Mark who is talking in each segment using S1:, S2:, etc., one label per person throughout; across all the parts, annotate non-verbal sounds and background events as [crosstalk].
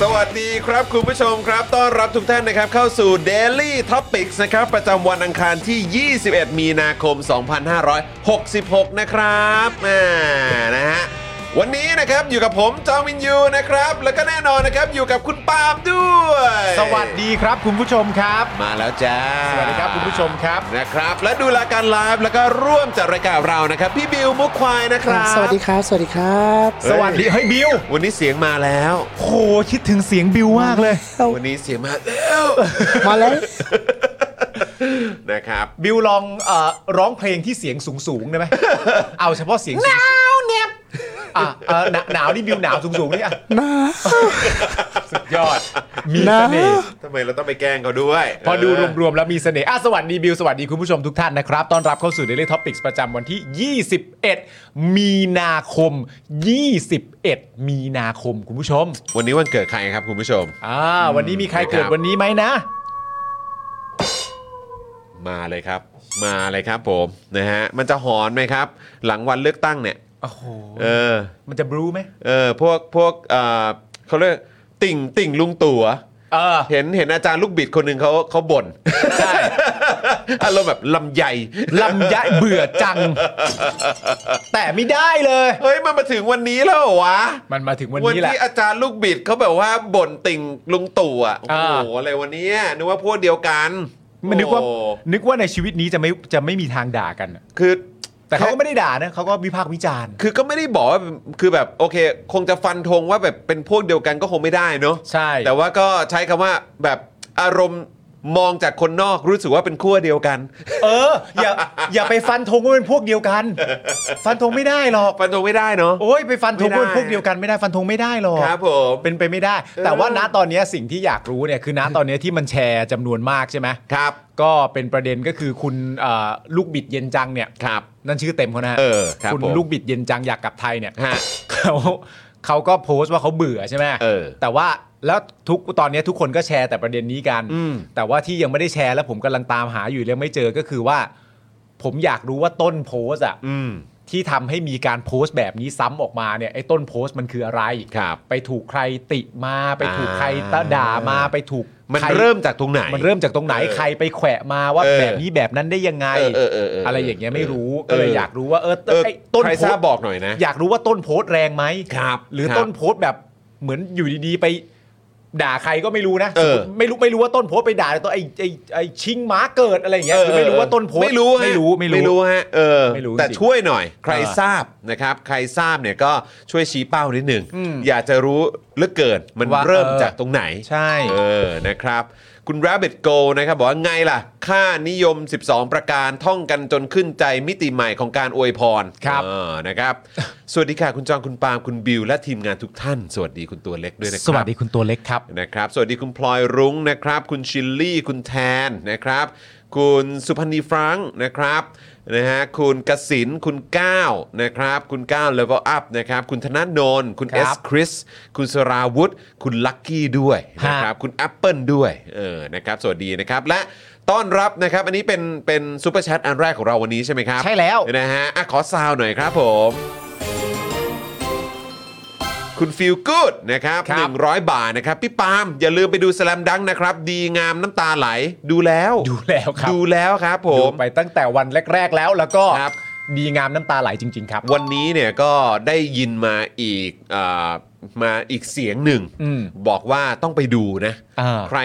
S1: สวัสดีครับคุณผู้ชมครับ ต้อนรับทุกท่านนะครับ เข้าสู่ Daily Topics นะครับ ประจำวันอังคารที่ 21 มีนาคม 2566 นะครับอ่านะฮะวันนี้นะครับอยู่กับผมจอห์นวินยูนะครับ แล้วก็แน่นอนนะครับอยู่กับคุณปาล์มด้วย
S2: สวัสดีครับคุณผู้ชมครับ
S1: มาแล้วจ้า
S2: สวัสดีครับคุณผู้ชมครับ
S1: นะครับและดูรายการไลฟ์แล้วก็ร่วมจัดรายการเรานะครับ พี่บิวมุกควายนะครับ
S3: สวัสดีครับ สวัสดีครับ
S1: เฮ้ย
S2: สวัสดีเฮ้ยบิว
S1: วันนี้เสียงมาแล้ว
S2: โหคิดถึงเสียงบิวมากเลย
S3: เอา
S1: วันนี้เสียงมาแล้ว
S3: มาแล้ว
S1: นะครับ
S2: [laughs] บิวลองเอ่อร้องเพลงที่เสียงสูงสูง [laughs] ๆได้ไหม เอาเฉพาะเสียงหนาวเนี่ยอ่ะเอ่อหนาหนาวนี่บิวหนาวสูงสูงๆนี่อ่ะ
S3: นะ
S2: สุดยอด มี
S3: หนา
S2: เส
S3: ว
S2: น่ห์
S1: ทำไมเราต้องไปแกล้งเขาด้วย
S2: พอดู
S1: เ
S2: รวมๆแล้วมีเสน่ห์อ่ะสวัสดีบิวสวัสดีคุณผู้ชมทุกท่านนะครับต้อนรับเข้าสู่ Daily Topics ประจำวันที่ 21 มีนาคม 21 มีนาคมคุณผู้ชม
S1: วันนี้วันเกิดใครครับคุณผู้ชม
S2: อ่าวันนี้มีใครเกิด
S1: นะครับ
S2: วันนี้ไหมนะ
S1: มาเลยครับ มาเลยครับผมนะฮะมันจะหอนไหมครับ หลังวันเลือกตั้งเนี่ย
S2: โอ้โห
S1: เออ
S2: มันจะบรูไหม
S1: เออพวกพวกเอ่อเขาเรียกติ่งติ่งลุงตั๋ว
S2: เออ
S1: เห็นเห็นอาจารย์ลูกบิดคนหนึ่งเขาเขาบ่น
S2: ใช่
S1: [laughs] อารมณ์แบบลำใหญ่
S2: ลำยะเบื่อจัง แต่ไม่ได้เลย
S1: เฮ้ยมันมาถึงวันนี้แล้วเหรอวะ
S2: มันมาถึงวันนี้แหละ
S1: ที่อาจารย์ลูกบิดเขาแบบว่าบ่นติ่งลุงตู่อะโอ้โห
S2: อ่า
S1: อะไรวันนี้นึกว่าพวกเดียวกัน
S2: มันนึกว่า
S1: โอ้โห
S2: นึกว่าในชีวิตนี้จะไม่จะไม่มีทางด่ากันอะ
S1: คือ
S2: แต่เขาก็ไม่ได้ด่านะเขาก็วิพากษ์วิจารณ์
S1: คือก็ไม่ได้บอกว่าคือแบบโอเค คงจะฟันธงว่าแบบเป็นพวกเดียวกันก็คงไม่ได้เนอะ
S2: ใช่
S1: แต่ว่าก็ใช้คำว่าแบบอารมณ์มองจากคนนอกรู้สึกว่าเป็นขั้วเดียวกัน
S2: เออ อย่าอย่าไปฟันธงว่าเป็นพวกเดียวกัน ฟันธงไม่ได้หรอก
S1: ฟันธงไม่ได้เนอะ
S2: โอ้ยไปฟันธงว่า
S1: ไม่ได้
S2: เป็นพวกเดียวกันไม่ได้ฟันธงไม่ได้หรอก
S1: ครับผม
S2: เป็นไปไม่ได้ แต่ว่าณตอนเนี้ยสิ่งที่อยากรู้เนี่ยคือณตอนเนี้ยที่มันแชร์จำนวนมากใช่ไหม
S1: ครับ
S2: ก็เป็นประเด็นก็คือคุณเอ่อลูกบิดเย็นจังเนี่ย
S1: ครับ
S2: นั่นชื่อเต็มเขานะฮะ
S1: เออครับ
S2: คุณ
S1: ผม
S2: ลูกบิดเย็นจังอยากกลับไทยเนี่ย
S1: ฮะ
S2: เขาเขาก็โพสต์ว่าเขาเบื่อใช่ไหม
S1: เออ
S2: แต่ว่าแล้วทุกตอนเนี้ยทุกคนก็แชร์แต่ประเด็นนี้กัน
S1: อืม
S2: แต่ว่าที่ยังไม่ได้แชร์แล้วผมกำลังตามหาอยู่ยังไม่เจอก็คือว่า ผมอยากรู้ว่าต้นโพสต์อะ
S1: อืม
S2: ที่ทำให้มีการโพสต์แบบนี้ซ้ำออกมาเนี่ยไอ้ต้นโพสต์มันคืออะไร
S1: ครับ
S2: ไปถูกใครติมาไปถูกใคร
S1: อ่า
S2: ด่ามาไปถูก
S1: มัน
S2: ใค
S1: เริ่มจากตรงไหน
S2: มันเริ่มจากตรงไหน
S1: เออ
S2: ใครไปแขวะมาว่า
S1: เออ
S2: แบบนี้แบบนั้นได้ยังไง
S1: เออเออเออเอออ
S2: อะไรอย่างเงี้ยไม่รู้
S1: เออ
S2: ก็เลยอยากรู้ว่าเออ
S1: เออ
S2: ไอ้ต้น
S1: ใคร
S2: โพ
S1: ทรา
S2: ส
S1: บ
S2: ต์
S1: บอกหน่อยนะ
S2: อยากรู้ว่าต้นโพสต์แรงไหม
S1: ครับ
S2: หรือ
S1: ครับ
S2: ต้นโพสต์แบบเหมือนอยู่ดีๆ ไปด่าใครก็ไม่รู้นะ
S1: เออ
S2: สมมุติไม่รู้ไม่รู้ว่าต้นโพสต์ไปด่าตัวไอ้ไอ้ไอ้ชิงหมาเกิดอะไรอย่างเงี้ยคือไม่รู้ว่าต้นโพสต์
S1: ไม่รู้ฮะ
S2: ไม่รู้ไม่
S1: ไม่
S2: รู้
S1: รู้ฮะเออ
S2: ไม่รู้
S1: แต่
S2: จริง
S1: ช่วยหน่อย ใคร
S2: เออ
S1: ทราบนะครับ ใครทราบเนี่ยก็ช่วยชี้เป้านิดหนึ่ง
S2: อืม
S1: อยากจะรู้เหลือเกินมัน
S2: ว่า
S1: เริ่ม
S2: เออ
S1: จากตรงไหน
S2: ใช่
S1: เออ นะครับ คุณ Rabbit Go นะครับ บอกว่าไงล่ะ ค่านิยม 12 ประการท่องกันจนขึ้นใจมิติใหม่ของการอวยพร
S2: ครับ
S1: เออนะครับ สวัสดีค่ะ คุณจองคุณปาล์มคุณบิว และทีมงานทุกท่าน สวัสดีคุณตัวเล็กด้วยนะครับ
S2: สวัสดีคุณตัวเล็กครับ
S1: นะครับ สวัสดีคุณพลอยรุ้งนะครับ คุณชิลลี่ คุณแทนนะครับ คุณสุพันธ์นีฟรังก์นะครับ นะฮะคุณกสินคุณก้าวนะครับ คุณก้าว level up นะครับ คุณธนาโนน คุณ
S2: ค
S1: เอ
S2: รั
S1: ส
S2: บ
S1: คริสคุณสราวุธ คุณลักกี้ด้วย
S2: ฮะ
S1: นะครับ คุณแอปเปิลด้วยเออนะครับสวัสดีนะครับ และต้อนรับนะครับ อันนี้เป็นเป็นซูเปอร์แชทอันแรกของเราวันนี้ใช่ไหมครับ
S2: ใช่แล้ว
S1: นะฮะอ่ะขอซาวหน่อยครับผม คุณฟิลกูดนะครับ
S2: ครับ
S1: 100 บาทนะครับ พี่ปาล์มอย่าลืมไปดูสแลมดังนะครับ ดีงามน้ำตาไหลดูแล้ว
S2: ดูแล้วครับ
S1: ดูแล้วครับผ
S2: ดู
S1: ม
S2: ไปตั้งแต่วันแรก ๆ แล้วแล้วก็
S1: ครับ
S2: ดีงามน้ำตาไหลจริง ๆ ครับ
S1: วันนี้เนี่ยก็ได้ยินมาอีกอามาอีกเสียงหนึ่ง
S2: อืม
S1: บอกว่าต้องไปดูนะ
S2: อ่า
S1: ใคร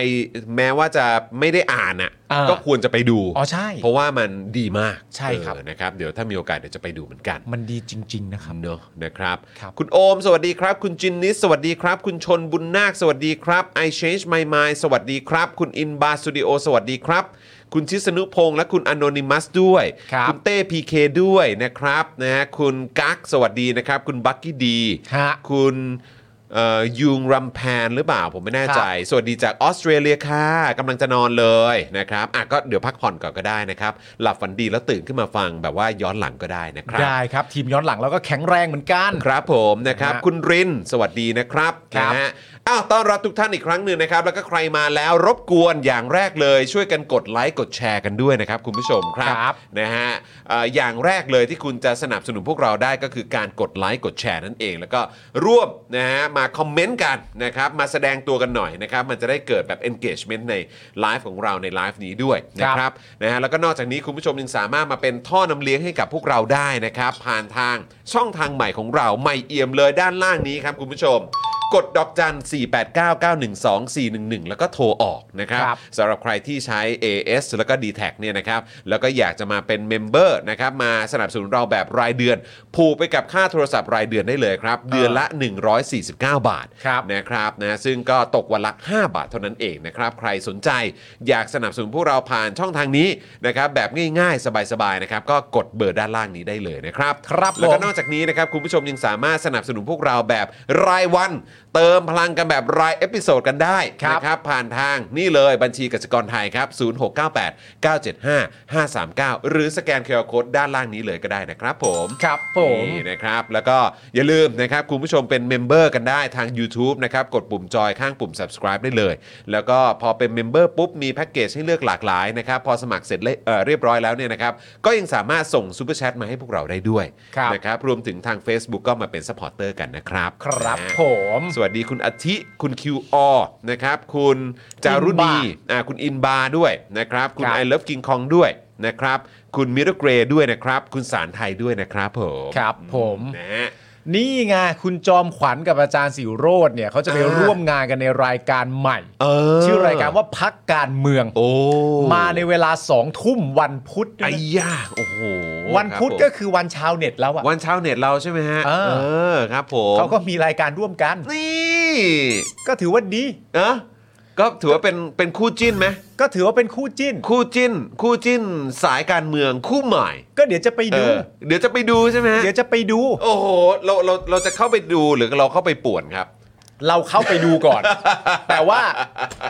S1: แม้ว่าจะไม่ได้อ่านอ่ะ
S2: อ่า
S1: ก็ควรจะไปดู
S2: อ๋อใช่
S1: เพราะว่ามันดีมาก
S2: ใช่ครับ
S1: เออนะครับ เดี๋ยวถ้ามีโอกาสเดี๋ยวจะไปดูเหมือนกัน
S2: มันดีจริง ๆ นะครับ
S1: เนอะนะครับ
S2: ครับ
S1: ณโอมสวัสดีครับ คุณจินนิสสวัสดีครับ คุณชนบุญนาคสวัสดีครับ I change my mind สวัสดีครับ คุณอินบาสตูดิโอสวัสดีครับ คุณชิสนุพงษ์และคุณอนอนิมัสด้วย
S2: ครับ
S1: ณเต้พีเคด้วยนะครับนะฮะคุณกั๊กสวัสดีนะครับ คุณบักกี้ดี
S2: ฮะ
S1: คุณเอ่อยุงรัมแพนหรือเปล่าผมไม่แน่ใจ สวัสดีจากออสเตรเลียค่ะกำลังจะนอนเลยนะครับอ่ะก็เดี๋ยวพักผ่อนก่อนก็ได้นะครับ หลับฝันดีแล้วตื่นขึ้นมาฟังแบบว่าย้อนหลังก็ได้นะครั
S2: ได้ครับ ทีมย้อนหลังเราก็แข็งแรงเหมือนกัน
S1: ครับผมนะครับ
S2: นะฮะ
S1: คุณรินสวัสดีนะครับ
S2: ครั
S1: นะ
S2: บ
S1: ฮะอ้าวต้อนรับทุกท่านอีกครั้งหนึ่งนะครับ แล้วก็ใครมาแล้วรบกวนอย่างแรกเลย ช่วยกันกดไลค์กดแชร์กันด้วยนะครับ คุณผู้ชมครับ
S2: ครับ
S1: นะฮะเอ่ออย่างแรกเลยที่คุณจะสนับสนุนพวกเราได้ก็คือการกดไลค์กดแชร์นั่นเอง แล้วก็ร่วมนะฮะมาคอมเมนต์กันนะครับมาแสดงตัวกันหน่อยนะครับ มันจะได้เกิดแบบ engagement ในไลฟ์ของเราในไลฟ์นี้ด้วยนะครับนะฮะแล้วก็นอกจากนี้คุณผู้ชมยังสามารถมาเป็นท่อนำเลี้ยงให้กับพวกเราได้นะครับ ผ่านทางช่องทางใหม่ของเราใหม่เอี่ยมเลยด้านล่างนี้ครับคุณผู้ชม กดดอกจัน 489912411 แล้วก็โทรออกนะครับ
S2: ครับ
S1: สำหรับใครที่ใช้ AS แล้วก็ d t แทเนี่ยนะครับ แล้วก็อยากจะมาเป็นเมมเบอร์นะครับ มาสนับสนุนเราแบบรายเดือน ผูกไปกับค่าโทรศัพท์รายเดือนได้เลยครับ เดือนละ 149 บาท
S2: ครับ
S1: นะครับนะซึ่งก็ตกวันละ 5 บาทเท่านั้นเองนะครับ ใครสนใจอยากสนับสนุนพวกเราผ่านช่องทางนี้นะครับแบบง่ายๆ สบายๆนะครับก็กดเบอร์ด้านล่างนี้ได้เลยนะครับ
S2: ครับ
S1: แล้วก็
S2: ผม
S1: นอกจากนี้นะครับคุณผู้ชมยังสามารถสนับสนุนพวกเราแบบรายวัน เติมพลังกันแบบรายเอพิโซดกันได้นะครับผ่านทางนี่เลยบัญชีกสิกรไทยครับ 0698 975 539 หรือสแกนเคอร์โคดด้านล่างนี้เลยก็ได้นะครับผม
S2: ครับผม
S1: นี่นะครับ แล้วก็อย่าลืมนะครับ คุณผู้ชมเป็นเมมเบอร์กันได้ทาง YouTube นะครับ กดปุ่มจอยข้างปุ่ม subscribe ได้เลย แล้วก็พอเป็นเมมเบอร์ปุ๊บ มีแพ็กเกจให้เลือกหลากหลายนะครับ พอสมัครเสร็จเลยเอ่อเรียบร้อยแล้วเนี่ยนะครับ ก็ยังสามารถส่งซูเปอร์แชทมาให้พวกเราได้ด้วย
S2: ครับ
S1: นะครับ รวมถึงทาง Facebook ก็มาเป็นสปอร์เตอร์กันนะครับ
S2: ครับ
S1: นะฮะ
S2: ผม
S1: สวัสดีคุณอาทิ คุณ QR นะครับ คุณจารุ
S2: อิ
S1: ณี
S2: นบา
S1: อ่าคุณอินบาร์ด้วยนะครับ คุณ
S2: ครับ
S1: I Love King Kong ด้วยนะครับ คุณมิรเกรด้วยนะครับ คุณสารไทยด้วยนะครับผม
S2: ครับผม
S1: นะฮะ
S2: นี่ไงคุณจอมขวัญกับอาจารย์สิโรธเนี่ยเขาจะไป
S1: อ่า
S2: ร่วมงานกันในรายการใหม่
S1: เออ
S2: ชื่อรายการว่าพักการเมือง
S1: โอ้
S2: มาในเวลาสองทุ่มวันพุธด้ว
S1: ไอ้
S2: ยนะ
S1: ยาโอ้โห
S2: วันพุธ
S1: รั
S2: ก็
S1: บผม
S2: คือวันชาวเน็ตแล้วอ่ะ
S1: วันเช้าเน็ตเราใช่ไหมฮะ
S2: เอ
S1: อ
S2: อ
S1: ครับผม
S2: เขาก็มีรายการร่วมกัน
S1: นี่
S2: ก็ถือว่าดี
S1: เอะก็ถือว่าเป็นเป็นคู่จิ้นไหม
S2: ก็ถือว่าเป็นคู่จิ้น
S1: คู่จิ้น คู่จิ้นสายการเมืองคู่ใหม่
S2: ก็เดี๋ยวจะไปดู
S1: เออเดี๋ยวจะไปดูใช่ไหมฮะ
S2: เดี๋ยวจะไปดู
S1: โอ้โห เราเราเราจะเข้าไปดูหรือเราเข้าไปป่วนครับ
S2: เราเข้าไปดู
S1: [laughs]
S2: ก่อน แต่ว่า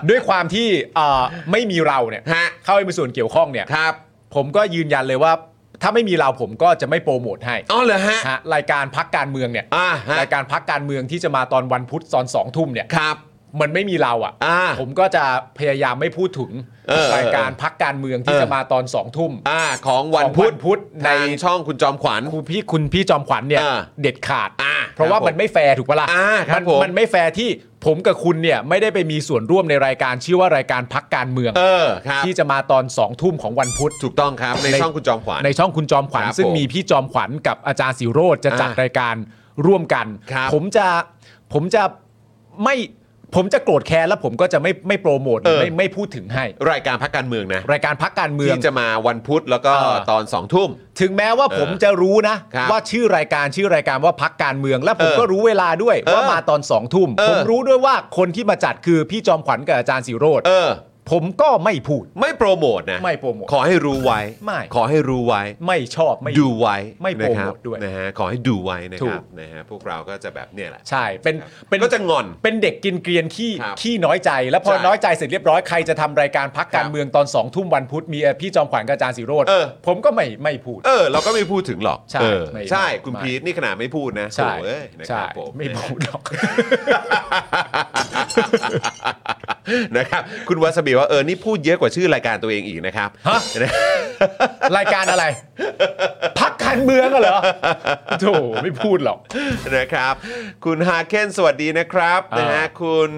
S2: ด้วยความที่เอ่อไม่มีเราเนี่ย
S1: ฮะ
S2: เข้าไปมีส่วนเกี่ยวข้องเนี่ย
S1: ครับ
S2: ผมก็ยืนยันเลยว่า ถ้าไม่มีเราผมก็จะไม่โปรโมทให้
S1: อ๋อเหรอฮะ
S2: ฮะรายการพักการเมืองเนี่ย
S1: อ่าฮะ
S2: รายการพักการเมืองที่จะมาตอนวันพุธตอนสองทุ่มเนี่ย
S1: ครับ
S2: มันไม่มีเราอ่ะ
S1: อ่า
S2: ผมก็จะพยายามไม่พูดถึง
S1: เออ
S2: รายการพักการเมืองที่
S1: เออ
S2: จะมาตอนสองทุ่ม
S1: อ่าของวัน
S2: ของ
S1: พุธ
S2: พุธใน
S1: ทางช่องคุณจอมขวัญ
S2: คุณพี่คุณพี่จอมขวัญเนี่ย
S1: อ่า
S2: เด็ดขาด
S1: อ่า
S2: เพราะว่า
S1: ครับผม
S2: มันไม่แฟร์ถูกปะล่ะ
S1: อ่าครับ
S2: น
S1: ผม
S2: มันไม่แฟร์ที่ผมกับคุณเนี่ยไม่ได้ไปมีส่วนร่วมในรายการชื่อว่ารายการพักการเมือง
S1: เออครับ
S2: ที่จะมาตอนสองทุ่มของวันพุธ
S1: ถูกต้องครับใน
S2: ใน
S1: ช่องคุณจอมขวัญ
S2: ในช่องคุณจอมขวัญ
S1: ครับ
S2: ซึ่ง
S1: ผม
S2: มีพี่จอมขวัญกับอาจารย์สิโรธจะจัด
S1: อ่าร
S2: รายการร่วมกัน
S1: ครับ
S2: ผมจะผมจะไม่ผมจะโกรธแค้นแล้วผมก็จะไม่ไม่โปรโมทหรือ
S1: เออ
S2: ไม่ไม่พูดถึงให้
S1: รายการพักการเมืองนะ
S2: รายการพักการเมือง
S1: ที่จะมาวันพุธแล้วก็
S2: เออ
S1: ตอนสองทุ่ม
S2: ถึงแม้ว่าผมจะรู้นะ
S1: ครับ
S2: ว่าชื่อรายการชื่อรายการว่าพักการเมือง และผม
S1: เออ
S2: ก็รู้เวลาด้วยว่า
S1: เออ
S2: มาตอนสองทุ่ม
S1: เออ
S2: ผมรู้ด้วยว่าคนที่มาจัดคือพี่จอมขวัญกับอาจารย์สิโรธ
S1: เออ
S2: ผมก็ไม่พูด
S1: ไม่โปรโมทนะ
S2: ไม่โปรโมท
S1: ขอให้รู้ไว้
S2: ไม่
S1: ขอให้รู้ไว้
S2: ไม่ชอบไม่
S1: ดูไว้
S2: ไม่โปรโมท
S1: นะคบ
S2: ด้วย
S1: นะฮะขอให้ดูไว้นะ
S2: ถู
S1: ครั
S2: ก
S1: บนะฮะพวกเราก็จะแบบเนี่ยแหละ
S2: ใช่เป็นเป็น
S1: ก็จะงอน
S2: เป็นเด็กกินเกรียนขี้
S1: ครับ
S2: ขี้น้อยใจ แล้วพอ
S1: ใช่
S2: น้อยใจเสร็จเรียบร้อยใครจะทำรายการพักกา
S1: ค
S2: ร
S1: รับ
S2: เมืองตอนสองทุ่มวันพุธมีเอ่อพี่จอมขวัญกับอาจารย์สิโรธ
S1: เออ
S2: ผมก็ไม่ไม่พูด
S1: เออ เราก็ไม่พูดถึงหรอก
S2: ใช่
S1: เออ
S2: ไม่
S1: ใช่
S2: ไม่
S1: คุณ
S2: ไม่
S1: พีทนี่ขนาดไม่พูดนะ
S2: ใช่
S1: โถ่เอ้ยนะค
S2: ใช่
S1: รับผม [laughs]
S2: ไม่พูดหรอก [laughs]
S1: นะครับคุณวัสบีว่าเออนี่พูดเยอะกว่าชื่อรายการตัวเองอีกนะครับ
S2: ฮะ รายการอะไร พักการเมืองอะเหรอโถไม่พูดหรอก
S1: [laughs] นะครับ คุณฮาเคนสวัสดีนะครับ
S2: อ่าน
S1: นะฮะคุณ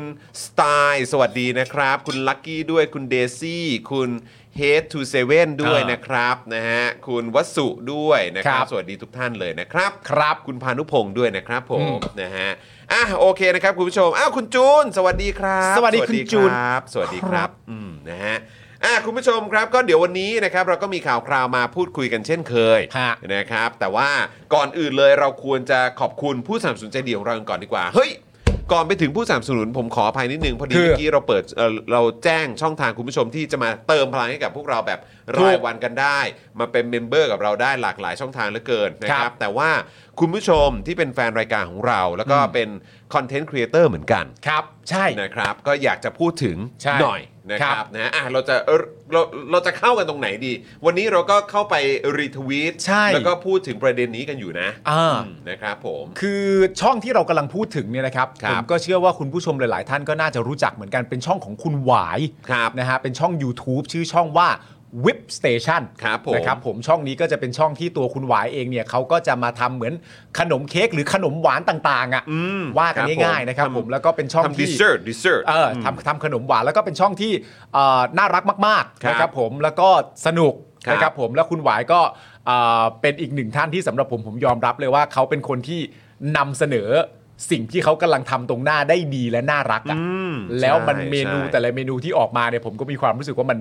S1: สไตล์สวัสดีนะครับ คุณลักกี้ด้วยคุณเดซี่คุณเฮดทูเซเว่นด้วย
S2: อ่าน
S1: นะครับนะฮะคุณวัสสุด้วยนะครั
S2: ครับ บ
S1: สวัสดีทุกท่านเลยนะครับ
S2: ครับ
S1: คุณพานุพงศ์ด้วยนะครับผ
S2: อื
S1: ม
S2: ม
S1: นะฮะอ่ะโอเคนะครับคุณผู้ชมอ้าวคุณจูน สวัสดีครับ
S2: สวัสดีคุณจูน
S1: รับ สวัสดีครับอืมนะฮะอ่ะคุณผู้ชมครับก็เดี๋ยววันนี้นะครับเราก็มีข่าวคราวมาพูดคุยกันเช่นเคย
S2: ฮะ
S1: นะครับแต่ว่าก่อนอื่นเลยเราควรจะขอบคุณผู้สนับสนุนใจดีของเรากันก่อนดีกว่า เฮ้ย ก่อนไปถึงผู้สนับสนุนผมขออภัยนิดนึง พอดี
S2: คือ
S1: เมื่อกี้เราเปิดเอ่อเราแจ้งช่องทางคุณผู้ชมที่จะมาเติมพลังให้กับพวกเราแบบ
S2: ถูก
S1: รายวันกันได้ มาเป็นเมมเบอร์กับเราได้หลากหลายช่องทางเหลือเกินนะค
S2: ครั
S1: รับบ แต่ว่าคุณผู้ชมที่เป็นแฟนรายการของเรา แล้วก็
S2: อืม
S1: เป็นคอนเทนต์ครีเอเตอร์เหมือนกัน
S2: ครับ ใช่
S1: นะครับก็อยากจะพูดถึง
S2: ใช่
S1: หน่อยนะครั
S2: ครับ บ
S1: นะฮะอ่ะเราจะเอ่อเราเราจะเข้ากันตรงไหนดี วันนี้เราก็เข้าไปรีทวีต
S2: ใช่
S1: แล้วก็พูดถึงประเด็นนี้กันอยู่นะ
S2: อ่า
S1: อืมนะครับผม
S2: คือช่องที่เรากำลังพูดถึงเนี่ยนะครับ
S1: ครั
S2: ผ
S1: บ
S2: มก็เชื่อว่าคุณผู้ชมหลาย ๆ ท่านก็น่าจะรู้จักเหมือนกันเป็นช่องของคุณหวาย
S1: ครับ
S2: นะฮะเป็นช่อง YouTube ชื่อช่องว่า Whip Station
S1: ครับผม
S2: นะครับผมช่องนี้ก็จะเป็นช่องที่ตัวคุณหวายเองเนี่ยเขาก็จะมาทำเหมือนขนมเค้กหรือขนมหวานต่าง ๆ อ่ะว่ากันง่าย ๆ นะครับผมแล้วก็เป็นช่อง
S1: ทำดี
S2: ที่
S1: เซอร์ดีเซอร์
S2: เออทำทำขนมหวานแล้วก็เป็นช่องที่เอ่อน่ารักมาก
S1: ครับ
S2: ๆนะครับผมแล้วก็สนุก
S1: ครับ
S2: นะครับผมแล้วคุณหวายก็เอ่อเป็นอีกหนึ่งท่านที่สำหรับผมผมยอมรับเลยว่าเขาเป็นคนที่นำเสนอสิ่งที่เขากำลังทำตรงหน้าได้ดีและน่ารักอะ
S1: อืม
S2: แล้วมัน
S1: ใช่
S2: เมนู
S1: ใช่
S2: แต่ละเมนูที่ออกมาเนี่ยผมก็มีความรู้สึกว่ามัน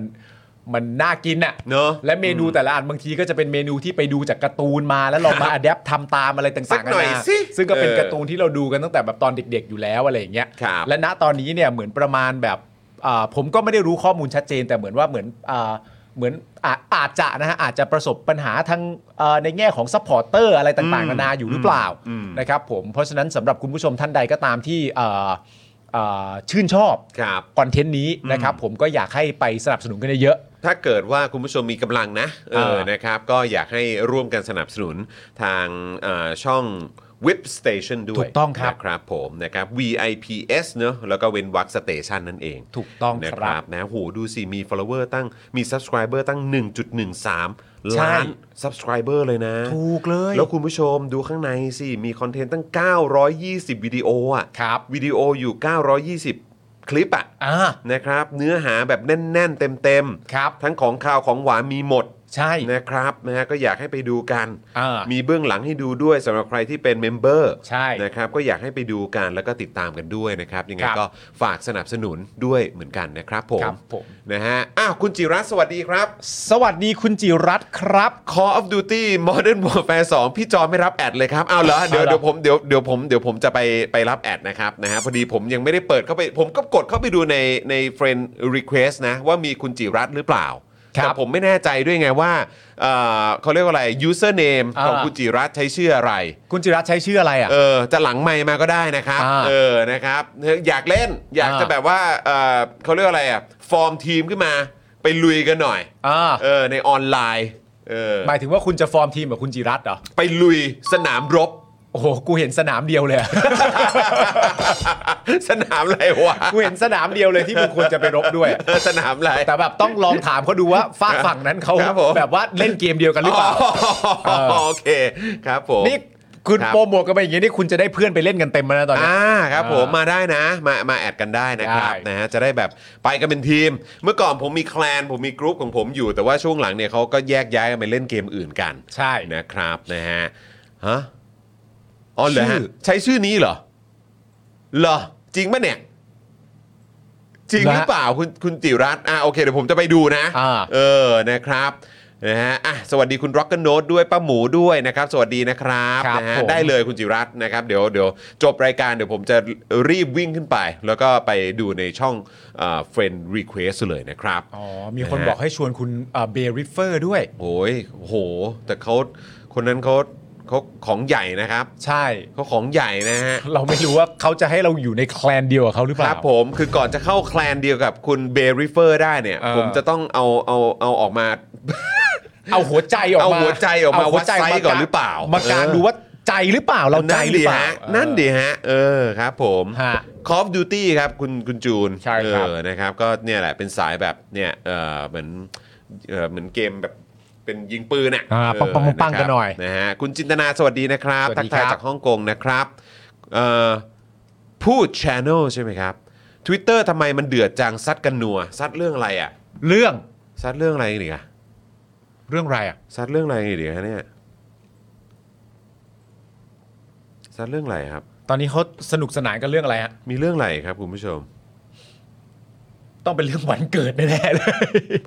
S2: มันน่ากินอ่ะ
S1: เนอะ
S2: และเมนูแต่ละอันบางทีก็จะเป็นเมนูที่ไปดูจากการ์ตูนมาแล้วเรามาอัดแอปทำตามอะไรต่างๆ
S1: สักหน่อย
S2: าา
S1: สิ
S2: ซึ่งก็เป็น
S1: เออ
S2: การ์ตูนที่เราดูกันตั้งแต่แบบตอนเด็กๆอยู่แล้วอะไรอย่างเงี้ย
S1: ครับ
S2: และณตอนนี้เนี่ยเหมือนประมาณแบบอ่าผมก็ไม่ได้รู้ข้อมูลชัดเจน แต่เหมือนว่าเหมือนอ่าเหมือนอาอาจจะนะฮะอาจจะประสบปัญหาทางเอ่อในแง่ของซัพพอร์เตอร์อะไรต่างๆนานาอยู่หรือเปล่านะครับผมเพราะฉะนั้นสำหรับคุณผู้ชมท่านใดก็ตามที่เอ่อเอ่อชื่นชอบ
S1: ครับ
S2: คอนเทนต์นี้นะครับผมก็อยากให้ไปสนับสนุนกันเยอะ
S1: ถ้าเกิดว่าคุณผู้ชมมีกำลังนะเอ
S2: เอ
S1: อ
S2: อ
S1: นะครับก็อยากให้ร่วมกันสนับสนุนทางเอ่อช่อง Whip Station ด้วย
S2: ถูกต้องครับ
S1: นะครับผมนะครับ VIPS เนอะแล้วก็เว้นวัก Station นั่นเอง
S2: ถูกต้อง
S1: นะครับ นะโหดูสิ มี follower ตั้งมี subscriber ตั้ง 1.13
S2: ใช่
S1: ล้าน subscriber เลยนะ
S2: ๆ ถูกเลย
S1: แล้วคุณผู้ชมดูข้างในสิ มีคอนเทนต์ตั้ง 920 วิดีโออ่ะ
S2: ครับ
S1: วิดีโออยู่ 920 คลิปอ่ะ
S2: อ่า
S1: นะครับเนื้อหาแบบแน่น ๆ เต็มๆ
S2: ครับ
S1: ทั้งของข่าวของหวานมีหมด
S2: ใช่
S1: นะครับนะฮะก็อยากให้ไปดูกัน
S2: อ่ามี
S1: มีเบื้องหลังให้ดูด้วยสำหรับใครที่เป็นเมมเบอร์
S2: ใช่
S1: นะครับก็อยากให้ไปดูกันแล้วก็ติดตามกันด้วยนะครับยังไง
S2: ครับ
S1: ก็ฝากสนับสนุนด้วยเหมือนกันนะครับผม
S2: ครับผม
S1: นะฮะอ้าวคุณจิรัตน์สวัสดีครับ
S2: สวัสดีคุณจิรัตน์ครับ
S1: Call of Duty Modern Warfare 2 พี่จอไม่รับแอดเลยครับเอาเหรอเดี๋ยว
S2: เอาเหรอ
S1: เดี๋ยวผมเดี๋ยวเดี๋ยวผมเดี๋ยวผมจะไปไปรับแอดนะครับนะฮะพอดีผมยังไม่ได้เปิดเข้าไป ผมก็กดเข้าไปดูในใน Friend Request นะ ว่ามีคุณจิรัตน์หรือเปล่า
S2: ครับ
S1: แต่ผมไม่แน่ใจด้วยไงว่าเอ่อเขาเรียกว่าอะไร username
S2: อ่า
S1: ของคุณจิรัตน์ใช้ชื่ออะไร
S2: คุณจิรัตน์ใช้ชื่ออะไรอ่ะ
S1: เออจะหลังไมค์มาก็ได้นะครับ
S2: อ่า
S1: เออนะครับอยากเล่นอยาก
S2: อ่า
S1: จะแบบว่าเอ่อเขาเรียกว่าอะไรอ่ะฟอร์มทีมขึ้นมาไปลุยกันหน่อย
S2: อ่า
S1: เออในออนไลน์เออ
S2: หมายถึงว่าคุณจะฟอร์มทีมกับคุณจิรัตน์เหรอ
S1: ไปลุยสนามรบ [laughs]
S2: โอ้โห กูเห็นสนามเดียวเลยอะ
S1: สนามอะไรวะ
S2: [laughs] กูเห็นสนามเดียวเลยที่มึงควรจะไปรบด้วยอะ
S1: เออสนามอะไร
S2: แต่แบบต้องลองถามเขาดูว่าฝากฝั่งนั้นเขา
S1: ครับผม
S2: แบบว่าเล่นเกมเดียวกันหรือเปล่า
S1: อ๋อโอเคครับผม
S2: นี่คุณ
S1: ครับ
S2: โปรโมทกันไปอย่างนี้นี่คุณจะได้เพื่อนไปเล่นกันเต็มแล้วนะตอนเนี้ย
S1: อ่าครับผม
S2: อ่าม
S1: มาได้นะ มามาแอดกันได้นะครับ
S2: ได้
S1: นะฮะจะได้แบบไปกันเป็นทีม เมื่อก่อนผมมีแคลนผมมีกรุ๊ปของผมอยู่แต่ว่าช่วงหลังเนี่ยเขาก็แยกย้ายกันไปเล่นเกมอื่นกัน
S2: ใช่
S1: นะครับนะฮะฮะอ๋อเหรอฮะ
S2: ชื่อ
S1: ใช้ชื่อนี้เหรอเหรอจริงปะเนี่ย จริงหรือ
S2: นะฮะ
S1: เปล่าคุณคุณติรัตน์อ่าโอเคเดี๋ยวผมจะไปดูนะ
S2: อ่า
S1: เออนะครับ นะฮะอ่ะสวัสดีคุณร็อกเก n ร์โนด้วยป้าหมูด้วยนะครับ สวัสดีนะครับ
S2: ครับ
S1: นะฮะ
S2: ผม
S1: ได้เลยคุณจิรัตน์นะครับเดี๋ยวเดี๋ยวจบรายการเดี๋ยวผมจะรีบวิ่งขึ้นไป แล้วก็ไปดูในช่องเฟรนด์รีเควสเลยนะครับ
S2: อ๋อ มีคนบอกให้ชวนคุณเบริฟเฟอร์ด้วย
S1: โอ้ยโห แต่เขาคนนั้นเขาเขาของใหญ่นะครับ
S2: ใช่
S1: เขาของใหญ่นะฮะ
S2: เราไม่รู้ว่าเขาจะให้เราอยู่ในแคลนเดียวกับเขาหรือเป
S1: ค
S2: ล่า
S1: รับผมคือก่อนจะเข้าแคลนเดียวกับคุณเบริเฟอร์ได้เนี่ย
S2: เออ
S1: ผมจะต้องเอาเอาเอาออกมา
S2: เอาหัวใจออกมา
S1: เอาหัวใจออกมา
S2: เหัใจ
S1: วัดไซส์ก่อนหรือเปล่า
S2: มาการ
S1: เออ
S2: ดูว่าใจหรือเปล่า เราใจ
S1: นั่น
S2: หรือ
S1: ดี
S2: เปล่า
S1: ฮะนั่นดีฮะ เออครับผม
S2: ฮะ
S1: คอฟดูตี้ครับคุณคุณจูน
S2: ใช่ครับ
S1: เออนะครับ ก็เนี่ยแหละเป็นสายแบบเนี่ยเออเหมือนเออเหมือนเกมแบบเป็นยิงปืนอ่ะ
S2: อ่าปังปังปังปัง
S1: เะครับ
S2: กันหน่อย
S1: นะฮะคุณจินตนาสวัสดีนะครับ
S2: สวั
S1: ทั
S2: สดี
S1: ทาย
S2: ครับ
S1: จากฮ่องกงนะครับเอ่อ พูดชานอลใช่ไหมครับ Twitter ทำไมมันเดือดจังซัดกันนัวซัดเรื่องอะไรอ่ะ
S2: เรื่อง
S1: ซัดเรื่องอะไรกันอีกอ่ะ
S2: เรื่องอะไรอ่ะ
S1: ซัดเรื่องอะไรกันอีกฮะเนี่ยซัดเรื่องอะไรครับ
S2: ตอนนี้เขาสนุกสนานกันเรื่องอะไรฮะ
S1: มีเรื่องอะไรครับคุณผู้ชม
S2: ต้องเป็นเรื่องวันเกิดแน่ๆเลย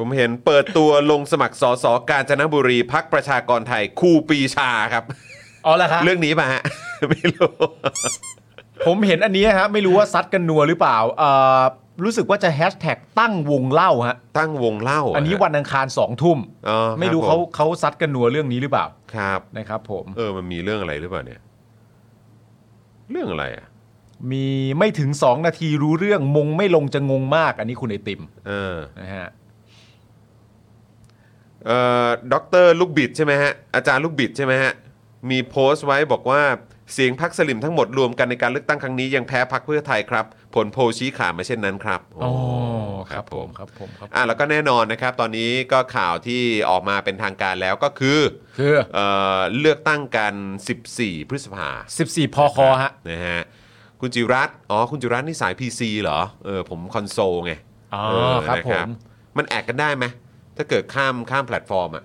S1: ผมเห็นเปิดตัวลงสมัครสสกาญจนบุรีพักประชากรไทยครูปรีชาครับ
S2: อ๋อละครับ
S1: เรื่องนี้ป่ะฮ [laughs] ะ ไม่รู้
S2: ผมเห็นอันนี้ฮะไม่รู้ว่าซัดกันนัวหรือเปล่าเอ่อรู้สึกว่าจะแฮชแท็กตั้งวงเล่าฮะ
S1: ตั้งวงเล่าะ
S2: อันนี้วันอังคารสองทุ่ม
S1: อ๋อคบ
S2: ไม่รู้
S1: ผ
S2: เขาเขาซัดกันนัวเรื่องนี้หรือเปล่า
S1: ครับ
S2: นะครับผม
S1: เออมันมีเรื่องอะไรหรือเปล่าเนี่ย เรื่องอะไรอ่ะ
S2: มีไม่ถึง 2 นาทีรู้เรื่องมงไม่ลงจะงงมาก อันนี้คุณไอติม
S1: เออ
S2: นะฮะ
S1: เอ่อด็อกเตอร์ลูกบิดใช่ไหมฮะ อาจารย์ลูกบิดใช่ไหมฮะ มีโพสต์ไว้บอกว่าเสียงพักสลิมทั้งหมดรวมกันในการเลือกตั้งครั้งนี้ยังแพ้พักเพื่อไทยครับ ผลโพลชี้ขาดมาเช่นนั้นครับโ
S2: ครับผมครับผมครับ
S1: อ่ะแล้วก็แน่นอนนะครับ ตอนนี้ก็ข่าวที่ออกมาเป็นทางการแล้วก็คือ
S2: คือ
S1: เออเลือกตั้งกัน 14 พฤษภา
S2: 14 พอคอฮะ
S1: นะฮะคุณจิรัตน์อ๋อ คุณจิรัตน์นี่สาย PC เหรอเออผมคอนโซลไง
S2: อ๋อ
S1: เออ
S2: ครับ
S1: นะ
S2: ผม
S1: มันแอดกันได้ไหมถ้าเกิดข้ามข้ามแพลตฟอร์มอะ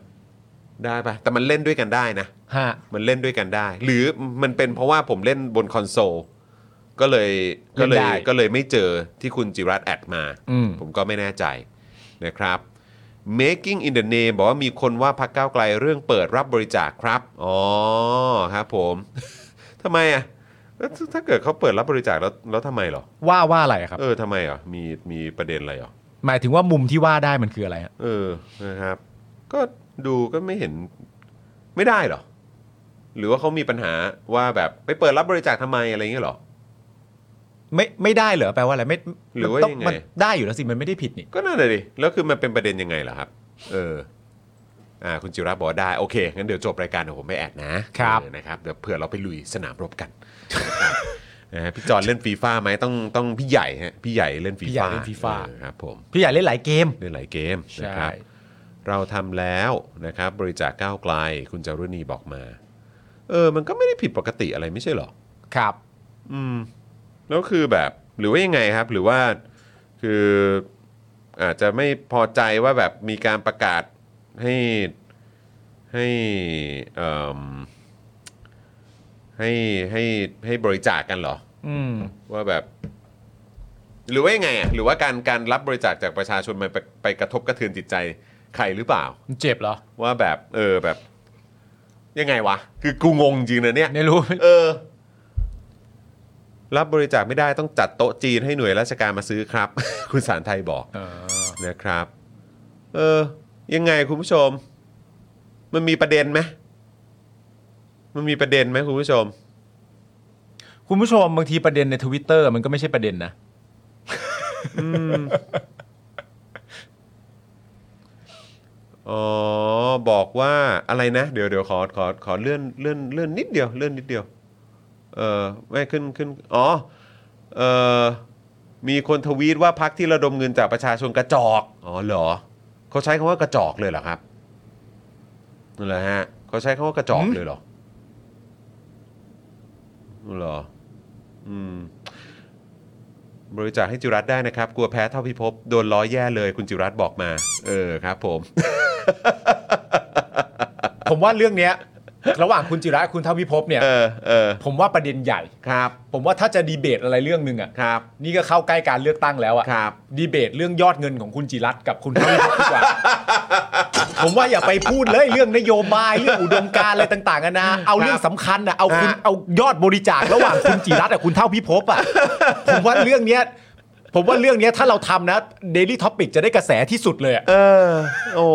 S1: ได้ปะแต่มันเล่นด้วยกันได้นะ
S2: ฮะ
S1: มันเล่นด้วยกันได้ หรือมันเป็นเพราะว่าผมเล่นบนคอนโซลก็เลย
S2: เล่
S1: ก็
S2: น
S1: เล
S2: ได้
S1: ยก็เลยไม่เจอที่คุณจิรัตน์แอดมา
S2: อืม
S1: ผมก็ไม่แน่ใจนะครับ making in the name บอกว่ามีคนว่าพักก้าวไกลเรื่องเปิดรับบริจาคครับ อ๋อครับผม [laughs] ทำไมอ่ะแล้วถ้าถ้าเกิดเขาเปิดรับบริจาคแล้วแล้วทำไมเหรอ
S2: ว่าว่าอะไรครับ
S1: เออทำไมเหรอ่ะมีมีประเด็นอะไรเหรอ
S2: หมายถึงว่ามุมที่ว่าได้มันคืออะไรฮะ
S1: เออ นะครับ ก็ดูก็ไม่เห็นไม่ได้เหรอ หรือว่าเขามีปัญหาว่าแบบไปเปิดรับบริจาคทำไมอะไรอย่างเงี้ยเหรอ
S2: ไม่ไม่ได้เหรอแปลว่าอะไรไม่
S1: หรือว่า
S2: มันต้
S1: ยังไง
S2: มันได้อยู่แล้วสิมันไม่ได้ผิดนี่
S1: ก็น่าเลยดิ แล้วคือมันเป็นประเด็นยังไงเหรอครับ เออ อ่า คุณจิระบอกว่าได้ โอเค งั้นเดี๋ยวจบรายการเดี๋ยวผมไม่แอดนะครับ เออนะครับ เดี๋ยวเผื่อเราไปลุยสนามรบกัน [laughs] นะฮะพี่จอนเล่นฟีฟ่าไหมต้องต้องพี่ใหญ่ฮะ พี่ใหญ่เล่นฟี
S2: พี่ใหญ่
S1: ฟ่า
S2: เล่น FIFA
S1: ออครับผม
S2: พี่ใหญ่เล่นหลายเกม
S1: เล่นหลายเกม
S2: ใช่
S1: นะครับ เราทำแล้วนะครับ บริจาคก้าวไกล คุณจารุณีบอกมา เออ มันก็ไม่ได้ผิดปกติอะไรไม่ใช่หรอ
S2: ครับ
S1: อืม แล้วคือแบบหรือว่ายังไงครับ หรือว่าคืออาจจะไม่พอใจว่าแบบมีการประกาศให้ให้เอ่มให้ให้ให้บริจาคกันเหรอ
S2: อืม
S1: ว่าแบบ หรือว่ายังไงอ่ะหรือว่าการการรับบริจาคจากประชาชนมันไปไปกระทบกระเทือนจิตใจใครหรือเปล่า
S2: มันเจ็บเหรอ
S1: ว่าแบบ เออแบบ ยังไงวะ คือกูงงจริงนะเนี่ย
S2: ไม่รู้
S1: เออ รับบริจาคไม่ได้ต้องจัดโต๊ะจีนให้หน่วยราชการมาซื้อครับ [laughs] คุณสารไทยบอก
S2: เออ
S1: นะครับ เออ ยังไงคุณผู้ชม มันมีประเด็นไหมมันมีประเด็นไหมคุณผู้ชม
S2: คุณผู้ชมบางทีประเด็นในทวิตเตอร์มันก็ไม่ใช่ประเด็นนะ
S1: อ๋อ บอกว่าอะไรนะ เดี๋ยวเดี๋ยวขอขอขอเลื่อนเลื่อนเลื่อนนิดเดียว เลื่อนนิดเดียว เออไม่ขึ้นขึ้นอ๋อเออมีคนทวีตว่าพักที่ระดมเงินจากประชาชนกระจอก อ๋อเหรอเขาใช้คำว่ากระจอกเลยเหรอครับนั่นแหละฮะเขาใช้คำว่ากระจอก
S2: หืม
S1: เลยเหรอเหรออืมบริจาคให้จิรัตน์ได้นะครับ กลัวแพ้เท่าพิภพโดนล้อแย่เลยคุณจิรัตน์บอกมา เออครับผม
S2: ผมว่าเรื่องเนี้ย [laughs] ระหว่างคุณจิระกับคุณทวิภพเนี่ย
S1: เออเออ
S2: ผมว่าประเด็นใหญ่
S1: ครับ
S2: ผมว่าถ้าจะดีเบตอะไรเรื่องหนึ่งอ่ะ
S1: ครับ
S2: นี่ก็เข้าใกล้การเลือกตั้งแล้ว
S1: ค
S2: อะ
S1: รับ
S2: ดีเบตเรื่องยอดเงินของคุณจิรัตน์กับคุณทวิภพดีกว่า [laughs] ผมว่าอย่าไปพูดเลยเรื่องนโยบาย เรื่องอุดมการณ์อะไรต่างๆกันานะเอาเรื่องสำคัญอ่ะเอาคุณ
S1: ฮะ
S2: เอายอดบริจาคระหว่างคุณจิรัตน์กับคุณเท่าพิภพอ่ะผมว่าเรื่องเนี้ยผมว่าเรื่องเนี้ยถ้าเราทำนะ Daily Topic จะได้กระแสที่สุดเลยอะ
S1: เออ โอ้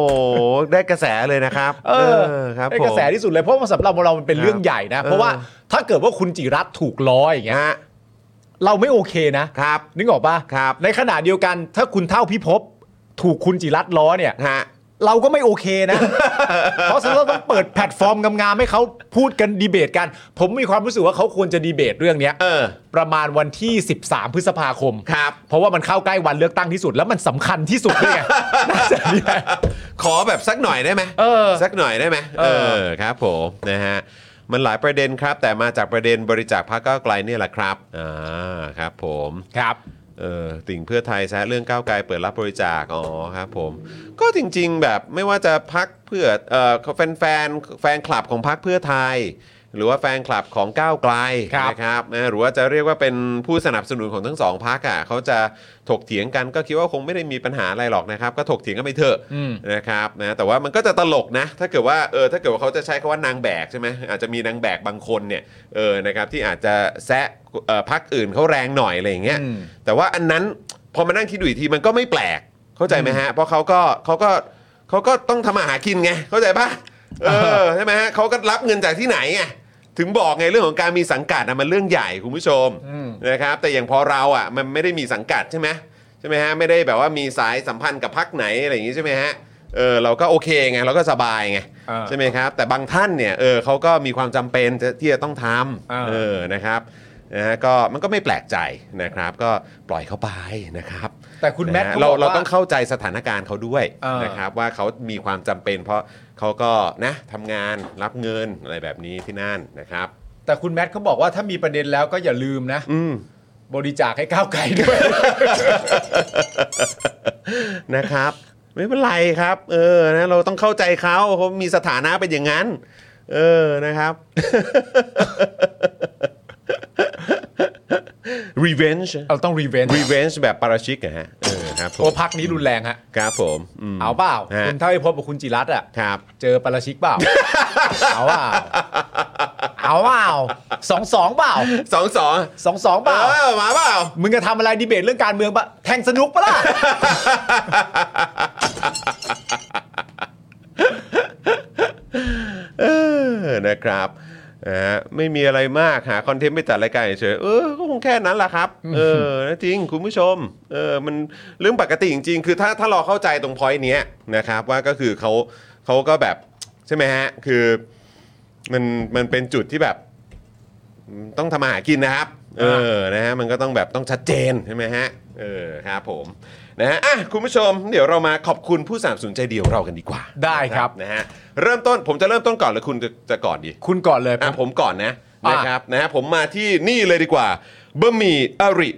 S1: ได้กระแสเลยนะครับ
S2: เออ
S1: ครับ
S2: ได้
S1: ผม
S2: กระแสที่สุดเลยเพราะว่าสำหรับเรามันเป็นเรื่อง
S1: ครับ
S2: ใหญ่นะ
S1: เออ
S2: เพราะว่าถ้าเกิดว่าคุณจิรัตน์ถูกล้ออย่างเงี้ย
S1: ฮะ
S2: เราไม่โอเคนะครับ นึกออกปะ
S1: ครับ
S2: ในขณะเดียวกันถ้าคุณเท่าพิภพถูกคุณจิรัตน์ล้อเนี่ย
S1: ฮะ
S2: เราก็ไม่โอเคนะ [laughs] เพราะฉะนั้นเราต้องเปิดแพลตฟอร์มงามๆให้เขาพูดกันดีเบตกัน ผมมีความรู้สึกว่าเขาควรจะดีเบตเรื่องเนี้ย
S1: เออ
S2: ประมาณวันที่ 13 พฤษภาคม
S1: ครับ [laughs]
S2: เพราะว่ามันเข้าใกล้วันเลือกตั้งที่สุดแล้วมันสำคัญที่สุดเลยไง [laughs] น่าจะดี
S1: ขอแบบสักหน่อยได้ไหม
S2: เออ
S1: สักหน่อยได้ไหม
S2: เออ
S1: ครับผมนะฮะมันหลายประเด็นครับ แต่มาจากประเด็นบริจาคพรรคก้าวไกลเนี่ยแหละครับอ่าครับผม
S2: ครับ
S1: เออติ่งเพื่อไทยแซะเรื่องก้าวไกลเปิดรับบริจาคอ๋อครับผมก็จริงๆแบบไม่ว่าจะพักเพื่อเอ่อแฟนแฟนแฟนคลับของพักเพื่อไทย หรือว่าแฟนคลับของก้าวไกล
S2: ครับ
S1: นะครับนะหรือว่าจะเรียกว่าเป็นผู้สนับสนุนของทั้งสองพักอ่ะเขาจะถกเถียงกันก็คิดว่าคงไม่ได้มีปัญหาอะไรหรอกนะครับ ก็ถกเถียงกันไปเถอะ
S2: อืม
S1: นะครับนะแต่ว่ามันก็จะตลกนะ ถ้าเกิดว่าเออถ้าเกิดว่าเขาจะใช้คำว่านางแบกใช่ไหมอาจจะมีนางแบกบางคนเนี่ยเออนะครับที่อาจจะแซะเอ่อพักอื่นเขาแรงหน่อยอะไรอย่างเงี้ย
S2: อืม
S1: แต่ว่าอันนั้นพอมานั่งคิดดูอีกทีมันก็ไม่แปลกเข้าใจไหมฮะเพราะเขาก็เขาก็เขาก็ต้องทำมาหากินไงเข้าใจปะเออใช่ไหมฮะเขาก็รับเงินจากที่ไหนไงถึงบอกไงเรื่องของการมีสังกัดนะมันเรื่องใหญ่คุณผู้ชม นะครับแต่อย่างพอเราอ่ะมันไม่ได้มีสังกัดใช่ไหมใช่ไหมฮะไม่ได้แบบว่ามีสายสัมพันธ์กับพักไหนอะไรอย่างงี้ใช่ไหมฮะเออเราก็โอเคไงเราก็สบายไง
S2: อ่า
S1: ใช่ไหมครับแต่บางท่านเนี่ยเออเขาก็มีความจำเป็นจะที่จะต้องท
S2: อ่า
S1: ำเออนะครับนะฮะก็มันก็ไม่แปลกใจนะครับ ก็ปล่อยเขาไปนะครับ
S2: แต่คุณแมท
S1: นะ
S2: ข
S1: ฮะ
S2: บ
S1: เรา
S2: อกว่
S1: เราต้องเข้าใจสถานการณ์เขาด้วย
S2: อ่าน
S1: นะครับว่าเขามีความจำเป็น เพราะเขาก็นะทำงานรับเงินอะไรแบบนี้ที่นั่นนะครับ
S2: แต่คุณแมทเขาบอกว่าถ้ามีประเด็นแล้วก็อย่าลืมนะ
S1: อืม
S2: บริจาคให้ก้าวไกล
S1: [laughs]
S2: ด้วย
S1: นะครับ ไม่เป็นไรครับ เออนะเราต้องเข้าใจเขาเขามีสถานะเป็นอย่างนั้น เออนะครับ [laughs] revenge
S2: เราต้องรีเวน
S1: revenge แบบปาราชิกอะฮะเออครับผ
S2: โอ้
S1: ม
S2: พักนี้รุนแรงฮะ
S1: ครับผมม
S2: เอาเปล่า
S1: ฮะ
S2: คุณเท่าพิภพกับคุณจิรัตน์อ่ะ
S1: ครับ
S2: เจอปาราชิกเปล่า เอาเปล่าเอาเปล่าสองสองเปล่า
S1: สองสอง
S2: สองสองเปล่า
S1: เออมาเปล่า
S2: มึงจะทำอะไรดีเบตเรื่องการเมืองปะแทงสนุกปะล่ะ
S1: เออนะครับนะฮะไม่มีอะไรมากหาคอนเทนต์ไปจัดรายการเฉยๆเออก็คงแค่นั้นแหละครับ เออนะจริงคุณผู้ชมเออมันเรื่องปกติจริงๆ คือถ้าถ้าเราเข้าใจตรงพอยต์เนี้ยนะครับว่าก็คือเขาเขาก็แบบใช่ไหมฮะคือมันมันเป็นจุดที่แบบต้องทำมาหากินนะครับ เออนะฮะมันก็ต้องแบบต้องชัดเจนใช่ไหมฮะเออครับผมนะฮะอ่ะคุณผู้ชม เดี๋ยวเรามาขอบคุณผู้สนับสนุนใจเดียวเรากันดีกว่า
S2: ได้ครับ
S1: นะฮะเริ่มต้นผมจะเริ่มต้นก่อนหรือคุณจะจะก่อนดี
S2: คุณก่อนเลย
S1: อ่ะ
S2: ผม
S1: ผมก่อนนะ
S2: อ่ะ
S1: นะครับนะฮะผมมาที่นี่เลยดีกว่าบะหมี่อริ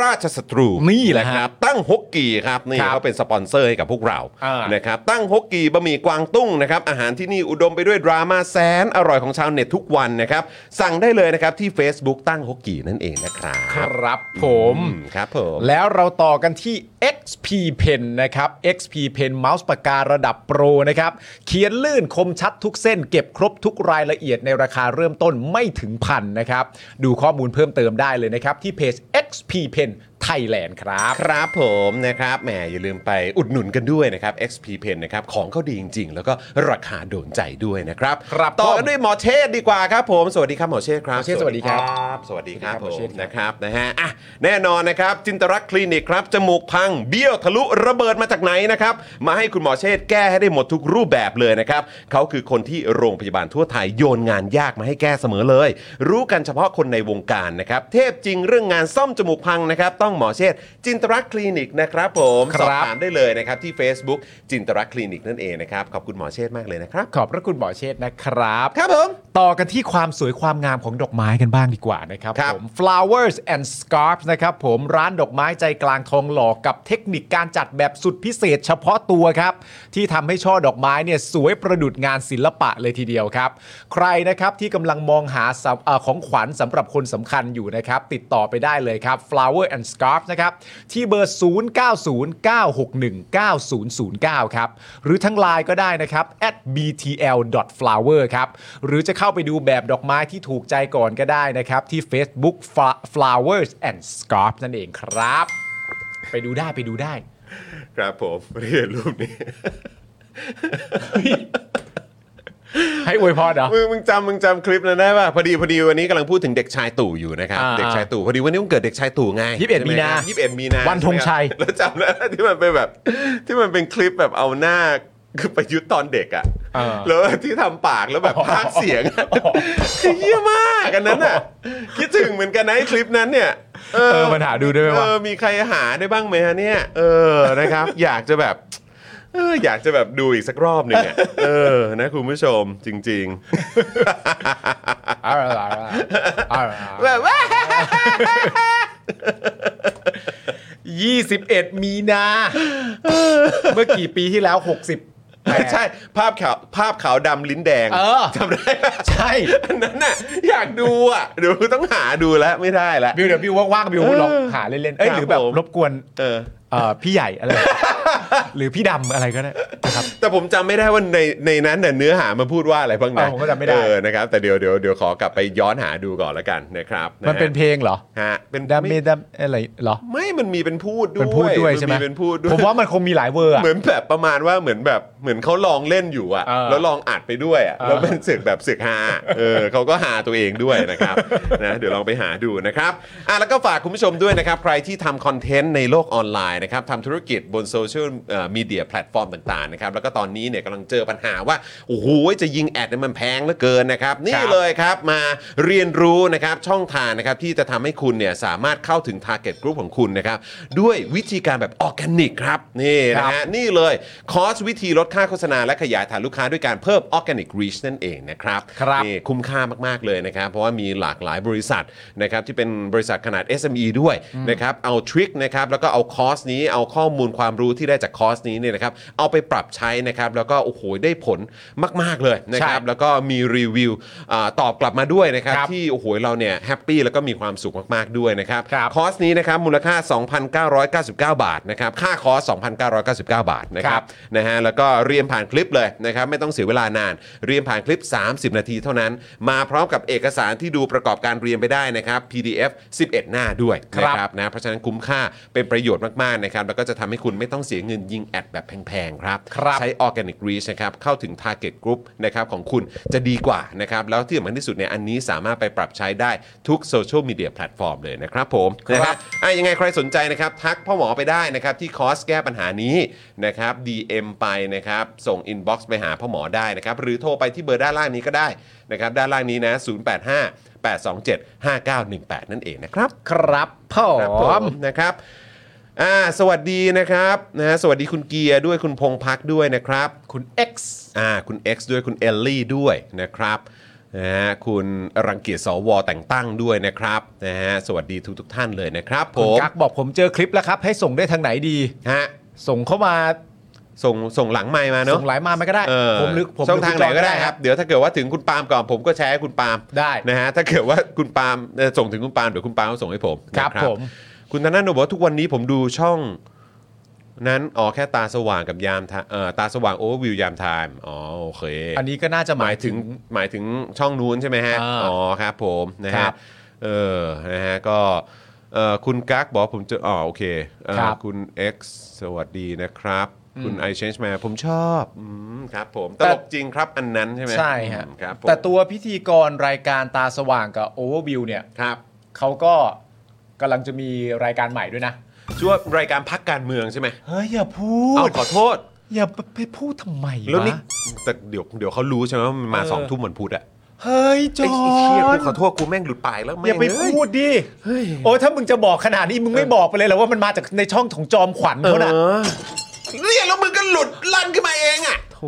S1: ราชศัตรู
S2: นี่แหละฮะ
S1: ครับตั้งฮกกีครับนี่
S2: ครับ
S1: เขาเป็นสปอนเซอร์ให้กับพวกเรา
S2: อ่าน
S1: นะครับ ตั้งฮกกีบะหมี่กวางตุ้งนะครับอาหารที่นี่อุดมไปด้วยดราม่าแสนอร่อยของชาวเน็ตทุกวันนะครับ สั่งได้เลยนะครับที่ Facebook ตั้งฮกกีนั่นเองนะครับ
S2: ครับผม
S1: อืครับผม
S2: แล้วเราต่อกันที่ XP Pen นะครับ XP Pen เมาส์ปากการะดับโปรนะครับ เขียนลื่นคมชัดทุกเส้น เก็บครบทุกรายละเอียดในราคาเริ่มต้นไม่ถึงพันนะครับ ดูข้อมูลเพิ่มเติมได้เลยนะครับ ที่เพจ XP Pen Thailand ครับ
S1: ครับผมนะครับแหมอย่าลืมไปอุดหนุนกันด้วยนะครับ XP Pen นะครับของเขาดีจริง ๆ แล้วก็ราคาโดนใจด้วยนะครับ
S2: ครับ
S1: ต่อ
S2: ผม
S1: กันด้วยหมอเชษฐ์ดีกว่าครับผมสวัสดีครับหมอเชษฐ์ครับ
S2: หมอเชษฐ์สวัสดีครับ
S1: สวัสดีครับ
S2: ส
S1: ผ
S2: วั
S1: ม
S2: สดีครับหมอเชษฐ์ครับ
S1: นะครับนะฮะอ่ะแน่นอนนะครับจินตรักษณ์คลินิกครับจมูกพังเบี้ยวทะลุระเบิดมาจากไหนนะครับมาให้คุณหมอเชษฐ์แก้ให้ได้หมดทุกรูปแบบเลยนะครับเขาคือคนที่โรงพยาบาลทั่วไทยโยนงานยากมาให้แก้เสมอเลย รู้กันเฉพาะคนในวงการนะครับเทพจริงเรื่องงานซ่อมจมูกพังนะครับต้องหมอเชษฐ์จินตรักษณ์คลินิกนะครับผม
S2: ค
S1: ส
S2: รับ
S1: อบถามได้เลยนะครับที่ Facebook จินตรักษณ์คลินิกนั่นเองนะครับขอบคุณหมอเชษฐ์มากเลยนะครับ
S2: ขอบพระคุณหมอเชษฐ์นะครับ
S1: ครับผม
S2: ต่อกันที่ความสวยความงามของดอกไม้กันบ้างดีกว่านะครับ
S1: ครับ
S2: ผม flowers and scarfs นะครับผมร้านดอกไม้ใจกลางทองหล่อกับเทคนิคการจัดแบบสุดพิเศษเฉพาะตัวครับ ที่ทำให้ช่อดอกไม้เนี่ยสวยประดุจงานศิลปะเลยทีเดียวครับ ใครนะครับที่กำลังมองหาสำเอ่อของขวัญสำหรับคนสำคัญอยู่นะครับ ติดต่อไปได้เลยครับ flower and scarf Draft นะครับ ที่เบอร์ 0909619009 ครับ หรือทั้ง Line ก็ได้นะครับ at btl.flower ครับ หรือจะเข้าไปดูแบบดอกไม้ที่ถูกใจก่อนก็ได้นะครับ ที่ Facebook Fla- flowers and scarf นั่นเองครับ ไปดูได้ไปดูได้
S1: ครับผมเรียนรูปนี้
S2: ให้อวยพรเหรอ
S1: มึงมึงจำมึงจำคลิปนั้นได้ป่ะพอดีพอดีวันนี้กำลังพูดถึงเด็กชายตู่อยู่นะครับ
S2: อ่า
S1: เด็กชายตู่พอดีวันนี้วันเกิดเด็กชายตู่ไง
S2: 21มีนา
S1: ยี่สิบเอ็ดมีนา
S2: วันธงชัย
S1: แล้วจำได้ที่มันเป็นแบบ ที่มันเป็นคลิปแบบเอาหน้าคือประยุทธ์ตอนเด็กอ่ะแล้วที่ทำปากแล้วแบบพากย์เสียงอะคือเยี่ยมากอันนั้นอ่ะคิดถึงเหมือนกันนะไอ้คลิปนั้นเนี่ยเอ
S2: เออมันหาดูได้ไหมวะ
S1: เออมีใครหาได้บ้างไหมฮะเนี่ยเออนะครับ อยากจะแบบเอออยากจะแบบดูอีกสักรอบหนึ่งอะเออนะคุณผู้ชมจริง ๆ
S2: อ่าอ่าอ่าอ่า
S1: แบบว่า
S2: 21 มีนา เมื่อกี่ปีที่แล้ว 60
S1: [laughs] ใช่ภาพขาวภาพขาวดำลิ้นแดง
S2: เออ
S1: จำได้ปะ
S2: ใช่
S1: อันนั้นน่ะอยากดูอ่ะเดี๋ยวต้องหาดูแล้วไม่ได้แล้ว
S2: บิวเดี๋ยวบิวว่างๆบิวลองหาเล่นๆเอ้ย
S1: ครับ
S2: หรือแบบ
S1: ผม
S2: รบกวน
S1: เออ
S2: เอ่อพี่ใหญ่อะไร [laughs] หรือพี่ดำอะไรก็ได้นะครับ
S1: แต่ผมจำไม่ได้ว่าในในนั้นน่ะเนื้อหามันพูดว่าอะไรบ้างนะ
S2: เออผมก็จำไม่ได้
S1: เออนะครับแต่เดี๋ยวเดี๋ยวเดี๋ยวขอกลับไปย้อนหาดูก่อนละกันนะครับะฮะ
S2: มันเป็นเพลงเหรอ
S1: ฮะเป็น
S2: ดามเม
S1: ไม่
S2: ดามอะไรเหรอ
S1: ไม่มันมีเป็นพูดด้วย
S2: มันพูดด้วย
S1: น
S2: ใช่ไหม
S1: เป็นพูดด้วย
S2: ผมว่ามันคงมีหลายเวอร์อะ
S1: เหมือนแบบประมาณว่าเหมือนแบบเหมือนเขาลองเล่นอยู่อะ
S2: เออ
S1: แล้วลองอัดไปด้วยอะ
S2: เออ
S1: แล้วเป็นเสือกแบบเสือกฮาเออเขาก็หาตัวเองด้วยนะครับ [laughs] นะเดี๋ยวลองไปหาดูนะครับอ่ะแล้วก็ฝากคุณผู้ชมด้วยนะครับ ใครที่ทำคอนเทนต์ในโลกออนไลน์นะครับทำธุรกิจบนโซเชียลเอ่อมีเดียแพลตฟอร์มต่างๆนะครับแล้วก็ตอนนี้เนี่ยกำลังเจอปัญหาว่า โอ้โห จะยิงแอดเนี่ยมันแพงเหลือเกินนะครับ นี่เลยครับมาเรียนรู้นะครับช่องทางนะครับที่จะทำให้คุณเนี่ยสามารถเข้าถึง Target Group ของคุณนะครับด้วยวิธีการแบบออร์แกนิกครับนี่นะฮะ นะฮะนี่เลยคอร์สวิธีลดค่าโฆษณาและขยายฐานลูกค้าด้วยการเพิ่ม Organic Reach นั่นเองนะครับ
S2: ครับ
S1: นี่คุ้มค่ามากๆเลยนะครับ เพราะว่ามีหลากหลายบริษัทนะครับที่เป็นบริษัทขนาด SME ด้วยนะครับเอาทริคนะครับแล้วก็เอาคอร์สนี้เอาข้อมูลความรู้ที่ได้จากคอร์สนี้เนี่ยนะครับเอาไปปรับใช้นะครับแล้วก็โอ้โหได้ผลมาก ๆเลยนะครับ
S2: ใช่
S1: แล้วก็มีรีวิวอาตอบกลับมาด้วยนะครับ
S2: ครับ
S1: ที่โอ้โหเราเนี่ยแฮปปี้แล้วก็มีความสุขมากๆด้วยนะครับ
S2: ครับ
S1: คอร์สนี้นะครับมูลค่า 2,999 บาทนะครับค่าคอร์ส 2,999 บาทนะครับนะฮะแล้วก็เรียนผ่านคลิปเลยนะครับไม่ต้องเสียเวลานาน เรียนผ่านคลิป 30 นาทีเท่านั้น มาพร้อมกับเอกสารที่ดูประกอบการเรียนไปได้นะครับ PDF 11 หน้าด้วย
S2: ครับ
S1: นะครับนะเพราะฉะนั้นคุ้มค่าเป็นประโยชน์มากๆนะครับแล้วก็จะทำให้คุณไม่ต้องเสียเงินยิงแอดแบบแพงๆครับ
S2: ครับ
S1: ใช้ Organic Reach นะครับเข้าถึง Target Group นะครับของคุณจะดีกว่านะครับแล้วที่สำคัญที่สุดเนี่ยอันนี้สามารถไปปรับใช้ได้ทุกโซเชียลมีเดียแพลตฟอร์มเลยนะครับผม
S2: ครับ
S1: นะฮะอ่ะยังไงใครสนใจนะครับ ทักพ่อหมอไปได้นะครับ ที่คอร์สแก้ปัญหานี้นะครับ DM ไปนะครับ ส่ง inbox ไปหาพ่อหมอได้นะครับ หรือโทรไปที่เบอร์ด้านล่างนี้ก็ได้นะครับ ด้านล่างนี้นะ 085 827 5918 นั่นเองนะครับ
S2: ครับผ
S1: ครับผม
S2: ม
S1: นะครับอ่าสวัสดีนะครับนะฮะสวัสดีคุณเกียร์ด้วยคุณพงพักด้วยนะครับ
S2: คุณ X
S1: อ่าคุณ X ด้วยคุณเอลลี่ด้วยนะครับนะฮะคุณรังเกียจสวแต่งตั้งด้วยนะครับนะฮะสวัสดีทุกทุกๆท่านเลยนะครับผ
S2: คุณ
S1: ม
S2: กักบอกผมเจอคลิปแล้วครับ ให้ส่งได้ทางไหนดี
S1: ฮะ
S2: ส่งเข้ามา
S1: ส่งส่งหลังไมค์มาเนาะ
S2: ส่งหลายมามันก็ได้
S1: เออ
S2: ผมหรือผม
S1: ช่องทางไหนก็ได้ครับ
S2: หอ
S1: เดี๋ยวถ้าเกิดว่าถึงคุณปาล์มก่อนผมก็แชร์ให้คุณปาล์ม
S2: ได้
S1: นะฮะถ้าเกิดว่าคุณปาล์มเอ่อส่งถึงคุณปาล์มเดี๋ยวคุณปาล์มก็ส่งให้ผม
S2: ครับ
S1: นะ
S2: ผม
S1: คุณธนาโนบอกว่าทุกวันนี้ผมดูช่องนั้นอ๋อแค่ตาสว่างกับยามทาเอ่อตาสว่างโอเวอร์วิวยามไทม์อ๋อโอเค
S2: อันนี้ก็น่าจะหมาม
S1: หาย ย
S2: ถึ
S1: ถึ
S2: ง
S1: งหมายถึงช่องนู้นใช่ไหมฮะ
S2: อ่า
S1: อ๋อครับผมนะ
S2: ครั
S1: ฮะ
S2: บ
S1: เออนะฮะก็เอ่อคุณกั๊กบอกผมจะอ๋อโอเคเอ่อ
S2: ครับ
S1: คุณ X สวัสดีนะครับ คุณ I Change My ผมชอบอืมครับผมต
S2: แต่
S1: ลกจริงครับอันนั้นใช่ไหม
S2: ใช่ฮะ
S1: อืมครับผม
S2: แต่ตัวพิธีกรรายการตาสว่างกับโอเวอร์วิวเนี่ย
S1: ครับ
S2: เขาก็กำลังจะมีรายการใหม่ด้วยนะ
S1: ช่วงรายการพักการเมืองใช่ไหม
S2: เฮ้ย อย่าพู
S1: เอา
S2: ด
S1: ขอโทษ
S2: อย่าไปพูดทำไม
S1: แล้วนี่
S2: วะ
S1: แต่เดี๋ยวเดี๋ยวเขารู้ใช่ไหมว่ามันมา
S2: เออ
S1: สองทุ่มวันพุธอะ
S2: เฮ้ย จอ
S1: ไอ้ไอ้เชี่ย
S2: ห์
S1: กู
S2: น
S1: ขอโทษกูแม่งหลุดปากแล้วแม่ง
S2: อย่าไป
S1: เอ้ย
S2: พูดดิโอ้ยถ้ามึงจะบอกขนาดนี้มึงไม่บอกไปเลยเหรอว่ามันมาจากในช่องของจอมขวัญเขาน่ะ
S1: เนี่ยแล้วมึงก็หลุดลั่นขึ้นมาเองอ่ะโถ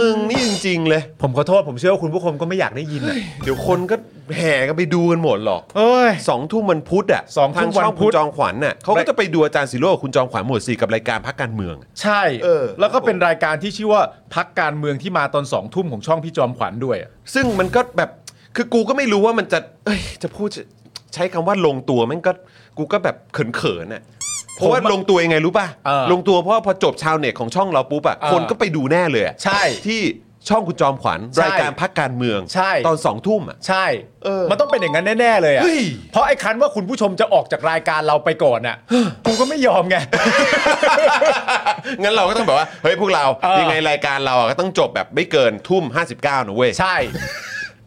S1: มึงนี่จริง ๆ เลย
S2: ผมขอโทษผมเชื่อว่าคุณผู้ชมก็ไม่อยากได้ยินอะ
S1: เดี๋ยวคนก็แห่กันไปดูกันหมดหรอก
S2: เอ้ย
S1: สองทุ่มมันพุธอ่ะ
S2: สองทุ่
S1: ทาง
S2: ม
S1: ช่อง
S2: วันพุ
S1: คุณ
S2: ธ
S1: จองขวัญน่ะเขาก็จะไปดูอาจารย์ศิโรจน์กับคุณจองขวัญหมวดสี่กับรายการพักการเมือง
S2: ใช่
S1: เออ
S2: แล้วก็เป็นรายการที่ชื่อว่าพักการเมืองที่มาตอนสองทุ่มของช่องพี่จอมขวัญด้วยอะ
S1: ซึ่งมันก็แบบคือกูก็ไม่รู้ว่ามันจะเอ้ยจะพูดจะ ใช้คำว่าลงตัวแม่งก็กูก็แบบเขินๆน่ะเพราะว่า
S2: ผมอะ
S1: ลงตัวยังไงรู้ป่ะ
S2: เออ
S1: ลงตัวเพราะว่าพอจบชาวเน็ตของช่องเราปุ๊บอะ
S2: เออ
S1: คนก็ไปดูแน่เลยอะ
S2: ใช่
S1: ที่ช่องคุณจอมขวัญ
S2: ใช่
S1: รายการพักการเมือง
S2: ใช่
S1: ตอนสองทุ่มอะ
S2: ใช่
S1: เออ
S2: มันต้องเป็นอย่างนั้นแน่ ๆ เลยอะ
S1: เฮ้ย
S2: เพราะไอ้คันว่าคุณผู้ชมจะออกจากรายการเราไปก่อนน่ะ กูก็ไม่ยอมไง
S1: งั้นเราก็ต้องแบบว่า เฮ้ยพวกเรา
S2: เออ
S1: ยังไงรายการเราอะก็ต้องจบแบบไม่เกินทุ่ม 59นะเว้ย
S2: ใช่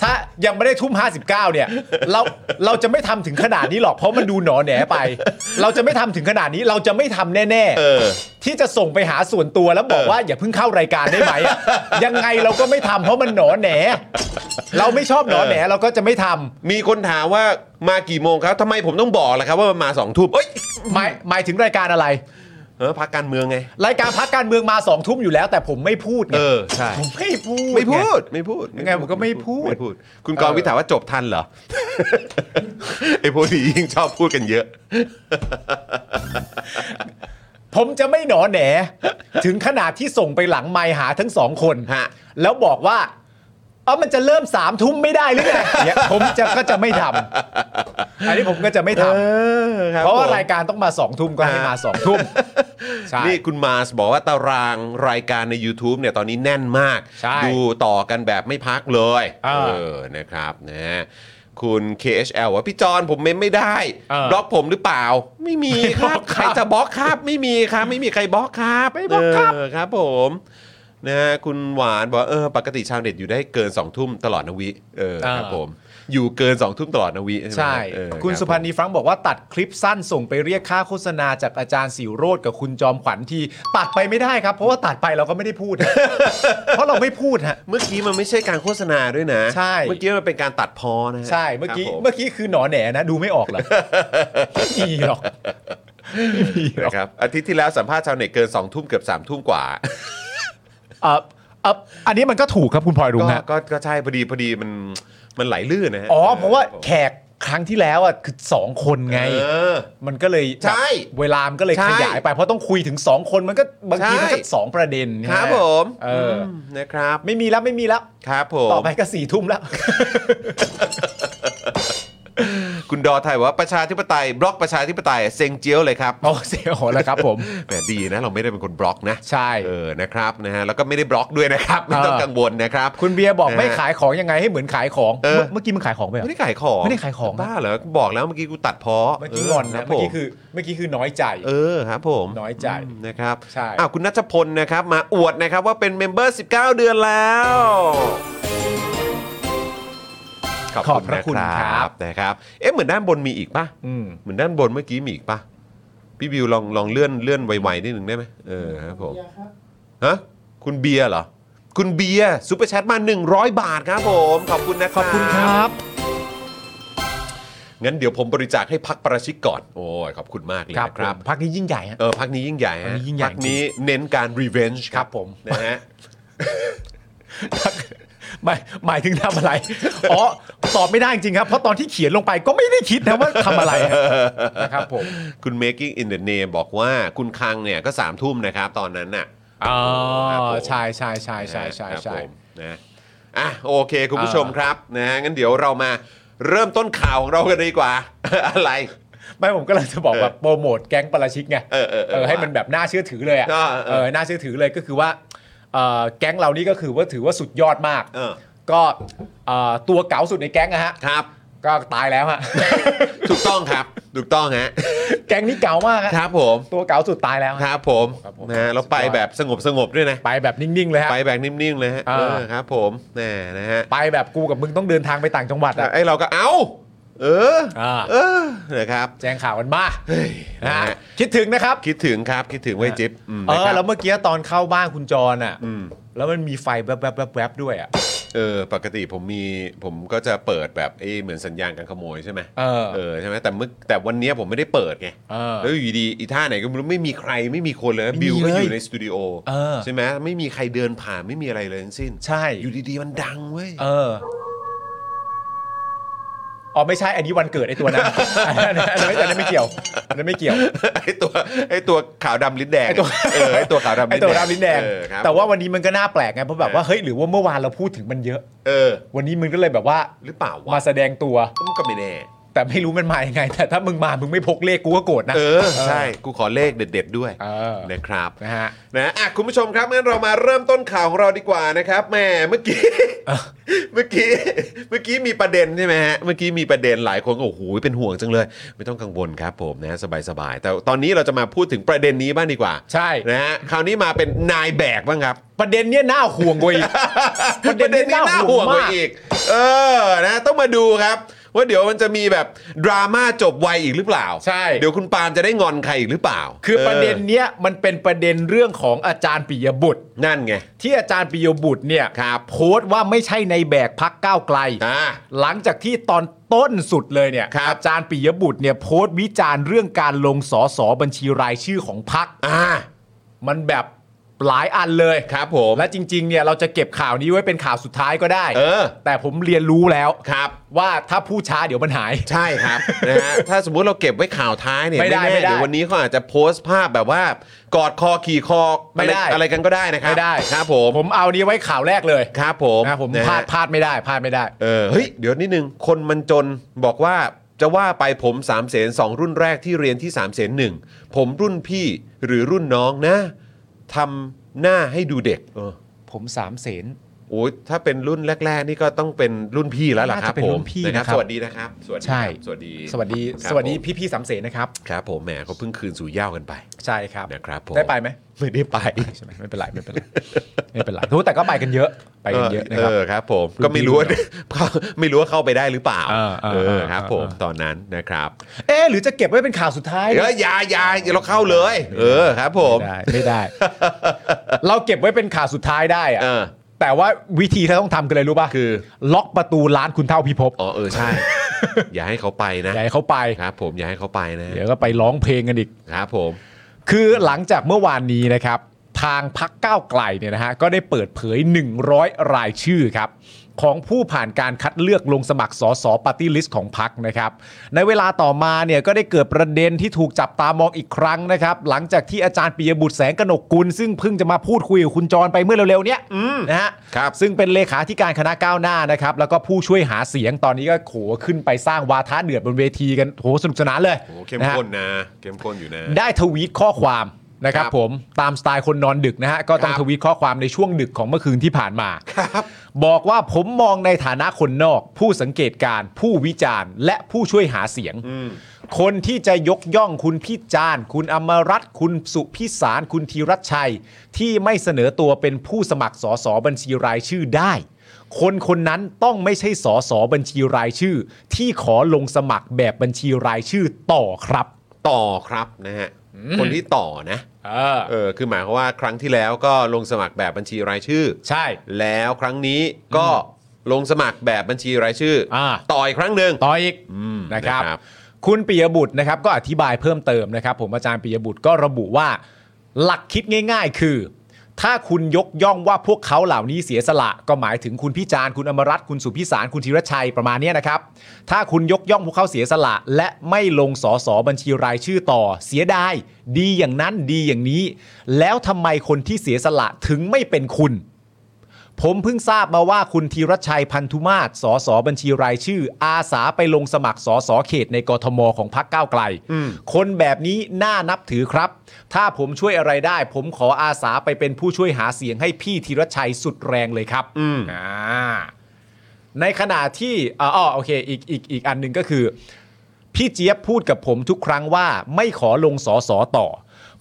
S2: ถ้ายังไม่ได้ทุ่ม 59 เนี่ย เราเราจะไม่ทำถึงขนาดนี้หรอก เพราะมันดูหนอแหนไป เราจะไม่ทำถึงขนาดนี้เราจะไม่ทำแน่
S1: เออ
S2: ๆ ที่จะส่งไปหาส่วนตัวแล้วบอกว่าอย่าเพิ่งเข้ารายการได้ไหมอะยังไงเราก็ไม่ทำเพราะมันหนอแหน เราไม่ชอบหนอแหนเราก็จะไม่ทำ
S1: มีคนถามว่ามากี่โมงครับทำไมผมต้องบอกล่ะครับว่ามันมาสองทุ่มเอ้ย
S2: หมายหมายถึงรายการอะไร
S1: เออพักการเมืองไง
S2: รายการพักการเมืองมาสองทุ่มอยู่แล้ว แต่ผมไม่พูดไง
S1: เออ ใช่
S2: ผมไม่พูด
S1: ไม่พู
S2: ง
S1: ด ไม่พูด
S2: ยังไงผมก็ไม่พูด
S1: ไม่พูด คุณกรณ์วิถามว่าจบทันเหรอ ไอ้พวกนี้ยิ่งชอบพูดกันเยอะ
S2: ผมจะไม่หนอแหน ถึงขนาดที่ส่งไปหลังไมค์หาทั้งสองคน
S1: ฮะ
S2: แล้วบอกว่าเออมันจะเริ่มสามทุ่มไม่ได้หรือไงเนี่ยผมจะก็จะไม่ทำ [laughs] อันนี้ผมก็จะไม่
S1: อ
S2: ทำ
S1: คบ
S2: เพราะว่า
S1: ผม
S2: รายการต้องมาสองทุ่มก็ให้มาสอง [laughs] ทุ่มใช่
S1: นี่คุณมาสบอกว่าตารางรายการใน YouTube เนี่ยตอนนี้แน่นมาก
S2: ใช่
S1: ดูต่อกันแบบไม่พักเลย
S2: อ่า
S1: เออนะครับนะคุณ KHL ว่าพี่จอนผมเม้มไม่ได้
S2: อ่า
S1: บล็อกผมหรือเปล่า ไม่มีครับ ใครจะบล็อกครับ ไม่มีครับ ไม่มีใครบล็อกครับ
S2: ไม่บล็อกครับ
S1: เอครับผมนะคุณหวานบอกว่าเออปกติชาวเน็ตอยู่ได้เกิน2องทุ่มตลอดนะวิเออครับผมอยู่เกิน2องทุ่มตลอดนะวิไหม
S2: ใช่
S1: เออ
S2: คุณ
S1: รับ
S2: สุพันธ์
S1: ผม
S2: นีฟรังก์บอกว่าตัดคลิปสั้นส่งไปเรียกค่าโฆษณาจากอาจารย์สิวโรดกับคุณจอมขวัญทีตัดไปไม่ได้ครับ เพราะว่าตัดไปเราก็ไม่ได้พูด [laughs] เพราะเราไม่พูดฮะ
S1: เมื่อกี้มันไม่ใช่การโฆษณาด้วยนะ
S2: ใช่
S1: เมื่อกี้มันเป็นการตัดพอนะฮะ
S2: ใช่เมื่อกี้
S1: ครับผ
S2: เมื่อกี้คือหนอแหนนะ ดูไม่ออกเหรอ ไม่มีหรอกไม่มีหรอก
S1: นะครับอาทิตย์ที่แล้วสัมภาษณ์ชาวเน็ตเกิน2องทุ่มเกือบ3ามทุ่มกว่า
S2: เอ่อเอ่ออันนี้มันก็ถูกครับคุณพลอยรุ้ง
S1: ก็
S2: ฮะ
S1: ก็ก็ใช่พอดีพอดีมันมันไหลลื่นนะฮะ
S2: อ๋อเพราะว่าแขกครั้งที่แล้วอ่ะคือสองคนไง
S1: เออ
S2: มันก็เลย
S1: ใช่
S2: แบบเวลามันก็เลย
S1: ใช่
S2: ขยายไปเพราะต้องคุยถึงสองคนมันก็บางทีมันก็
S1: ใช่
S2: สองประเด็น
S1: ค
S2: ใช่ไห
S1: รับผม
S2: เอออ
S1: มนะครับ
S2: ไม่มีแล้วไม่มีแล้ว
S1: ครับผม
S2: ต่อไปก็สี่ทุ่มแล้ว
S1: คุณดอไทยบอกว่าประชาธิปไตยบล็อกประชาธิปไตยเซ็งเจียวเลยครับ
S2: โอ้เสียโหแล้วครับผม
S1: แหมดีนะเราไม่ได้เป็นคนบล็อกนะ
S2: ใช่
S1: เออนะครับนะฮะแล้วก็ไม่ได้บล็อกด้วยนะครับไม่ต้อง
S2: เออ
S1: กังวลนะครับ
S2: คุณเบียร์บอก
S1: นะฮะ
S2: ไม่ขายของยังไงให้เหมือนขายของ
S1: เออ
S2: เมื่อเมื่อกี้มันขายของไปเหรอ
S1: ไม่ได้ขายของ
S2: ไม่ได้ขายของ
S1: บ้าเหรอบอกแล้วเมื่อกี้กูตัดพอ
S2: เมื่อกี้งอนนะ
S1: รับ
S2: เมื่อกี้
S1: ผ
S2: คือเมื่อกี้คือน้อยใจ
S1: เออครับผม
S2: น้อยใจ
S1: มนะครับ
S2: ใช่
S1: อ้าวคุณนัชพลนะครับ มาอวดนะครับว่าเป็นเมมเบอร์ 19 เดือนแล้ว
S2: ขอบพระคุณครับ
S1: นะครับ เอ๊ะเหมือนด้านบนมีอีกปะ
S2: อืม
S1: เหมือนด้านบนเมื่อกี้มีอีกปะพี่บิวลองลองเลื่อนเลื่อนไวๆนิดหนึ่งได้ไหมเออครับผมฮะคุณเบียร์เหรอ คุณเบียร์ซูเปอร์แชทมา 100 บาทครับผม ขอบคุณนะครับ
S2: ขอบคุณครับ
S1: งั้นเดี๋ยวผมบริจาคให้พักประชิกก่อน โอ้ยขอบคุณมากเลย
S2: ครับ
S1: นะ
S2: ผ
S1: ครั
S2: ม
S1: บ
S2: พักนี้ยิ่งใหญ่ฮะ
S1: เออพักนี้ยิ่งใหญ่
S2: พรร
S1: ฮะ
S2: คนี้ยิ่งใหญ่
S1: พักนี้เน้นการ revenge ค
S2: ครั
S1: รับบ
S2: ผม
S1: นะฮะ [laughs]
S2: [laughs] หมายหมายถึงทำอะไร อ๋อ ตอบไม่ได้จริงๆครับ เพราะตอนที่เขียนลงไปก็ไม่ได้คิดนะว่าทำอะไร
S1: [laughs]
S2: ฮะนะครับผม
S1: คุณ making in the name บอกว่าคุณคังเนี่ยก็สามทุ่มนะครับ ตอนนั้นน่ะ
S2: อ๋อ
S1: ครับผม
S2: ใช่ใช่ใช่ใช่ใช่
S1: ครับ
S2: ใช่
S1: ผมนะอ่ะโอเค คุณผู้
S2: อ่า
S1: ชมครับนะฮะงั้นเดี๋ยวเรามาเริ่มต้นข่าวของเรากันดีกว่า [laughs] อะไร
S2: ไม่ผมก็เลยจะบอกแบบโปรโมทแก๊งปาราชิกไง
S1: เออเออเออ
S2: เออให้มันแบบน่าเชื่อถือเลยอะ
S1: อ่าเออ
S2: เออน่าเชื่อถือเลยก็คือว่าเอ่อแก๊งเรานี่ก็คือว่าถือว่าสุดยอดมาก
S1: เออ
S2: ก็เอ่อตัวเก๋าสุดในแก๊งนะฮะ
S1: ครับ [laughs]
S2: ก็ตายแล้วฮะ [laughs]
S1: ถูกต้องครับ ถูกต้องฮะ
S2: แก๊งนี้เก๋ามากฮะ
S1: ครับผม
S2: ตัวเก๋าสุดตายแล้ว
S1: ค
S2: ฮะ
S1: รับผม
S2: ครับผม
S1: นะฮะแล้วไปแบบสงบสงบๆด้วยนะ
S2: ไปแบบนิ่งๆเลยฮะ
S1: ไปแบบนิ่มๆเลยฮะ
S2: อ่า
S1: เออครับ ผมแน่นะฮะ
S2: ไปแบบกูกับมึงต้องเดินทางไปต่างจังหวัดอะ
S1: ไอเราก็เอ้า เออ
S2: อ่า
S1: เออนะครับ
S2: แจ้งข่าวกันมานะ
S1: นะ
S2: ฮะ
S1: ฮะ
S2: คิดถึงนะครับ
S1: คิดถึงครับคิดถึงไว้ยจิ๊บม
S2: เอ
S1: นะค
S2: อ
S1: รับ
S2: แล้วเมื่อกี้ตอนเข้าบ้านคุณจรอ่ะแล้วมันมีไฟแวบๆแวบๆด้วยอ่ะ
S1: เออ ปกติผมมีผมก็จะเปิดแบบเอยเหมือนสัญญาณการขโมยใช่ไหม
S2: เออ
S1: เออใช่ไหมแต่เมื่อแต่วันเนี้ยผมไม่ได้เปิดไง
S2: เออ
S1: แล้วอยู่ดีอีท่าไหนก็ไม่รู้ไม่มีใครไม่มีคนเลยนะ
S2: ไม่มี
S1: บิวก็
S2: เลย
S1: อยู่ในสตูดิโอ
S2: เออ
S1: ใช่ไหมไม่มีใครเดินผ่านไม่มีอะไรเลยทั้งสิ้น
S2: ใช่
S1: อยู่ดีๆมันดังเว้ย
S2: เอออ๋อไม่ใช่อันนี้วันเกิดไอ้ตัวนั้นอันนั้นอันนั้นอันนั้นไม่เกี่ยวอันนั้นไม่เกี่ยว
S1: ไอตัวไอตัวขาวดำลิ้นแดง
S2: ไอ้ตัว
S1: เออไอตัวขาวดำ
S2: ไอ้ตัวดำลิ้นแดง
S1: เออครับ
S2: แต่ว่าวันนี้มันก็น่าแปลกไงเพราะแบบว่าเฮ้ยหรือว่าเมื่อวานเราพูดถึงมันเยอะ
S1: เออ
S2: วันนี้มันก็เลยแบบว่า
S1: หรือเปล่าวะ
S2: มาแสดงตัว
S1: ก็ไม่แน่
S2: แต่ แต่ไม่รู้มันมายังไง แต่ถ้ามึงมา มึงไม่พกเลขกูก็โกรธนะ
S1: เออ ใช่ กูขอเลขเด็ด ๆ ด้วย
S2: เออ
S1: นะครับ
S2: นะฮะ
S1: นะอ่ะคุณผู้ชมครับงั้นเรามาเริ่มต้นข่าวของเราดีกว่านะครับแหมเมื่อกี้ [laughs] เมื่อกี้เมื่อกี้มีประเด็นใช่ไหมฮะเมื่อกี้มีประเด็นหลายคนก็โอ้โหเป็นห่วงจังเลย ไม่ต้องกังวลครับผมนะสบายๆแต่ตอนนี้เราจะมาพูดถึงประเด็นนี้บ้างดีกว่า
S2: ใช่
S1: นะฮะคราวนี้มาเป็นนายแบกบ้างครับ
S2: ประเด็นเนี้ยน่าห่วงก
S1: [laughs]
S2: ว่าอีก ประเด็นนี้น่าห่วง
S1: กว่
S2: มาก
S1: อีก เออ นะ ต้องมาดูครับ ว่าเดี๋ยวมันจะมีแบบดราม่าจบไวอีกหรือเปล่า
S2: ใช่
S1: เดี๋ยวคุณปาล์มจะได้งอนใครอีกหรือเปล่า
S2: คือประเด็น
S1: อ
S2: เนี้ยมันเป็นประเด็นเรื่องของอาจารย์ปิยบุตร
S1: อนั่นไง
S2: ที่อาจารย์ปิยบุตรเนี่ย
S1: ครับ
S2: โพสต์ว่าไม่ใช่ในแบกพักก้าวไกล
S1: อ่า
S2: หลังจากที่ตอนต้นสุดเลยเนี่ย
S1: ครับ
S2: อาจารย์ปิยบุตรเนี่ยโพสต์วิจารณ์เรื่องการลงสอสอบัญชีรายชื่อของพัก
S1: อ่า
S2: มันแบบหลายอันเลย
S1: ครับผม
S2: และจริง ๆ เนี่ยเราจะเก็บข่าวนี้ไว้เป็นข่าวสุดท้ายก็ได้
S1: เออ
S2: แต่ผมเรียนรู้แล้ว
S1: ครับ
S2: ว่าถ้าพูดช้าเดี๋ยวมันหาย
S1: ใช่ครับ [laughs] นะฮะ ถ้าสมมุติเราเก็บไว้ข่าวท้ายเนี่ย
S2: ไม่ได้
S1: แน่
S2: ไม่ได้
S1: เดี๋ยววันนี้เขาอาจจะโพสต์ภาพแบบว่า กอดคอขี่คอ
S2: ไม่ได้
S1: อะรอะไรกันก็ได้นะครับ
S2: ไม่ได้
S1: ครับผม
S2: ผมเอานี้ไว้ข่าวแรกเลย
S1: ครับผม
S2: นะผม
S1: นะ
S2: พลา
S1: ฮะ
S2: ดพลาดไม่ได้พลาดไม่ได้
S1: เออเฮ้ยเดี๋ยวนิดนึง คนมันจนบอกว่าจะว่าไปผม3เสน2 รุ่นแรกที่เรียนที่3เสนหนึ่งผมรุ่นพี่หรือรุ่นน้องนะทำหน้าให้ดูเด็กเออ
S2: ผมสามเสน
S1: โอ้ยถ้าเป็นรุ่นแรก ๆ นี่ก็ต้องเป็นรุ่นพี่แล้วล่ะครับ
S2: น่าจะเป็น
S1: ผ
S2: รุ่
S1: ม
S2: นพี่นะครั
S1: ส
S2: บ
S1: วัสดีนะครับสวัสดี
S2: ใช่
S1: ครับสวัสดี
S2: สวัสดี
S1: ครับ
S2: สวัสดี
S1: ผม
S2: พี่ๆสามเสนนะครับ
S1: ครับผมแหมเขาเพิ่งคืนสู่เหย้ากันไป
S2: ใช่ครับ
S1: นะครับผม
S2: ได้ไปไหม
S1: ไม่ได้ไป
S2: ใช่ไหมไม่เป็นไรไม่เป็นไรไม่เป็นไรรู้แต่ก็ไปกันเยอะไปกันเยอะนะ
S1: เอ
S2: ค
S1: อครั
S2: รับ
S1: บ ผมก็ไม่รู้ว่า ไม่รู้ว่าเข้าไปได้หรือเปล่า
S2: เออเออ
S1: เออครับ ผม
S2: เออ
S1: ตอนนั้นนะครับ
S2: เอ๊ะหรือจะเก็บไว้เป็นข่าวสุดท้าย
S1: เอออยาอยาอย่าเราเข้าเลย เออครับผม
S2: ไม่ได้ไม่ได้ เราเก็บไว้เป็นข่าวสุดท้ายได้อะ
S1: เออ
S2: แต่ว่าวิธีที่ต้องทำกันเลยรู้ป่ะ
S1: คือ
S2: ล็อกประตูร้านคุณเท่าพิภพ
S1: อ๋อเออใช่ อย่าให้เขาไปนะ
S2: อย่าให้เขาไป
S1: ครับ ผมอย่าให้เขาไปนะ
S2: เดี๋ยวก็ไปร้องเพลงกันอีก
S1: ครับผม
S2: คือหลังจากเมื่อวานนี้นะครับ ทางพักก้าวไกลเนี่ยนะฮะก็ได้เปิดเผย 100 รายชื่อครับของผู้ผ่านการคัดเลือกลงสมัครสสปาร์ตี้ลิสต์ของพักนะครับ ในเวลาต่อมาเนี่ยก็ได้เกิดประเด็นที่ถูกจับตามองอีกครั้งนะครับ หลังจากที่อาจารย์ปิยบุตรแสงกนกกุล ซึ่งเพิ่งจะมาพูดคุยกับคุณจรไปเมื่อเร็วๆเนี้ยนะฮะ
S1: ครับ
S2: ซึ่งเป็นเลขาธิการคณะก้าวหน้านะครับแล้วก็ผู้ช่วยหาเสียงตอนนี้ก็โขขึ้นไปสร้างวาทะเดือดบนเวทีกันโหสนุกสนานเลย
S1: โอ้เข้ม
S2: นะฮะ
S1: ข้นนะ เข้มข้นอยู่นะ
S2: ได้ทวีตข้อความนะครับ
S1: ครับ
S2: ผมตามสไตล์คนนอนดึกนะฮะ ก็ต้อง
S1: ครับ
S2: ทวีตข้อความในช่วงดึกของเมื่อคืนที่ผ่านมา
S1: ครับ
S2: บอกว่าผมมองในฐานะคนนอก ผู้สังเกตการณ์ผู้วิจารณ์ และผู้ช่วยหาเสียง
S1: อืม
S2: คนที่จะยกย่องคุณพิจารณ์ คุณอมรัตน์คุณสุพิสาร คุณธีรัชชัย ที่ไม่เสนอตัวเป็นผู้สมัครสอสอบัญชีรายชื่อได้ คนคนนั้นต้องไม่ใช่สอสอบัญชีรายชื่อ ที่ขอลงสมัครแบบบัญชีรายชื่อต่อครับ
S1: ต่อครับนะฮะ คนที่ต่อนะ
S2: เออ
S1: เออคือหมายความว่าครั้งที่แล้วก็ลงสมัครแบบบัญชีรายชื่อ
S2: ใช่
S1: แล้วครั้งนี้ก็ลงสมัครแบบบัญชีรายชื่ออา ต่ออีกครั้งหนึ่ง
S2: ต่ออีก
S1: ม
S2: นะครับ
S1: นะครับ
S2: คุณปิยบุตรนะครับก็อธิบายเพิ่มเติมนะครับ ผมอาจารย์ปิยบุตรก็ระบุว่า หลักคิดง่าย ๆ คือ ถ้าคุณยกย่องว่าพวกเขาเหล่านี้เสียสละ ก็หมายถึงคุณพิจารณ์คุณอมรัตน์คุณสุพิสารคุณธีรชัยประมาณเนี้ยนะครับ ถ้าคุณยกย่องพวกเขาเสียสละ และไม่ลงสอสอบัญชีรายชื่อต่อ เสียดายดีอย่างนั้นดีอย่างนี้ แล้วทำไมคนที่เสียสละถึงไม่เป็นคุณ ผมเพิ่งทราบมาว่าคุณธีรชัยพันธุมาศสสบัญชีรายชื่อ อาสาไปลงสมัครสสเขตในกทมของพักก้าวไกล คนแบบนี้น่านับถือครับ ถ้าผมช่วยอะไรได้ ผมขออาสาไปเป็นผู้ช่วยหาเสียงให้พี่ธีรชัยสุดแรงเลยครับ
S1: อืม
S2: อ่าในขณะที่อ๋อโอเคอีกอีกอีกอันหนึ่งก็คือ พี่เจี๊ยบพูดกับผมทุกครั้งว่าไม่ขอลงสอสอต่อ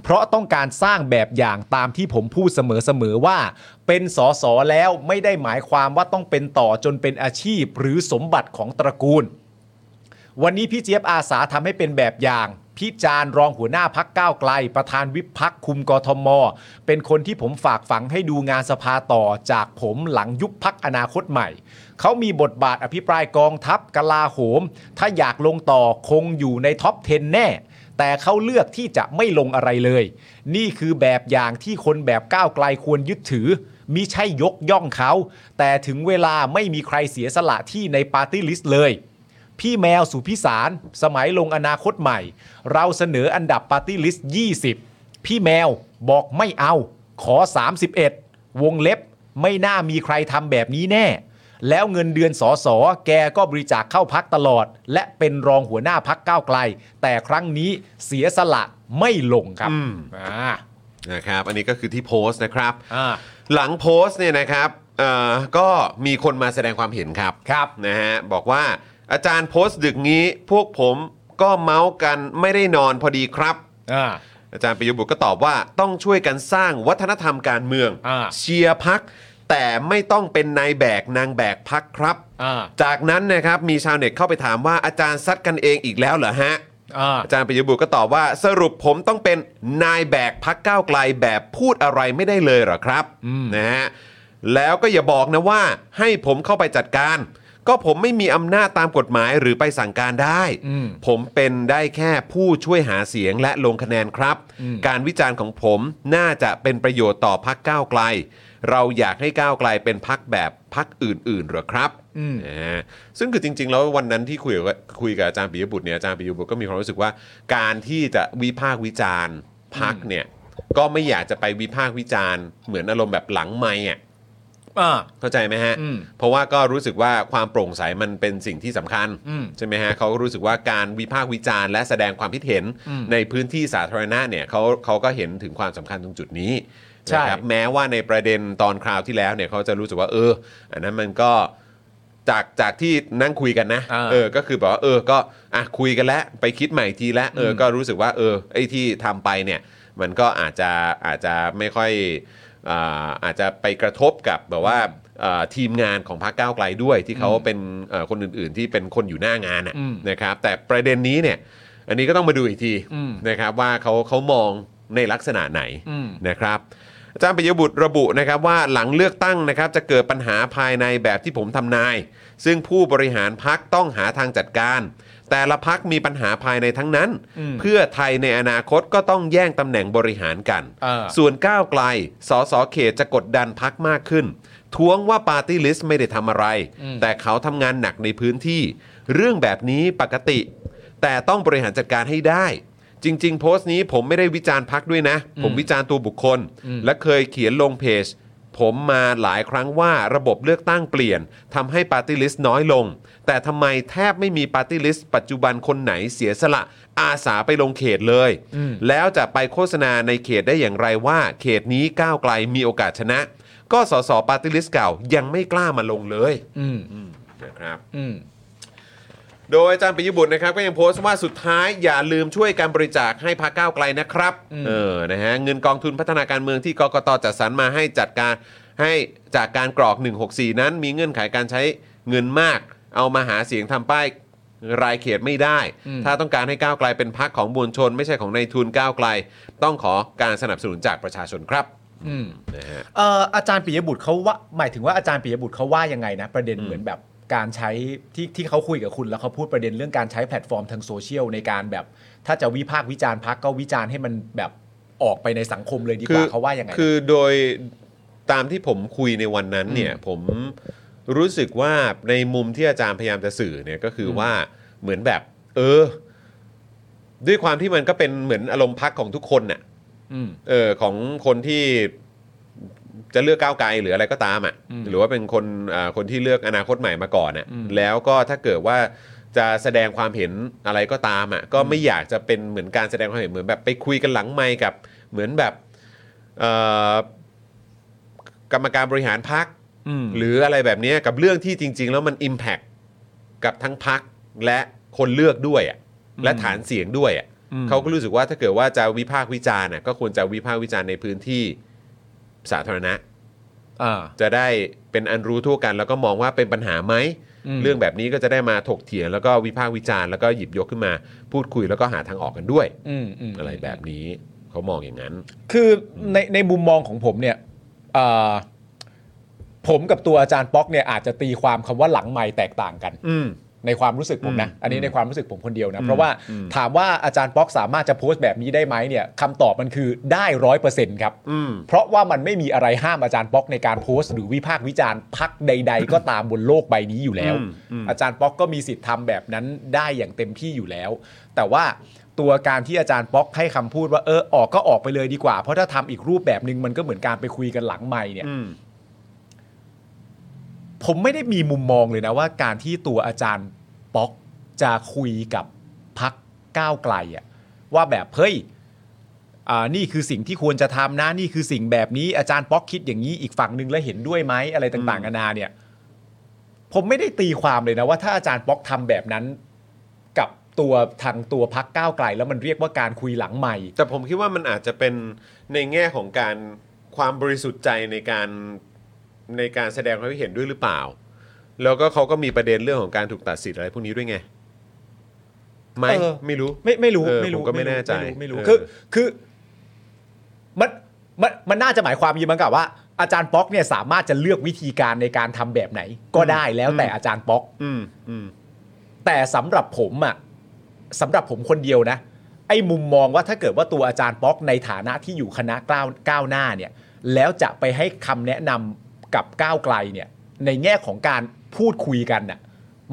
S2: เพราะต้องการสร้างแบบอย่างตามที่ผมพูดเสมอๆว่า เป็นสอสอแล้วไม่ได้หมายความว่าต้องเป็นต่อจนเป็นอาชีพหรือสมบัติของตระกูล วันนี้พี่เจี๊ยบอาสาทำให้เป็นแบบอย่าง พี่จารรองหัวหน้าพักก้าวไกล ประธานวิปพักคุมกทม เป็นคนที่ผมฝากฝังให้ดูงานสภาต่อจากผมหลังยุบพักอนาคตใหม่ เขามีบทบาทอภิปรายกองทัพกลาโหม ถ้าอยากลงต่อคงอยู่ในท็อป 10 แน่ แต่เขาเลือกที่จะไม่ลงอะไรเลย นี่คือแบบอย่างที่คนแบบก้าวไกลควรยึดถือ มิใช่ยกย่องเขา แต่ถึงเวลาไม่มีใครเสียสละที่ในปาร์ตี้ลิสต์เลย พี่แมวสุพิสาร สมัยลงอนาคตใหม่ เราเสนออันดับปาร์ตี้ลิสต์ 20 พี่แมวบอกไม่เอา ขอ 31 วงเล็บ ไม่น่ามีใครทำแบบนี้แน่ แล้วเงินเดือนสอสอแกก็บริจาคเข้าพักตลอด และเป็นรองหัวหน้าพักก้าวไกล แต่ครั้งนี้เสียสละไม่ลงครับอ่า
S1: นะครับ อันนี้ก็คือที่โพสต์นะครับ
S2: อ่า
S1: หลังโพสต์เนี่ยนะครับเอ่อก็มีคนมาแสดงความเห็นครับ
S2: ครับ
S1: นะฮะบอกว่าอาจารย์โพสต์ดึกนี้พวกผมก็เมาส์กันไม่ได้นอนพอดีครับ
S2: อ่า
S1: อาจารย์ปิยบุตรก็ตอบว่าต้องช่วยกันสร้างวัฒนธรรมการเมือง
S2: อ่า
S1: เชียร์พัก แต่ไม่ต้องเป็นนายแบกนางแบกพักครับ
S2: อ่า
S1: จากนั้นนะครับมีชาวเน็ตเข้าไปถามว่าอาจารย์ซัดกันเองอีกแล้วเหรอฮะ
S2: อ่า
S1: อาจารย์ปิยบุตรก็ตอบว่าสรุปผมต้องเป็นนายแบกพักก้าวไกลแบบพูดอะไรไม่ได้เลยเหรอครับนะฮะแล้วก็อย่าบอกนะว่าให้ผมเข้าไปจัดการ ก็ผมไม่มีอำนาจตามกฎหมายหรือไปสั่งการได้
S2: อืม
S1: ผมเป็นได้แค่ผู้ช่วยหาเสียงและลงคะแนนครับ การวิจารณ์ของผมน่าจะเป็นประโยชน์ต่อพักก้าวไกล เราอยากให้ก้าวไกลเป็นพักแบบพักอื่นๆเหรอครับนะฮะซึ่งคือจริง ๆ แล้ววันนั้นที่คุยกับคุยกับอาจารย์ปิยบุตรเนี่ยอาจารย์ปิยบุตรก็มีความรู้สึกว่า การที่จะวิพากษ์วิจารณ์พักเนี่ยก็ไม่อยากจะไปวิพากษ์วิจารณ์เหมือนอารมณ์แบบหลังไม่อะ
S2: อ่า
S1: เข้าใจไหมฮะ
S2: อืม
S1: เพราะว่าก็รู้สึกว่าความโปร่งใสมันเป็นสิ่งที่สำคัญ
S2: อืม
S1: ใช่ไหมฮะเขาก็รู้สึกว่าการวิพากษ์วิจารณ์และแสดงความคิดเห็น
S2: อืม
S1: ในพื้นที่สาธารณะเนี่ยเขาเขาก็เห็นถึงความสำคัญตรงจุดนี้
S2: ใช่
S1: นะครับแม้ว่าในประเด็นตอนคราวที่แล้วเนี่ยเขาจะรู้สึกว่าเออ อันนั้นมันก็จากจากที่นั่งคุยกันนะ
S2: อ่า
S1: เออ ก็คือแบบว่าเออ ก็อ่ะคุยกันแล้วไปคิดใหม่อีกทีแล้วเอออ
S2: ม
S1: ก็รู้สึกว่าเออไอ้ที่ทำไปเนี่ย มันก็อาจจะอาจจะไม่ค่อยอ่าอาจจะไปกระทบกับแบบว่าเอ่อทีมงานของพรรคก้าวไกลด้วยที่เขาเป็นเอ่อคนอื่นๆ ที่เป็นคนอยู่หน้างานน่ะ
S2: อืม
S1: นะครับ แต่ประเด็นนี้เนี่ย อันนี้ก็ต้องมาดูอีกที
S2: อืม
S1: นะครับว่าเขาเขามองในลักษณะไหน
S2: อืม
S1: นะครับอาจารย์ปิยบุตรระบุนะครับว่าหลังเลือกตั้งนะครับจะเกิดปัญหาภายในแบบที่ผมทำนาย ซึ่งผู้บริหารพักต้องหาทางจัดการ แต่ละพักมีปัญหาภายในทั้งนั้น
S2: อืม
S1: เพื่อไทยในอนาคตก็ต้องแย่งตำแหน่งบริหารกัน
S2: เออ
S1: ส่วนก้าวไกลสสเขตจะกดดันพักมากขึ้น ท้วงว่าปาร์ตี้ลิสต์ไม่ได้ทำอะไร แต่เขาทำงานหนักในพื้นที่ เรื่องแบบนี้ปกติ แต่ต้องบริหารจัดการให้ได้ จริง ๆ โพสต์นี้ผมไม่ได้วิจารณ์พักด้วยนะ ผมวิจารณ์ตัวบุคคล และเคยเขียนลงเพจ ผมมาหลายครั้งว่าระบบเลือกตั้งเปลี่ยนทำให้ปาร์ตี้ลิสต์น้อยลง แต่ทำไมแทบไม่มีปาร์ตี้ลิสต์ปัจจุบันคนไหนเสียสละ อาสาไปลงเขตเลย แล้วจะไปโฆษณาในเขตได้อย่างไรว่า เขตนี้ก้าวไกลมีโอกาสชนะ ก็สสปาร์ตี้ลิสต์เก่ายังไม่กล้ามาลงเลย
S2: อืม
S1: นะครับ
S2: อืม
S1: โดยอาจารย์ปิยบุตรนะครับก็ยังโพสต์ว่าสุดท้ายอย่าลืมช่วยการบริจาคให้พรรคก้าวไกลนะครับเออนะฮะเงินกองทุนพัฒนาการเมืองที่กกตจัดสรรมาให้จัดการให้จากการกรอก 164 นั้น มีเงื่อนไขการใช้เงินมาก เอามาหาเสียงทำป้ายรายเขตไม่ได้ ถ้าต้องการให้ก้าวไกลเป็นพรรคของมวลชน ไม่ใช่ของนายทุนก้าวไกล ต้องขอการสนับสนุนจากประชาชนครับ
S2: อืม
S1: นะฮะ
S2: เอ่ออาจารย์ปิยบุตรเขาว่าหมายถึงว่าอาจารย์ปิยบุตรเขาว่ายังไงนะ ประเด็นเหมือนแบบการใช้ที่ที่เขาคุยกับคุณแล้วเขาพูดประเด็นเรื่องการใช้แพลตฟอร์มทางโซเชียลในการแบบ ถ้าจะวิพากษ์วิจารณ์พักก็วิจารณ์ให้มันแบบออกไปในสังคมเลยดีกว่าเขาว่ายังไงนะ
S1: คือโดยตามที่ผมคุยในวันนั้นเนี่ยผมรู้สึกว่าในมุมที่อาจารย์พยายามจะสื่อเนี่ยก็คืออว่าเหมือนแบบ เออ ด้วยความที่มันก็เป็นเหมือนอารมณ์พักของทุกคนน่ะ
S2: อืม
S1: เออของคนที่จะเลือกก้าวไกลหรืออะไรก็ตามอะ่ะหรือว่าเป็นคนอ่าคนที่เลือกอนาคตใหม่มาก่อนอะ่ะแล้วก็ถ้าเกิดว่าจะแสดงความเห็นอะไรก็ตามอะ่ะก็ไม่อยากจะเป็นเหมือนการแสดงความเห็นเหมือนแบบไปคุยกันหลังไมค์กับเหมือนแบบ เอ่อกรรมการบริหารพัก
S2: อืม
S1: หรืออะไรแบบเนี้ยกับเรื่องที่จริง ๆ แล้วมัน Impact กับทั้งพักและคนเลือกด้วยอะและฐานเสียงด้วยอะ
S2: อืม
S1: เขาก็รู้สึกว่าถ้าเกิดว่าจะวิพากษ์วิจารณ์น่ะก็ควรจะวิพากษ์วิจารณ์ในพื้นที่สาธารณะ
S2: อ่า
S1: จะได้เป็นอันรู้ทั่วกัน แล้วก็มองว่าเป็นปัญหาไหม
S2: อืม
S1: เรื่องแบบนี้ก็จะได้มาถกเถียงแล้วก็วิพากษ์วิจารณ์แล้วก็หยิบยกขึ้นมาพูดคุยแล้วก็หาทางออกกันด้วย
S2: อืมอืม
S1: อะไรแบบนี้เขามองอย่างนั้น
S2: คือในในมุมมองของผมเนี่ยเอ่อผมกับตัวอาจารย์ป๊อกเนี่ยอาจจะตีความคำว่าหลังไม่แตกต่างกัน
S1: อืม
S2: ในความรู้สึกผมนะ
S1: อืม
S2: อันนี้
S1: อืม
S2: ในความรู้สึกผมคนเดียวนะ
S1: อืม
S2: เพราะว่า
S1: อืม
S2: ถามว่าอาจารย์ป๊อกสามารถจะโพสต์แบบนี้ได้ไหมเนี่ยคำตอบมันคือได้ร้อยเปอร์เซ็นต์ครับ
S1: อืม
S2: เพราะว่ามันไม่มีอะไรห้ามอาจารย์ป๊อกในการโพสต์หรือวิพากษ์วิจารณ์พักใด ๆ ก็ตามบนโลกใบนี้อยู่แล้ว
S1: อืมอืม
S2: อาจารย์ป๊อกก็มีสิทธิ์ทำแบบนั้นได้อย่างเต็มที่อยู่แล้ว แต่ว่าตัวการที่อาจารย์ป๊อกให้คำพูดว่าเออออกก็ออกไปเลยดีกว่า เพราะถ้าทำอีกรูปแบบหนึ่งมันก็เหมือนการไปคุยกันหลังไม่เนี่ย
S1: อืม
S2: ผมไม่ได้มีมุมมองเลยนะว่าการที่ตัวอาจารย์ป๊อกจะคุยกับพักก้าวไกลอะว่าแบบเฮ้ยอ่านี่คือสิ่งที่ควรจะทำนะนี่คือสิ่งแบบนี้อาจารย์ป๊อกคิดอย่างนี้อีกฝั่งหนึ่งแล้วเห็นด้วยไหมอะไรต่างๆนานาเนี่ย ผมไม่ได้ตีความเลยนะว่าถ้าอาจารย์ป๊อกทำแบบนั้น กับตัวทางตัวพักก้าวไกล แล้วมันเรียกว่าการคุยหลังใหม่
S1: แต่ผมคิดว่ามันอาจจะเป็นในแง่ของการความบริสุทธิ์ใจในการในการแสดงความคิดเห็นด้วยหรือเปล่า แล้วก็เขาก็มีประเด็นเรื่องของการถูกตัดสิทธิ์อะไรพวกนี้ด้วยไงไหม
S2: เออ
S1: ไม่รู้
S2: ไม่ไม่รู้
S1: เออ
S2: ไม่รู้
S1: ผมก็ไม่แน่ใจ
S2: รู้ไม่รู้
S1: เออ
S2: คือคือมันมันมันน่าจะหมายความอยิมังกับว่าอาจารย์ป๊อกเนี่ยสามารถจะเลือกวิธีการในการทำแบบไหน ก็ได้แล้วแต่อาจารย์ป๊อก
S1: อืมอืม
S2: แต่สำหรับผมอะสำหรับผมคนเดียวนะ ไอ้มุมมองว่าถ้าเกิดว่าตัวอาจารย์ป๊อกในฐานะที่อยู่คณะก้าวก้าวหน้าเนี่ย แล้วจะไปให้คำแนะนำกับก้าวไกลเนี่ย ในแง่ของการพูดคุยกันน่ะ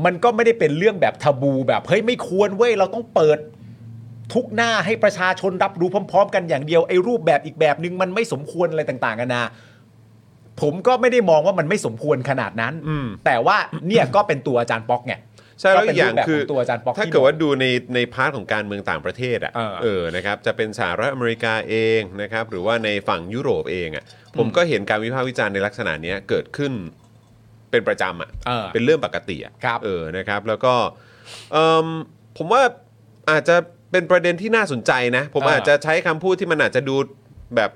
S2: มันก็ไม่ได้เป็นเรื่องแบบทาบูแบบเฮ้ยไม่ควรเว้ยเราต้องเปิด ทุกหน้าให้ประชาชนรับรู้พร้อม ๆ กันอย่างเดียวไอ้รูปแบบอีกแบบนึงมันไม่สมควรอะไรต่างๆกันานะ ผมก็ไม่ได้มองว่ามันไม่สมควรขนาดนั้น
S1: อืม
S2: แต่ว่าเนี่ยก็เป็นตัวอาจารย์ป๊อกไง
S1: ใช่แล้ว
S2: ก็
S1: อี
S2: เป็
S1: ก
S2: น
S1: อย่าง
S2: รูปแบบ
S1: คือ
S2: ของตัวอาจารย์ป๊อกที่
S1: ถ้าเกิดว่าดูในในพาร์ทของการเมืองต่างประเทศอ่ะ
S2: เออ
S1: เออนะครับจะเป็นสหรัฐอเมริกาเองนะครับหรือว่าในฝั่งยุโรปเองอ่ะผมก็เห็นการวิพากษ์วิจารณ์ในลักษณะเนี้ยเกิดขึ้นเป็นประจำอ่ะ
S2: เออ
S1: เป็นเรื่องปกติอ่ะ
S2: ครับ
S1: เออนะครับแล้วก็เอิ่มผมว่าอาจจะเป็นประเด็นที่น่าสนใจนะ ผมอาจจะใช้คำพูดที่มันอาจจะดูแบบ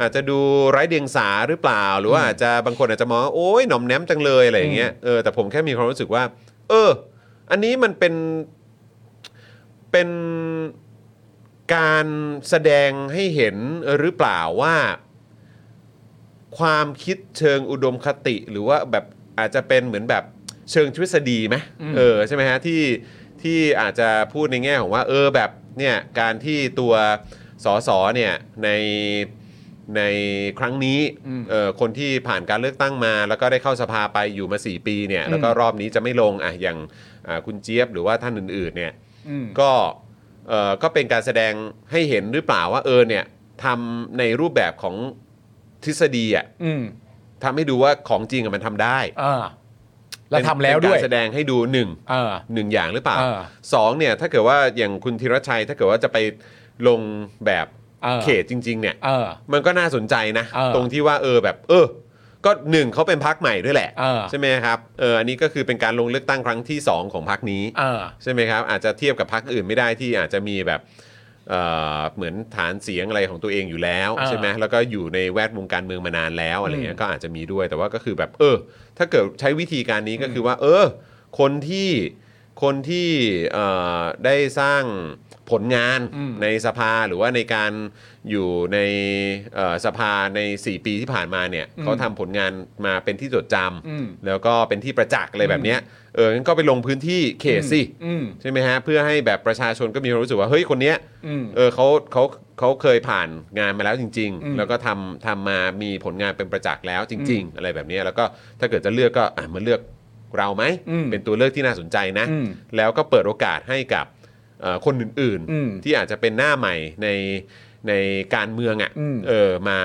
S1: อาจจะดูไร้เดียงสาหรือเปล่า หรือว่าอาจจะบางคนอาจจะมองว่าโอ๊ยหน่อมแนมจังเลยอะไรอย่างเงี้ยเออแต่ผมแค่มีความรู้สึกว่า เออ อันนี้มันเป็น เป็นการแสดงให้เห็นหรือเปล่าว่า ความคิดเชิงอุดมคติ หรือว่าแบบอาจจะเป็นเหมือนแบบเชิงทฤษฎีไหมเออใช่ไหมฮะที่ที่อาจจะพูดในแง่ของว่า เออแบบเนี่ยการที่ตัวสสเนี่ยในในครั้งนี้เออคนที่ผ่านการเลือกตั้งมา แล้วก็ได้เข้าสภาไปอยู่มา 4 ปีเนี่ย แล้วก็รอบนี้จะไม่ลงอ่ะอย่างอ่าคุณเจี๊ยบหรือว่าท่านอื่นๆเนี่ย ก็เอ่อก็เป็นการแสดงให้เห็นหรือเปล่าว่าเออเนี่ยทำในรูปแบบของทฤษฎีอ่ะ
S2: อืม
S1: ทำให้ดูว่าของจริงอะมันทำได้
S2: อ่าแล้วทำแล้ว
S1: เป็น
S2: ด้
S1: เป็
S2: วน ย
S1: การแสดงให้ดูหนึ่ง
S2: เออ
S1: หนึ่งอย่างหรือเปล่า
S2: เออ
S1: สองเนี่ยถ้าเกิดว่าอย่างคุณธีรชัย ถ้าเกิดว่าจะไปลงแบบ
S2: เออ
S1: เขตจริง ๆ เนี่ย
S2: เออ
S1: มันก็น่าสนใจนะ
S2: เออ
S1: ตรงที่ว่าเออแบบ เออ ก็หนึ่งเขาเป็นพักใหม่ด้วยแหละ
S2: เออ
S1: ใช่ไหมครับเอออันนี้ก็คือเป็นการลงเลือกตั้งครั้งที่ 2 ของพักนี้
S2: เออ
S1: ใช่ไหมครับ อาจจะเทียบกับพรรคอื่นไม่ได้ที่อาจจะมีแบบเอ่อเหมือนฐานเสียงอะไรของตัวเองอยู่แล้ว
S2: อ่า
S1: ใช่ไหมแล้วก็อยู่ในแวดวงการเมืองมานานแล้วอะไรเงี้ย
S2: อืม
S1: ก็อาจจะมีด้วยแต่ว่าก็คือแบบเออ ถ้าเกิดใช้วิธีการนี้ก็คือว่า เออ คนที่คนที่เอ่อได้สร้างผลงาน
S2: อืม
S1: ในสภาหรือว่าในการอยู่ในเอ่อสภาใน 4 ปีที่ผ่านมาเนี่ยเขาทำผลงานมาเป็นที่จดจำ
S2: อืม
S1: แล้วก็เป็นที่ประจักษ์อะไรแบบเนี้ยเอองั้นก็ไปลงพื้นที่เขตสิ
S2: อืม
S1: ใช่ไหมฮะ เพื่อให้แบบประชาชนก็มีความรู้สึกว่า เฮ้ย คนเนี้ย
S2: อืม
S1: เออเขาเขาเขาเคยผ่านงานมาแล้วจริง ๆ แล้วก็ทำทำมามีผลงานเป็นประจักษ์แล้วจริง ๆ อะไรแบบเนี้ยแล้วก็ถ้าเกิดจะเลือกก็อ่ะมาเลือกเราไหม
S2: อืม
S1: เป็นตัวเลือกที่น่าสนใจนะ
S2: อืม
S1: แล้วก็เปิดโอกาสให้กับเอ่อคนอื่น
S2: อืม
S1: ที่อาจจะเป็นหน้าใหม่ในในการเมืองอะ่ะ
S2: อืม
S1: เออมา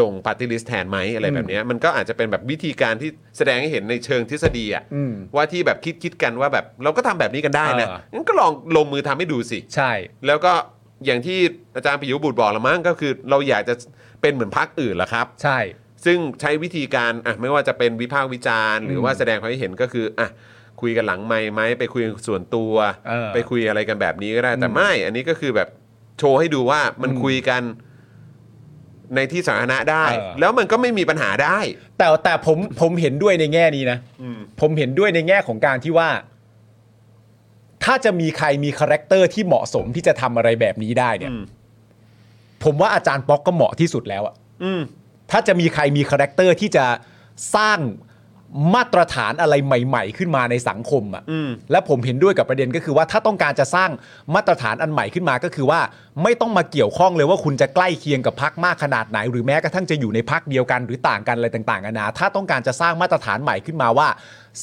S1: ลงปาร์ตี้ลิสต์แทนไหมอะไรแบบเนี้ยมันก็อาจจะเป็นแบบวิธีการที่แสดงให้เห็นในเชิงทฤษฎีอ่ะ
S2: อืม
S1: ว่าที่แบบคิดคิดกันว่าแบบเราก็ทำแบบนี้กันได้นะ
S2: เออ
S1: งั้นก็ลองลงมือทำให้ดูสิ
S2: ใช่
S1: แล้วก็อย่างที่อาจารย์ปิยบุตรบอกละมั้งก็คือเราอยากจะเป็นเหมือนพรรคอื่นละครับ
S2: ใช่
S1: ซึ่งใช้วิธีการอ่ะไม่ว่าจะเป็นวิพากษ์วิจารณ์ หรือว่าแสดงความคิดเห็นก็คืออ่ะคุยกันหลังไม้ไหมไปคุยกันส่วนตัว
S2: เออ
S1: ไปคุยอะไรกันแบบนี้ก็ได้แต่ไม่ อันนี้ก็คือแบบโชว์ให้ดูว่ามัน
S2: อืม
S1: คุยกันในที่สาธารณะได้
S2: เออ
S1: แล้วมันก็ไม่มีปัญหาได้
S2: แต่แต่ผมผมเห็นด้วยในแง่นี้นะ
S1: อืม
S2: ผมเห็นด้วยในแง่ของการที่ว่า ถ้าจะมีใครมีคาแรคเตอร์ที่เหมาะสมที่จะทำอะไรแบบนี้ได้เนี่ย
S1: อืม
S2: ผมว่าอาจารย์ป๊อกก็เหมาะที่สุดแล้วอะ
S1: อืม
S2: ถ้าจะมีใครมีคาแรคเตอร์ที่จะสร้างมาตรฐานอะไรใหม่ ๆ ขึ้นมาในสังคมอะ
S1: อืม
S2: และผมเห็นด้วยกับประเด็นก็คือว่าถ้าต้องการจะสร้างมาตรฐานอันใหม่ขึ้นมาก็คือว่า ไม่ต้องมาเกี่ยวข้องเลยว่าคุณจะใกล้เคียงกับพักมากขนาดไหน หรือแม้กระทั่งจะอยู่ในพักเดียวกันหรือต่างกันอะไรต่างๆกันานะถ้าต้องการจะสร้างมาตรฐานใหม่ขึ้นมาว่า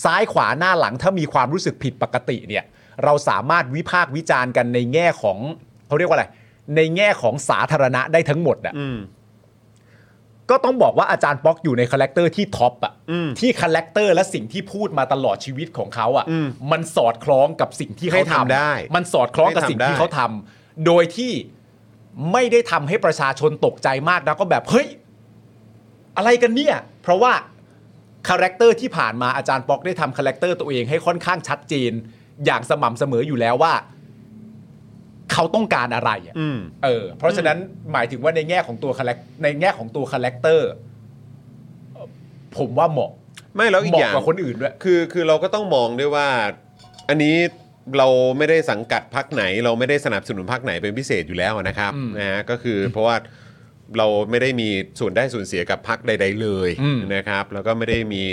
S2: ซ้ายขวาหน้าหลังถ้ามีความรู้สึกผิดปกติเนี่ย เราสามารถวิพากษ์วิจารณ์กันในแง่ของเขาเรียกว่าอะไร ในแง่ของสาธารณะได้ทั้งหมดอะ
S1: อืม
S2: ก็ต้องบอกว่าอาจารย์ป๊อกอยู่ในคาแรคเตอร์ที่ท็อปอะ
S1: อืม
S2: ที่คาแรคเตอร์และสิ่งที่พูดมาตลอดชีวิตของเขาอะ
S1: อืม
S2: มันสอดคล้องกับสิ่งที่เขา
S1: ให้ทำได้
S2: มันสอดคล้องกับ
S1: ให้ทำ
S2: สิ่งที่
S1: ได้
S2: เขาทำโดยที่ไม่ได้ทำให้ประชาชนตกใจมากนะก็แบบเฮ้ย อะไรกันเนี่ย เพราะว่าคาแรคเตอร์ที่ผ่านมาอาจารย์ป๊อกได้ทำคาแรคเตอร์ตัวเองให้ค่อนข้างชัดเจน อย่างสม่ำเสมออยู่แล้วว่า เขาต้องการอะไรอะ
S1: อืม
S2: เออ เพราะฉะนั้นหมายถึงว่าในแง่ของตัวคาแรคในแง่ของตัวคาแรคเตอร์เอ่อผมว่าเหมาะ
S1: ไม่แล้วอีก
S2: เหมาะ
S1: อย่าง
S2: กว่าคนอื่นด้วย
S1: คือคือเราก็ต้องมองด้วยว่า อันนี้เราไม่ได้สังกัดพักไหน เราไม่ได้สนับสนุนพักไหนเป็นพิเศษอยู่แล้วนะครับ
S2: อืม
S1: นะฮะก็คือเพราะว่าเราไม่ได้มีส่วนได้ส่วนเสียกับพักใด ๆ เลย
S2: อืม
S1: นะครับ แล้วก็ไม่ได้มี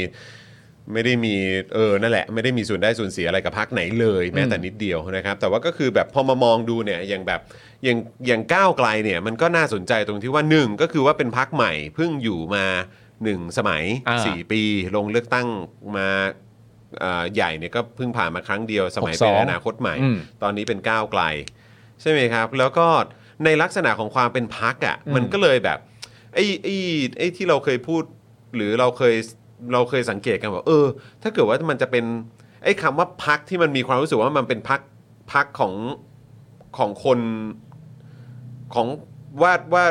S1: ไม่ได้มีเออนั่นแหละไม่ได้มีส่วนได้ส่วนเสียอะไรกับพักไหนเลยแม้แต่นิดเดียวนะครับ แต่ว่าก็คือแบบพอมามองดูเนี่ยอย่างแบบอย่างอย่างก้าวไกลเนี่ยมันก็น่าสนใจตรงที่ว่าหนึ่งก็คือว่าเป็นพักใหม่เพิ่งอยู่มาหนึ่งสมัย
S2: อ่า
S1: สี ปีลงเลือกตั้งมาเอ่อใหญ่เนี่ยก็เพิ่งผ่านมาครั้งเดียวสมัย
S2: 62
S1: เป็นอนาคตใหม่
S2: อืม
S1: ตอนนี้เป็นก้าวไกล ใช่ไหมครับ แล้วก็ในลักษณะของความเป็นพักอะ่ะ
S2: อืม
S1: มันก็เลยแบบไอ้ไอ้ไอ้ที่เราเคยพูด หรือเราเคยเราเคยสังเกตกันว่าเออ ถ้าเกิดว่ามันจะเป็นไอ้คำว่าพักที่มันมีความรู้สึกว่ามันเป็นพักพักของของคนของว่าว่า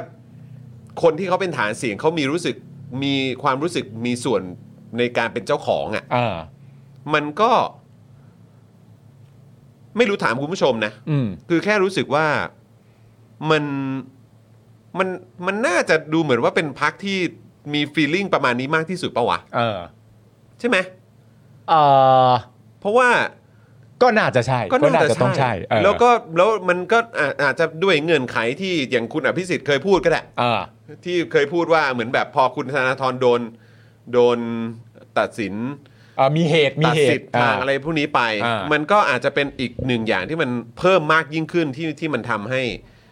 S1: คนที่เขาเป็นฐานเสียงเขามีรู้สึกมีความรู้สึกมีส่วนในการเป็นเจ้าของอะ่ะ
S2: อ่า
S1: มันก็ ไม่รู้ถามคุณผู้ชมนะ
S2: อืม
S1: คือแค่รู้สึกว่ามันมันมันน่าจะดูเหมือนว่าเป็นพักที่มีฟีลลิ่งประมาณนี้มากที่สุดปะวะ
S2: เออ
S1: ใช่ไหม
S2: เออ
S1: เพราะว่า
S2: ก็น่าจะใช่
S1: ก็น่าจะ
S2: ต้อง
S1: ใช่
S2: ใช่เออ
S1: แล้วก็แล้วมันก็อ่ะอาจจะด้วยเงื่อนไขที่อย่างคุณอภิสิทธิ์เคยพูดก็ได้
S2: เออ
S1: ที่เคยพูดว่าเหมือนแบบพอคุณธนาธรโดนโดนตัดสิน
S2: เอ่อมีเหตุมี
S1: ตัด
S2: เห
S1: สิท
S2: ตุ
S1: ธิ์ทาง
S2: า
S1: อะไรพวกนี้ไป
S2: อ่ามั
S1: มันก็อาจจะเป็นอีกหนึ่งอย่างที่มันเพิ่มมากยิ่งขึ้นที่ที่มันทำให้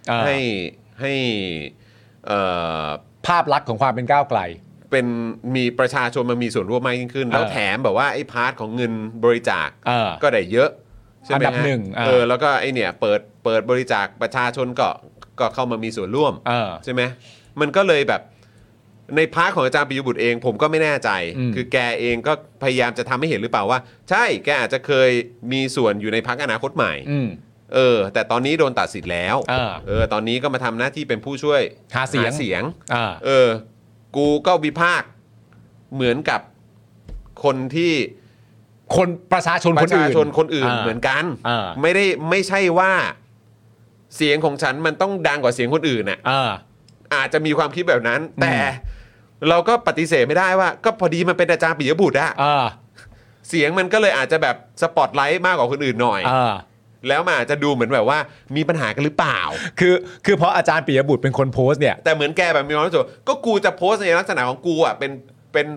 S2: อ่า
S1: ให้ให้เอ่อ
S2: ภาพลักษณ์ของความเป็นก้าวไกล
S1: เป็นมีประชาชนมันมีส่วนร่วมมากยิ่งขึ้น แล้ว
S2: อ่า
S1: แถมแบบว่าไอ้พาร์ทของเงินบริจาค
S2: เออ
S1: ก็ได้เยอะใช่ไหม
S2: อันดับ
S1: ฮะ
S2: หนึ่งอ่า
S1: เออแล้วก็ไอ้เนี่ยเปิดเปิดบริจาคประชาชนก็ก็เข้ามามีส่วนร่วม
S2: เออ
S1: ใช่ไหมมันก็เลยแบบในพาร์ทของอาจารย์ปิยบุตรเอง ผมก็ไม่แน่ใจ
S2: อืม
S1: คือแกเองก็พยายามจะทำให้เห็นหรือเปล่าว่า ใช่แกอาจจะเคยมีส่วนอยู่ในพักอนาคตใหม่
S2: อืม
S1: เออ แต่ตอนนี้โดนตัดสิทธิ์แล้ว
S2: อ่า
S1: เออ ตอนนี้ก็มาทำหน้าที่เป็นผู้ช่วย
S2: หาเสียง
S1: เสียง
S2: อ่า
S1: เออ กูก็วิพากษ์เหมือนกับคนที่
S2: คนประชาชน
S1: ป
S2: คน
S1: ระ
S2: อื่
S1: ชาน ชนคนอื่น
S2: า
S1: เหมือนกัน
S2: อ่า
S1: ไม่ได้ไม่ใช่ว่าเสียงของฉันมันต้องดังกว่าเสียงคนอื่นน่ะ
S2: อ่า
S1: อาจจะมีความคิดแบบนั้น
S2: อืม
S1: แต่เราก็ปฏิเสธไม่ได้ว่า ก็พอดีมันเป็นอาจารย์ปิยบุตรอะ
S2: อ่า
S1: เสียงมันก็เลยอาจจะแบบสปอตไลท์มากกว่าคนอื่นหน่อย
S2: อ่า
S1: แล้วมันอาจจะดูเหมือนแบบว่ามีปัญหากันหรือเปล่า
S2: คือคือเพราะอาจารย์ปิยบุตรเป็นคนโพสต์เนี่ย
S1: แต่เหมือนแกแบบมีความรู้สึกว่าก็กูจะโพสต์ในลักษณะของกูอะเป็นเป็น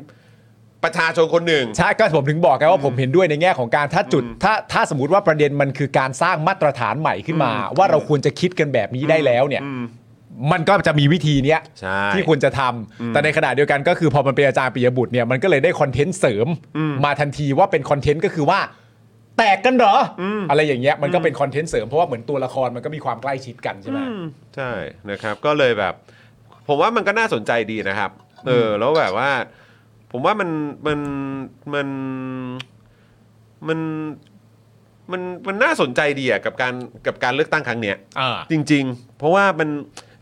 S1: ประชาชนคนหนึ่ง
S2: ใช่ก็ผมถึงบอกไงว่าผมเห็นด้วยในแง่ของการถ้าจุดถ้าถ้าสมมติว่าประเด็นมันคือการสร้างมาตรฐานใหม่ขึ้นมา ว่าเราควรจะคิดกันแบบนี้ได้แล้วเนี่ย มันก็จะมีวิธีเนี้ย
S1: ใช่
S2: ที่ควรจะทำแต่ในขณะเดียวกันก็คือพอมันเป็นอาจารย์ปิยบุตรเนี่ยมันก็เลยได้คอนเทนต์เสริมมาทันทีว่าเป็นคอนเทนต์ก็คือว่า แตกกันเหรอออะไรอย่างเงี้ยมันก็เป็นคอนเทนต์เสริมเพราะว่าเหมือนตัวละครมันก็มีความใกล้ชิดกันใช่ไหม
S1: ใช่นะครับก็เลยแบบ ผมว่ามันก็น่าสนใจดีนะครับ เออแล้วแบบว่า ผมว่ามันมันมันมันมันมันน่าสนใจดีอะกับการกับการเลือกตั้งครั้งเนี้ย
S2: อ่า
S1: จริง ๆ เพราะว่ามัน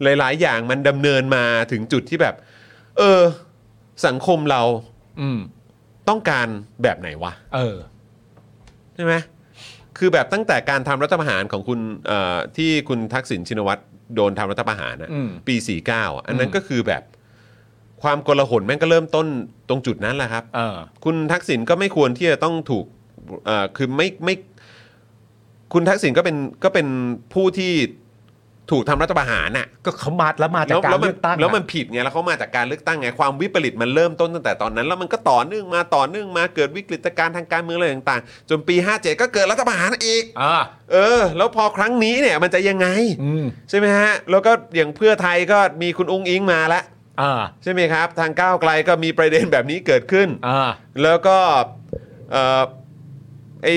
S1: หลาย ๆ อย่างมันดำเนินมาถึงจุดที่แบบ เออ สังคมเรา
S2: อืม
S1: ต้องการแบบไหนวะ
S2: เออ
S1: ใช่ไหมคือแบบตั้งแต่การทำรัฐประหารของคุณเอ่อที่คุณทักษิณชินวัตรโดนทำรัฐประหารนะ
S2: อืม
S1: ปี 49อ่ะอันนั้
S2: อื
S1: น
S2: ม
S1: ก็คือแบบความกลาหนแม่งก็เริ่มต้นตรงจุดนั้นแหละครับ
S2: เออ
S1: คุณทักษิณก็ไม่ควรที่จะต้องถูกเอ่อคือไม่ไม่คุณทักษิณก็เป็นก็เป็นผู้ที่ถูกทำรัฐประหารน่ะ
S2: ก็เขามาแล้วมาจากการ
S1: แล้วมั
S2: เลือกตั้งอะ
S1: แล้วมันผิดไงแล้วเขามาจากการเลือกตั้งไงความวิปริตมันเริ่มต้นตั้งแต่ตอนนั้น แล้วมันก็ต่อเนื่องมาต่อเนื่องมาเกิดวิกฤตการณ์ทางการเมืองอะไรต่างๆ จนปี 57 ก็เกิดรัฐประหารอีก
S2: อ่า
S1: เออ แล้วพอครั้งนี้เนี่ยมันจะยังไง
S2: อืม
S1: ใช่ไหมฮะ แล้วก็อย่างเพื่อไทยก็มีคุณอุ้งอิงมาแล้ว
S2: อ่า
S1: ใช่ไหมครับ ทางก้าวไกลก็มีประเด็นแบบนี้เกิดขึ้น
S2: อ่า
S1: แล้วก็เอ่อไอ้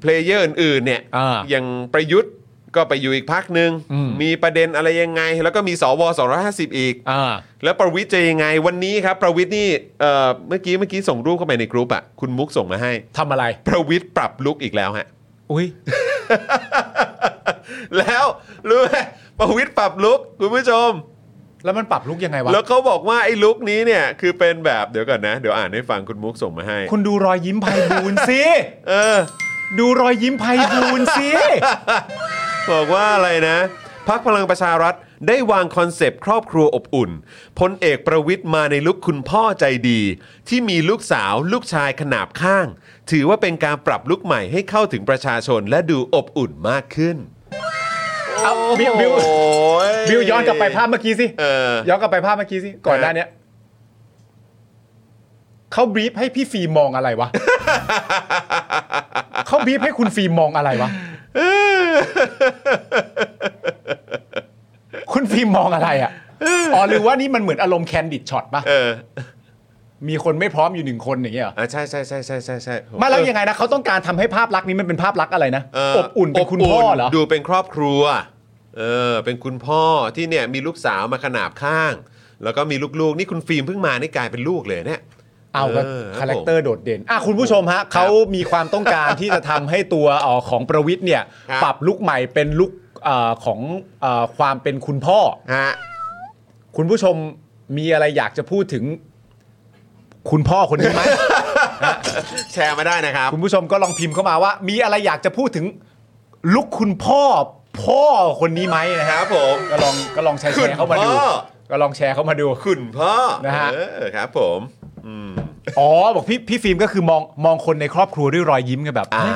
S1: เพลเยอร์อื่นๆเนี่ย
S2: อ่า
S1: อย่างประยุทธ์ ก็ไปอยู่อีกพักหนึ่ง
S2: อืม
S1: มีประเด็นอะไรยังไง แล้วก็มีสว250 อีก
S2: อ่า
S1: แล้วประวิทย์จะยังไงวันนี้ครับ ประวิทย์นี่เอ่อเมื่อกี้เมื่อกี้ส่งรูปเข้าไปในกรุ๊ปอะคุณมุกส่งมาให้
S2: ทำอะไร
S1: ประวิทย์ปรับลุกอีกแล้วฮะ [laughs]
S2: อุ้ย
S1: แล้วรู้ไหมประวิทย์ปรับลุกคุณผู้ชม
S2: แล้วมันปรับลุกยังไงวะ
S1: แล้วเขาบอกว่าไอ้ลุกนี้เนี่ยคือเป็นแบบเดี๋ยวก่อนนะ เดี๋ยวอ่านให้ฟังคุณมุกส่งมาให้
S2: คุณดูรอยยิ้มไพบูลย์สิ [laughs]
S1: เออ
S2: ดูรอยยิ้มไพบูลย์
S1: [laughs]
S2: สิ
S1: บอกว่าอะไรนะ พักพลังประชารัฐได้วางคอนเซปต์ครอบครัวอบอุ่นพลเอกประวิทย์มาในลุคคุณพ่อใจดี ที่มีลูกสาวลูกชายขนาบข้าง ถือว่าเป็นการปรับลุคใหม่ให้เข้าถึงประชาชนและดูอบอุ่นมากขึ้น
S2: เอาบิวบิว
S1: โอ้ย
S2: บิวย้อนกลับไปภาพเมื่อกี้สิ
S1: เออ
S2: ย้อนกลับไปภาพเมื่อกี้สิ ก่อนหน้าเนี้ยเขาบรีฟให้พี่ฟิล์มมองอะไร
S1: [laughs]
S2: วะ เขาบรีฟให้คุณฟิล์มมองอะไร
S1: [laughs]
S2: วะ คุณฟิล์มมองอะไรอ่ะ อ๋อหรือว่านี่มันเหมือนอารมณ์แคนดิดช็อตปะ
S1: เออ
S2: มีคนไม่พร้อมอยู่หนึ่งคนอย่างเงี้ยเหรอ
S1: อ่ะใช่ใช่ใช่ใช่ใช่ใช่
S2: ไมาแล้วยังไงนะเขาต้องการทำให้ภาพลักษณ์นี้มันเป็นภาพลักษณ์อะไรนะ
S1: เออ
S2: อบอุ่นเป็นคุณพ่อเหรอ
S1: ดูเป็นครอบครัว เออ เป็นคุณพ่อที่เนี่ยมีลูกสาวมาขนาบข้าง แล้วก็มีลูกๆ นี่คุณฟิล์มเพิ่งมานี่กลายเป็นลูกเลยเนี่ย
S2: เอาก็
S1: เออครับ
S2: คาแรคเตอร์โดดเด่นอ่ะคุณผู้ชมฮะเขามีความต้องการที่จะทำให้ตัวเอ่อของประวิทย์เนี่ย
S1: ครับ
S2: ปรับลุกใหม่เป็นลุกเอ่อของเอ่อความเป็นคุณพ่อ
S1: ฮะ
S2: คุณผู้ชมมีอะไรอยากจะพูดถึง คุณพ่อคนนี้ไหม
S1: แชร์มาได้นะครับ
S2: คุณผู้ชมก็ลองพิมพ์เข้ามาว่า มีอะไรอยากจะพูดถึงลุกคุณพ่อพ่อคนนี้ไหมนะ
S1: ค
S2: ฮะ
S1: รับผม
S2: ก็ลองก็ลองแชร์แชร์เข้ามาดู
S1: คุณพ่อ
S2: ก็ลองแชร์เข้ามาดู
S1: คุณพ่อ
S2: นะฮะ
S1: เออครับผม อืม
S2: อ๋อบอกพี่พี่ฟิล์มก็คือมองมองคนในครอบครัวด้วยรอยยิ้มกันแบบ
S1: อ่า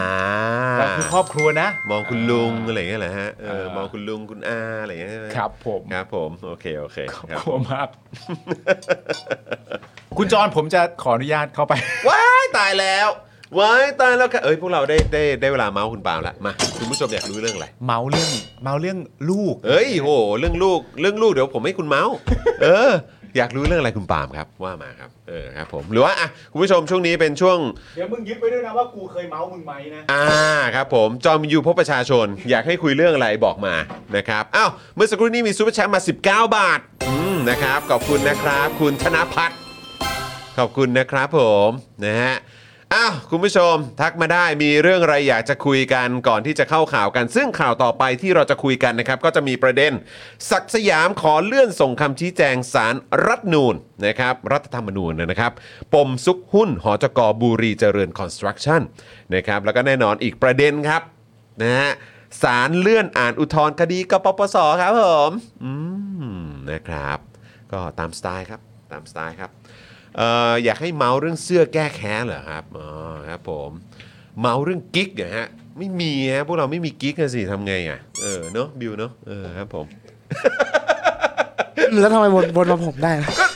S2: เฮ้ยเราคือครอบครัวนะ
S1: มองคุณลุงอะไรอย่างเงี้ยเหรอฮะ เออ
S2: เออ
S1: มองคุณลุงคุณอาอะไรอย่างเงี้ยใช่ไหม
S2: ครับผม
S1: ครับผม โอเค โอเค
S2: ครอบ
S1: ครับ [laughs]
S2: ครัวมาก คุณจรผมจะขออนุญาตเข้าไป
S1: ว้ายตายแล้วว้ายตายแล้วค่ะเอ้ย พวกเราได้ได้ได้เวลาเมาส์คุณปาล์มละมา คุณผู้ชมอยากรู้เรื่องอะไร
S2: เมาเรื่องเมาเรื่องลูก
S1: เอ้ยโห เรื่องลูก เรื่องลูกเดี๋ยวผมให้คุณเมาส์ เออ อยากรู้เรื่องอะไรคุณปาล์มครับ ว่ามาครับ เออครับผม หรือว่าอ่ะคุณผู้ชมช่วงนี้เป็นช่วง
S2: เดี๋ยวมึงยึดไว้ด้วยนะว่ากูเคยเมามึงไหมนะ
S1: อ่าครับผม จอมยูพบประชาชน อยากให้คุยเรื่องอะไรบอกมานะครับอ้าวเมื่อสักครู่นี้มีซูเปอร์แชทมา 19 บาทอืมนะครับ ขอบคุณนะครับ คุณธนพัฒน์ขอบคุณนะครับผมนะฮะอ้าวคุณผู้ชม ทักมาได้มีเรื่องอะไรอยากจะคุยกันก่อนที่จะเข้าข่าวกัน ซึ่งข่าวต่อไปที่เราจะคุยกันนะครับ ก็จะมีประเด็น ศักดิ์สยามขอเลื่อนส่งคำชี้แจงสารรัฐธรรมนูนนะครับ รัฐธรรมนูญนะครับ ปมซุกหุ้นหอจกบุรีเจริญคอนสตรักชั่นนะครับ แล้วก็แน่นอนอีกประเด็นครับนะฮะสารเลื่อนอ่านอุทธรณ์คดีกปปสครับผม อืมนะครับ ก็ตามสไตล์ครับ ตามสไตล์ครับเอ่ออยากให้เมาส์เรื่องเสื้อแก้แค้นเหรอครับอ๋อครับผม เมาส์เรื่องกิ๊กเหรอฮะไม่มีฮะพวกเราไม่มีกิ๊กกันสิทำไงอ่ะเออเนาะบิวเนาะเออครับผม
S3: แล้วทำไมวนวนมาผมได้ล่ะ
S1: ก็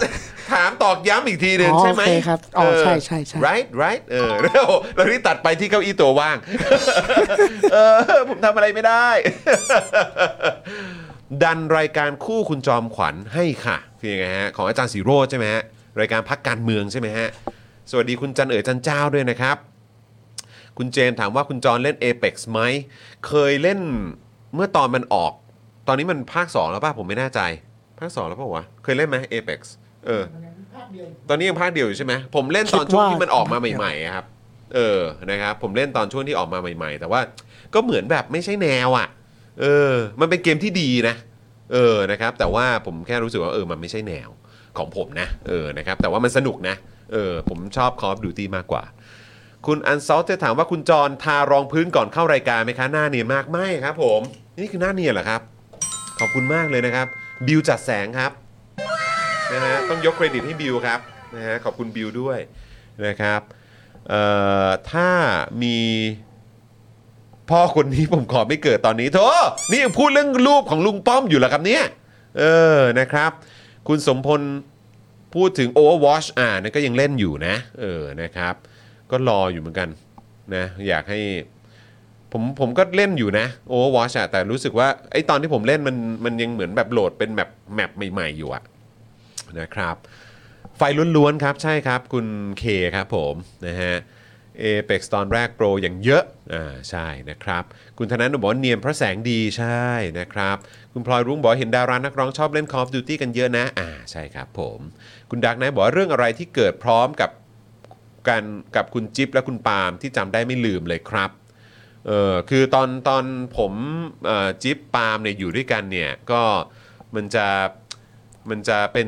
S1: ถามตอกย้ำอีกทีหนึ่ง
S3: อ๋อ
S1: ใช่ไหม
S3: โอเคครับอ๋อ
S1: เ
S3: ใช่ใช่ใช่
S1: right right เออแล้วแล้วนี่ตัดไปที่เก้าอี้ตัวว่าง [laughs] เออ ผมทำอะไรไม่ได้ [laughs] ดันรายการคู่คุณจอมขวัญให้ค่ะคือยังไงฮะ ของอาจารย์สีโรจน์ใช่ไหมฮะ รายการพักการเมืองใช่ไหมฮะ สวัสดีคุณจันเอ๋อจันเจ้าด้วยนะครับ คุณเจนถามว่าคุณจอนเล่น Apex ไหม เคยเล่นเมื่อตอนมันออก ตอนนี้มันภาค 2 แล้วป่ะ ผมไม่แน่ใจ ภาค 2 แล้วป่ะวะ เคยเล่นไหม Apex เออ ตอนนี้ยังภาคเดียวอยู่ใช่ไหม ผมเล่นตอนช่วงที่มันออกมาใหม่ๆอะครับ เออ นะครับ ผมเล่นตอนช่วงที่ออกมาใหม่ ๆ แต่ว่าก็เหมือนแบบไม่ใช่แนวอะ่ะ เออ มันเป็นเกมที่ดีนะ เออ นะครับ แต่ว่าผมแค่รู้สึกว่าเออ มันไม่ใช่แนวของผมนะ เออ นะครับ แต่ว่ามันสนุกนะ เออ ผมชอบคอฟดูตี้มากกว่า คุณอันซอลจะถามว่าคุณจรทารองพื้นก่อนเข้ารายการไหมคะ หน้าเนียนมากไม่ครับผม นี่คือหน้าเนียนเหรอครับ ขอบคุณมากเลยนะครับ บิวจัดแสงครับนะฮะต้องยกเครดิตให้บิวครับนะฮะขอบคุณบิวด้วยนะครับเอ่อถ้ามีพ่อคนนี้ผมขอไม่เกิดตอนนี้โถนี่ยังพูดเรื่องรูปของลุงป้อมอยู่เหรอครับเนี่ยเออนะครับ คุณสมพล พูดถึง Overwatch อ่านั่นก็ยังเล่นอยู่นะ เออนะครับ ก็รออยู่เหมือนกันนะอยากให้ผมผมก็เล่นอยู่นะ Overwatch อะแต่รู้สึกว่าไอ้ตอนที่ผมเล่นมันมันยังเหมือนแบบโหลดเป็นแบบแมปใหม่ ๆ อยู่อะนะครับ ไฟล้วนๆครับใช่ครับ คุณเคครับผมนะฮะ Apex ตอนแรกโปรอย่างเยอะอ่าใช่นะครับ คุณธนาหนูบอกว่าเนียมเพราะแสงดีใช่นะครับ คุณพลอยรุ้งบอกเห็นดารานักร้องชอบเล่น Call of Duty กันเยอะนะ อ่าใช่ครับผม คุณดักไนท์บอกว่าเรื่องอะไรที่เกิดพร้อมกับกันกับคุณจิ๊บและคุณปาล์มที่จำได้ไม่ลืมเลยครับ เออคือตอนตอนผมเอ่อจิ๊บปาล์มเนี่ยอยู่ด้วยกันเนี่ยก็มันจะมันจะเป็น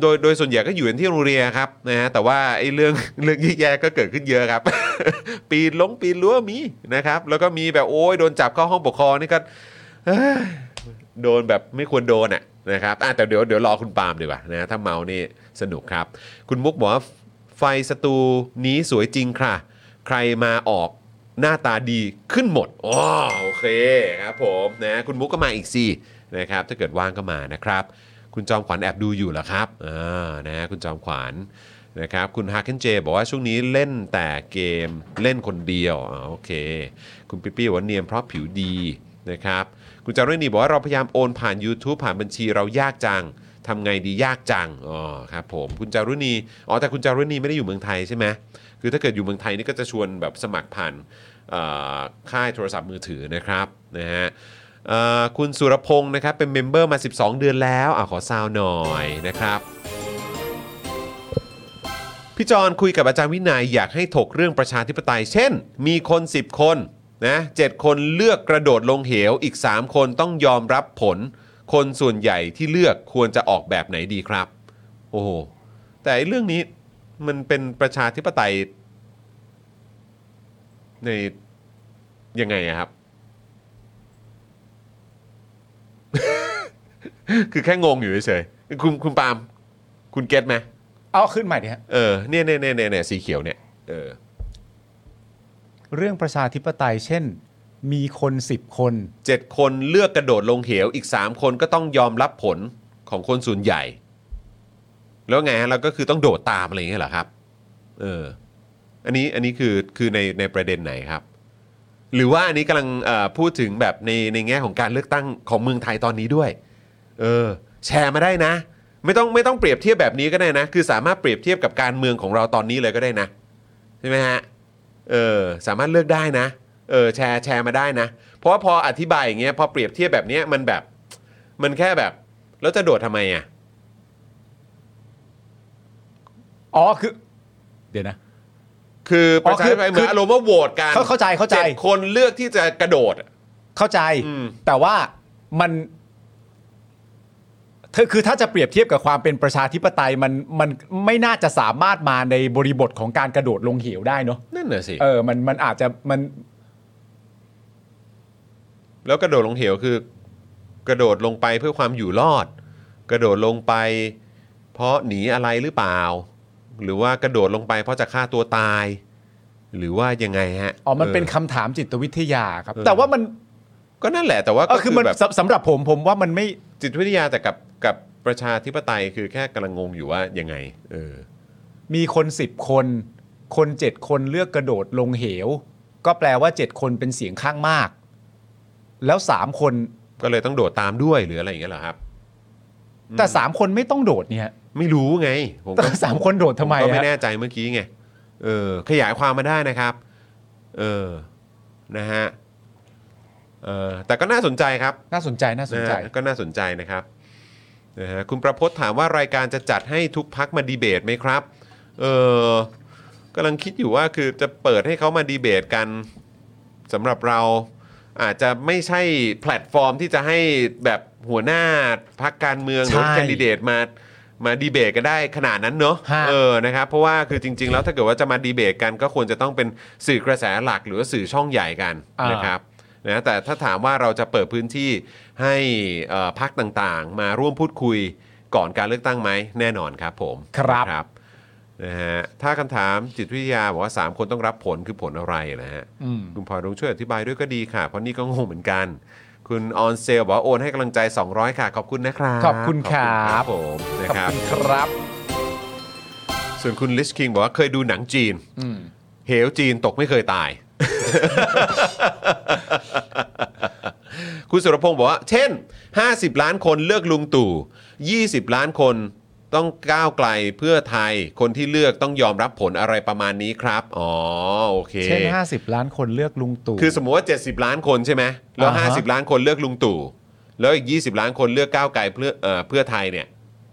S1: โดยโดยส่วนใหญ่ก็อยู่กันที่โรงเรียนครับนะฮะแต่ว่าไอ้เรื่อง [laughs] เรื่องแย่ๆก็เกิดขึ้นเยอะครับ [laughs] ปีนลงปีนรั้วมีนะครับ แล้วก็มีแบบโอ้ยโดนจับเข้าห้องปกครองนี่ก็เอ้ยโดนแบบไม่ควรโดนอ่ะนะครับอ่ะแต่เดี๋ยวเดี๋ยวรอคุณปาล์มดีกว่านะถ้าเมานี่สนุกครับ คุณมุกบอกว่าไฟสตูนี้สวยจริงค่ะ ใครมาออกหน้าตาดีขึ้นหมดอ๋อโอเคครับผมนะคุณมุกก็มาอีกสินะครับ ถ้าเกิดว่างก็มานะครับ คุณจอมขวัญแอบดูอยู่เหรอครับอ่านะคุณจอมขวัญนะครับ คุณฮาร์เคนเจบอกว่าช่วงนี้เล่นแต่เกมเล่นคนเดียวอ่าโอเค คุณปิ๊ปปี้บอกว่าเนียมเพราะผิวดีนะครับ คุณจารุณีบอกว่าเราพยายามโอนผ่าน YouTube ผ่านบัญชีเรายากจังทำไงดียากจังอ๋อครับผมคุณจารุณีอ๋อแต่คุณจารุณีไม่ได้อยู่เมืองไทยใช่ไหม คือถ้าเกิดอยู่เมืองไทยนี่ก็จะชวนแบบสมัครผ่านเอ่อค่ายโทรศัพท์มือถือนะครับนะฮะเอ่อคุณสุรพงศ์นะครับเป็นเมมเบอร์มา 12 เดือนแล้วอ่ะขอซาวหน่อยนะครับ พี่จอนคุยกับอาจารย์วินัยอยากให้ถกเรื่องประชาธิปไตย เช่น มีคน 10 คนนะเคนเลือกกระโดดลงเหวอีก 3 คนต้องยอมรับผล คนส่วนใหญ่ที่เลือกควรจะออกแบบไหนดีครับ โอ้โหแต่ไอ้เรื่องนี้มันเป็นประชาธิปไตย ในยังไงอะครับ [laughs] คือแค่งงอยู่เฉยๆคุณคุณปาล์มคุณเก็ตไหม
S2: เอาขึ้นใหม่ดิฮะ
S1: เออเนี่ยเนี่ยเนี่ยเนี่ยเนี่ยสีเขียวเนี่ยเออ
S2: เรื่องประชาธิปไตยเช่น มีคนสิบคน
S1: เจ็ดคนเลือกกระโดดลงเหวอีก 3 คนก็ต้องยอมรับผลของคนส่วนใหญ่ แล้วไงฮะเราก็คือต้องโดดตามอะไรอย่างเงี้ยเหรอครับเอออันนี้อันนี้คือคือในในประเด็นไหนครับ หรือว่าอันนี้กำลังเอ่อพูดถึงแบบในในแง่ของการเลือกตั้งของเมืองไทยตอนนี้ด้วย เออ แชร์มาได้นะ ไม่ต้องไม่ต้องเปรียบเทียบแบบนี้ก็ได้นะ คือสามารถเปรียบเทียบกับการเมืองของเราตอนนี้เลยก็ได้นะ ใช่ไหมฮะ เออสามารถเลือกได้นะ เออแชร์แชร์มาได้นะ เพราะว่าพออธิบายอย่างเงี้ยพอเปรียบเทียบแบบเนี้ยมันแบบ มันแค่แบบ แล้วจะโดดทำไมอ่ะ
S2: อ๋อคือ เดี๋ยวนะ
S1: คือป
S2: อ๋อ
S1: ระชา
S2: คื
S1: ธิ
S2: อ
S1: ปไตยเหมื
S2: คือ อน
S1: อารมณ์ว่าโหวตกัน
S2: เข้าเข้าใจเข้าใจ
S1: จ็ดคนเลือกที่จะกระโดด
S2: เข้าใจ
S1: อืม
S2: แต่ว่ามันเธอคือถ้าจะเปรียบเทียบกับความเป็นประชาธิปไตยมันมันไม่น่าจะสามารถมาในบริบทของการกระโดดลงเหวได้เนอะ
S1: นั่นน่ะสิ
S2: เออมันมันอาจจะมัน
S1: แล้วกระโดดลงเหวคือ กระโดดลงไปเพื่อความอยู่รอด กระโดดลงไป เพราะหนีอะไรหรือเปล่า หรือว่ากระโดดลงไป เพราะจะฆ่าตัวตาย หรือว่ายังไงฮะ
S2: อ๋อ มันเป็น
S1: อ
S2: คำถามจิตวิทยาครับ
S1: เออ
S2: แต่ว่ามัน
S1: ก็นั่นแหละแต่ว่า
S2: เอ
S1: ก็
S2: อคือมัน
S1: แบบ
S2: สำสำหรับผมผมว่ามันไม่
S1: จิตวิทยาแต่กับกับประชาธิปไตยคือแค่กำลังงงอยู่ว่ายังไง เออ
S2: มีคนสิบคน คนเจ็ดคนเลือกกระโดดลงเหว ก็แปลว่าเจ็ดคนเป็นเสียงข้างมาก แล้วสามคน
S1: ก็เลยต้องโดดตามด้วยหรืออะไรอย่างเงี้ยเหรอครับ
S2: แต่สามคนไม่ต้องโดดเนี่ย
S1: ไม่รู้ไงผม
S2: แต่
S1: ก็
S2: สามคนโดดทำไม
S1: ก็ไม่
S2: ฮะ
S1: แน่ใจเมื่อกี้ไงเออ ขยายความมาได้นะครับ เออนะฮะเออแต่ก็น่าสนใจครับ
S2: น่าสนใจน่าสนใจ
S1: ะฮะก็น่าสนใจนะครับนะฮะคุณประพจน์ถามว่ารายการจะจัดให้ทุกพักมาดีเบตไหมครับ เออกำลังคิดอยู่ว่าคือจะเปิดให้เขามาดีเบตกันสำหรับเราอาจจะไม่ใช่แพลตฟอร์มที่จะให้แบบหัวหน้าพักการเมืองหรือ
S2: ใช่
S1: แคนดิเดตมามาดีเบตกันได้ขนาดนั้นเนอะ
S2: ฮะ
S1: เออนะครับเพราะว่าคือจริง ๆ แล้วถ้าเกิดว่าจะมาดีเบตกันก็ควรจะต้องเป็นสื่อกระแสหลักหรือว่าสื่อช่องใหญ่กัน
S2: อ่าน
S1: นะครับ นะแต่ถ้าถามว่าเราจะเปิดพื้นที่ให้เอ่อพักต่างๆ มาร่วมพูดคุยก่อนการเลือกตั้งไหมแน่นอนครับผม
S2: ครับ
S1: นะครับนะฮะถ้าคำถามจิตวิทยาบอกว่า 3 คนต้องรับผลคือผลอะไรนะฮะ
S2: อืม
S1: คุณพลอยรุ้งช่วยอธิบายด้วยก็ดีค่ะ เพราะนี่ก็งงเหมือนกัน คุณออนเซลบอกว่าโอนให้กำลังใจ 200 ค่ะ ขอบคุณนะครับ
S2: ขอบคุณครับ
S1: ขอณผมนะ
S2: ข
S1: ค
S2: อบ
S1: รับ
S2: คุณครับ
S1: ส่วนคุณลิชคิงบอกว่าเคยดูหนังจีน
S2: อืม
S1: เหวจีนตกไม่เคยตาย [laughs] คุณสุรพงศ์บอกว่า เช่น 50 ล้านคนเลือกลุงตู่ 20 ล้านคน ต้องก้าวไกลเพื่อไทย คนที่เลือกต้องยอมรับผลอะไรประมาณนี้ครับ อ๋อโอเค
S2: เช่น 50 ล้านคนเลือกลุงตู่
S1: คือสมมติว่า 70 ล้านคนใช่ไหมแล้ว
S2: อ่าฮะ
S1: 50 ล้านคนเลือกลุงตู่ แล้วอีก 20 ล้านคนเลือกก้าวไกลเพื่อเอ่อเพื่อไทยเนี่ย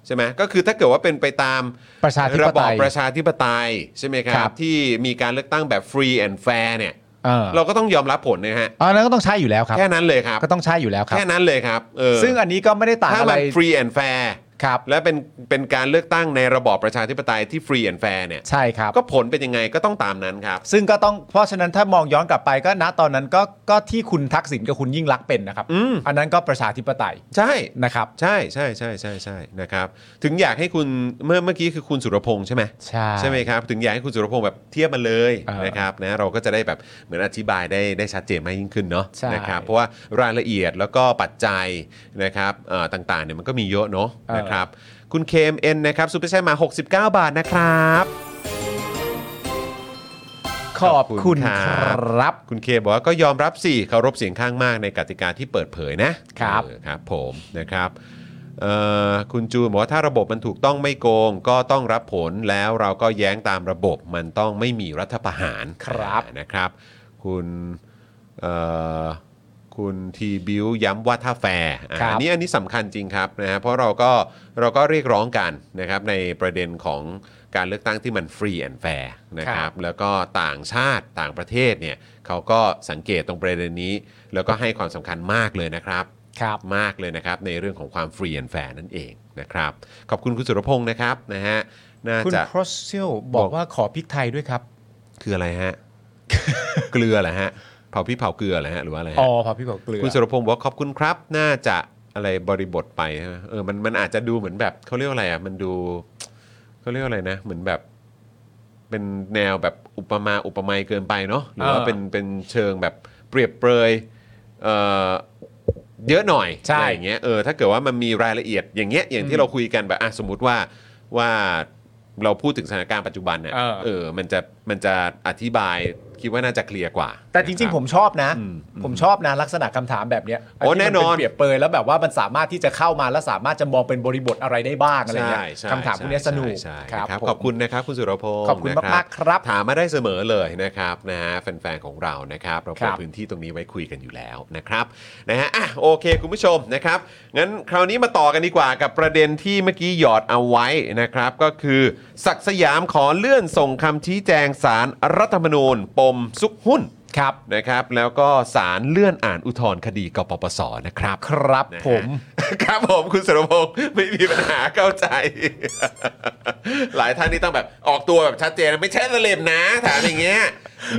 S1: ใช่ไหมก็คือถ้าเกิดว่าเป็นไปตาม
S2: ประชาธิประ
S1: บ
S2: ไต
S1: อบ
S2: ย
S1: ประชาธิปไตยใช่ไหมครั
S2: ครับ บ
S1: ที่มีการเลือกตั้งแบบฟรีแอนด์แฟร์เนี่ย
S2: เออ
S1: เราก็ต้องยอมรับผลนะฮะ
S2: อันนั้นก็ต้องใช่อยู่แล้วครับ
S1: แค่นั้นเลยครับ
S2: ก็ต้องใช่อยู่แล้วครับ
S1: แค่นั้นเลยครับเออ
S2: ซึ่งอันนี้ก็ไม่ได้ต่าง
S1: ถ้า
S2: อะ
S1: มั
S2: ไร
S1: นฟรีแอนด์แฟร์
S2: ครับ
S1: และเป็นเป็นการเลือกตั้งในระบอบประชาธิปไตยที่ฟรีแอนด์แฟร์เนี่ย
S2: ใช่ครับ
S1: ก็ผลเป็นยังไงก็ต้องตามนั้นครับ
S2: ซึ่งก็ต้องเพราะฉะนั้นถ้ามองย้อนกลับไปก็ณตอนนั้นก็ก็ที่คุณทักษิณกับคุณยิ่งรักษณ์เป็นนะครับ
S1: อืม
S2: นนั้นก็ประชาธิปไตย
S1: ใช่
S2: นะครับ
S1: ใช่ใช่ใช่ใช่ใช่นะครับ ถึงอยากให้คุณเมื่อเมื่อกี้คือคุณสุรพงษ์ใช่ไหม
S2: ใช่
S1: ใช่ไหมครับ ถึงอยากให้คุณสุรพงษ์แบบเทียบมาเลย
S2: เออ
S1: นะครับนะเราก็จะได้แบบเหมือนอธิบายได้ได้ชัดเจนมากยิ่งขึ้นเนาะ
S2: ใช่
S1: นะครับเพราะว่ารายละเอียดแล้วก็ปัจจัยนะครับเอ่อต่างๆเนี่ยมันก็มีเยอะเนาะ
S2: เออ
S1: นะครับคุณเคมเอ็นนะครับซูเปอร์แชร์มา 69 บาทนะครับ
S2: ขอบคุณ
S1: ขอบ
S2: ค
S1: คุณครับ
S2: รับ
S1: คุณเคบอกว่าก็ยอมรับสิเคารพเสียงข้างมากในกติกาที่เปิดเผยนะครับ เออครับผมนะครับเอ่อคุณจูนบอกว่าถ้าระบบมันถูกต้องไม่โกง ก็ต้องรับผลแล้วเราก็แย้งตามระบบมันต้องไม่มีรัฐประหาร
S2: ครับ
S1: อ่านะครับ คุณเอ่อคุณทีบิวย้ำว่าถ้าแฟร์อ่า
S2: ครับ
S1: อันนี้อันนี้สำคัญจริงครับนะฮะเพราะเราก็เราก็เรียกร้องกันนะครับในประเด็นของการเลือกตั้งที่มันฟรีแอนด์แฟร์นะครับ ครับแล้วก็ต่างชาติต่างประเทศเนี่ยเขาก็สังเกตตรงประเด็นนี้ แล้วก็ให้ความสำคัญมากเลยนะครับ
S2: ครับ
S1: มากเลยนะครับ ในเรื่องของความฟรีแอนแฟร์นั่นเองนะครับ ขอบคุณคุณสุรพงศ์นะครับนะฮะน่า
S2: คุณ
S1: จะ
S2: ครอสเซลบอกว่าขอพริกไทยด้วยครับ
S1: คืออะไรฮะ [laughs] เกลือเหรอฮะเผาพี่เผาเกลือเหรอฮะหรือว่าอะไรฮะ
S2: อ๋อพอพี่บอกเกลือ
S1: คุณสุรพงศ์บอกว่าขอบคุณครับ น่าจะอะไรบริบทไปใช่ไหมเออมันมันอาจจะดูเหมือนแบบเขาเรียกว่าอะไรอ่ะมันดูเขาเรียกว่าอะไรนะ เหมือนแบบ เป็นแนวแบบอุปมาอุปไมยเกินไปเนาะหรือว่า
S2: เออ
S1: เป็นเป็นเชิงแบบเปรียบเปรยเอ่อเยอะหน่อย
S2: ใช่
S1: อะไรอย่างเงี้ยเออถ้าเกิดว่ามันมีรายละเอียดอย่างเงี้ยอย่าง
S2: อื
S1: ที่
S2: ม
S1: เราคุยกันแบบอ่ะสมมติว่าว่าเราพูดถึงสถานการณ์ปัจจุบันเนี่ย
S2: เออ
S1: เออมันจะมันจะอธิบายคิดว่าน่าจะเคลียร์กว่า
S2: แต่จริง
S1: นะค
S2: ๆ
S1: บ
S2: ผมชอบนะ
S1: อืม
S2: ผมชอบนะลักษณะคำถามแบบเนี้ย
S1: โอ้
S2: ที่มั
S1: แน่นอน
S2: เป็เปรียบเปรยแล้วแบบว่ามันสามารถที่จะเข้ามาแล้วสามารถจะมองเป็นบริบทอะไรได้บ้างอะไรเงี้ย
S1: ใช่ใช่
S2: คำถามพวกเนี้ยสนุก
S1: ใช่
S2: ค
S1: ใช่
S2: รับ
S1: ครับ
S2: ผม
S1: ขอบคุณนะครับคุณสุรพงศ์
S2: ขอบคุณ
S1: นะ
S2: มากๆครับ
S1: ถามมาได้เสมอเลยนะครับนะฮะแฟนๆของเรานะครับเรา
S2: ค
S1: เปิ
S2: รั
S1: ด
S2: บ
S1: พื้นที่ตรงนี้ไว้คุยกันอยู่แล้วนะครับนะฮะอ่ะโอเคคุณผู้ชมนะครับงั้นคราวนี้มาต่อกันดีกว่ากับประเด็นที่เมื่อกี้หยอดเอาไว้นะครับ ก็คือศักดิ์สยามขอเลื่อนส่งคำชี้แจงสารรัฐธรรมนูญปมซุกหุ้น
S2: ครับ
S1: นะครับแล้วก็สารเลื่อนอ่านอุทธรณ์คดีกปปสนะครับ
S2: ครับ
S1: นะฮะ
S2: ผม
S1: ครับผมคุณสุรพงศ์ไม่มีปัญหาเข้าใจ [laughs] หลายท่านนี่ต้องแบบออกตัวแบบชัดเจนนะไม่ใช่สเลบนะถามอย่างเงี้ย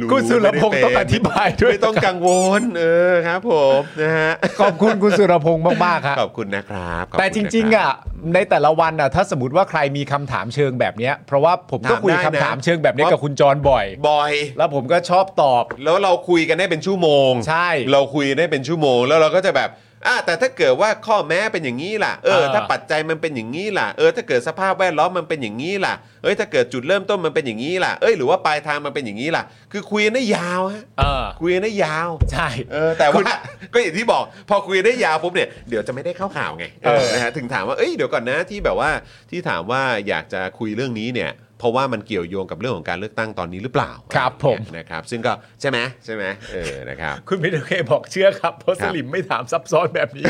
S2: [laughs] คุณสุรพงศ์ต้องอธิบายด้วย
S1: ไม่ต้องกังวลเออครับผมนะฮะ
S2: ขอบคุณคุณสุรพงศ์มากๆครับ
S1: ขอบคุณนะครับขอบคุณ
S2: แต่จริง
S1: นคบ
S2: ๆอ่ะ ในแต่ละวันอ่ะ ถ้าสมมติว่าใครมีคำถามเชิงแบบเนี้ยเพราะว่าผมก็คุย
S1: ถามได้
S2: คำ
S1: นะ
S2: ถามเชิงแบบเนี้ยกับคุณจรบ่อย
S1: บอย
S2: แล้วผมก็ชอบตอบ
S1: แล้วเราคุยกันได้เป็นชั่วโมง
S2: ใช่
S1: เราคุยกันได้เป็นชั่วโมง แล้วเราก็จะแบบอ่ะแต่ถ้าเกิดว่าข้อแม้เป็นอย่างนี้ล่ะเออ
S2: เออ
S1: ถ้าปัจจัยมันเป็นอย่างนี้ล่ะเออถ้าเกิดสภาพแวดล้อมมันเป็นอย่างนี้ล่ะเอ้ยถ้าเกิดจุดเริ่มต้นมันเป็นอย่างนี้ล่ะเอ้ยหรือว่าปลายทางมันเป็นอย่างนี้ล่ะ คือคุยกันได้ยาวฮะ
S2: เออ
S1: คุยกันได้ยาว
S2: ใช่
S1: เออแต่
S2: คุ
S1: ว่า
S2: ณ
S1: ก็อย่างที่บอกพอคุยได้ยาวปุ๊บเนี่ยเดี๋ยวจะไม่ได้เข้าข่าวไง
S2: เออ
S1: นะฮะถึงถามว่าเอ้ยเดี๋ยวก่อนนะที่แบบว่าที่ถามว่าอยากจะคุยเรื่องนี้เนี่ย เพราะว่ามันเกี่ยวโยงกับเรื่องของการเลือกตั้งตอนนี้หรือเปล่า
S2: ครับผม
S1: นะครับ ซึ่งก็ใช่ไหมใช่ไหมเออนะครับ
S2: คุณมิเตอร์เคบอกเชื่อครับ เพราะ
S1: ค
S2: ส
S1: รับ
S2: ลิมไม่ถามซับซ้อนแบบนี้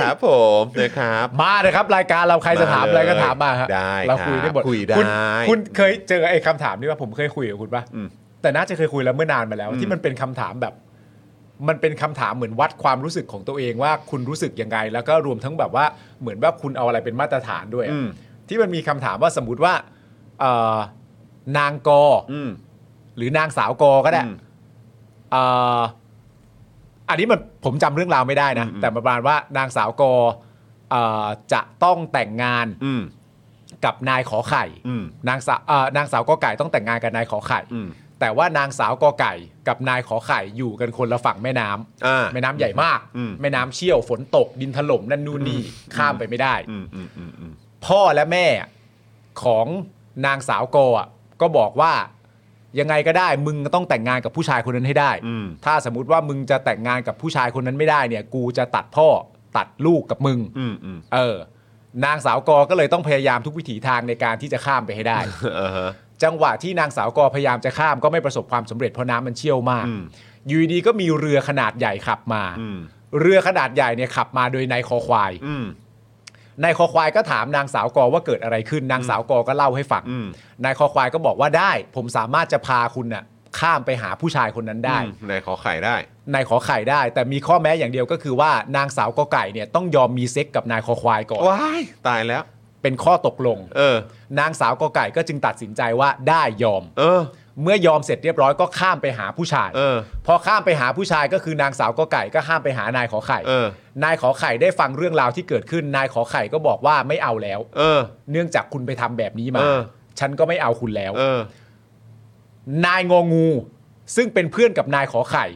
S1: ครับผมนะครับ
S2: มาเลยครับรายการเราใครจะถาม
S1: มาเลย
S2: อะไรก็ถามมาฮะ
S1: ได้
S2: เราคุยได้หมด
S1: ครับคุยได้
S2: ณคุณเคยเจอไอ้คำถามนี่ป่ะผมเคยคุยกับคุณป่ะ
S1: อืม
S2: แต่น่าจะเคยคุยแล้วเมื่อนานมาแล้ว ที่มันเป็นคำถามแบบ มันเป็นคำถามเหมือนวัดความรู้สึกของตัวเองว่าคุณรู้สึกยังไง แล้วก็รวมทั้งแบบว่าเหมือนว่าคุณเอาอะไรเป็นมาตรฐานด้วยอะ
S1: อืม
S2: ที่มันมีคำถามว่าสมมติว่าเอ่อนางกอ
S1: อืม
S2: หรือนางสาวกอก็ได้
S1: อืม
S2: เอ่ออันนี้มันผมจำเรื่องราวไม่ได้นะ แต่ประมาณว่านางสาวกอเอ่อจะต้องแต่งงาน
S1: อืม
S2: กับนายขอไข่
S1: อืม
S2: นางสาวเอ่อนางสาวกอไก่ต้องแต่งงานกับนายขอไข่
S1: อืม
S2: แต่ว่านางสาวกอไก่กับนายขอไข่อยู่กันคนละฝั่งแม่น้ำ
S1: อ่า
S2: แม่น้ำใหญ่มาก
S1: อืม
S2: แม่น้ำเชี่ยวฝนตกดินถล่มนั่นนู่นนี่ข้ามไปไม่ได้
S1: อืมอืมอืมอืม
S2: พ่อและแม่ของนางสาวกออ่ะก็บอกว่ายังไงก็ได้ มึงต้องแต่งงานกับผู้ชายคนนั้นให้ได้
S1: อืม
S2: ถ้าสมมติว่ามึงจะแต่งงานกับผู้ชายคนนั้นไม่ได้เนี่ย กูจะตัดพ่อ ตัดลูกกับมึง
S1: อืมอืม
S2: เออนางสาวกอก็เลยต้องพยายามทุกวิถีทางในการที่จะข้ามไป
S1: [laughs]
S2: ให้ได้
S1: เออฮะ
S2: จังหวะที่นางสาวกอพยายามจะข้ามก็ไม่ประสบความสำเร็จเพราะน้ำมันเชี่ยวมาก
S1: อืม
S2: อยู่ดีๆก็มีเรือขนาดใหญ่ขับมา
S1: อืม
S2: เรือขนาดใหญ่เนี่ยขับมาโดยนายคอควาย
S1: อืม
S2: นายคอควายก็ถามนางสาวกอว่าเกิดอะไรขึ้น นางสาวกอก็เล่าให้ฟัง
S1: อืม
S2: นายคอควายก็บอกว่าได้ ผมสามารถจะพาคุณน่ะข้ามไปหาผู้ชายคนนั้นได้
S1: อืมไหนขอไข่ได้
S2: นายขอไข่ได้ แต่มีข้อแม้อย่างเดียวก็คือว่านางสาวกอไก่เนี่ยต้องยอมมีเซ็กกับนายคอควายก่อน
S1: ว้าย ตายแล้ว
S2: เป็นข้อตกลง
S1: เออ
S2: นางสาวกอไก่ก็จึงตัดสินใจว่าได้ยอม
S1: เออ
S2: เมื่อยอมเสร็จเรียบร้อยก็ข้ามไปหาผู้ชาย
S1: เออ
S2: พอข้ามไปหาผู้ชายก็คือนางสาวกอไก่ก็ข้ามไปหานายขอไข่
S1: เออ
S2: นายขอไข่ได้ฟังเรื่องราวที่เกิดขึ้น นายขอไข่ก็บอกว่าไม่เอาแล้ว
S1: เออ
S2: เนื่องจากคุณไปทำแบบนี้มา
S1: เออ
S2: ฉันก็ไม่เอาคุณแล้ว
S1: เออ
S2: นายงองู ซึ่งเป็นเพื่อนกับนายขอไข่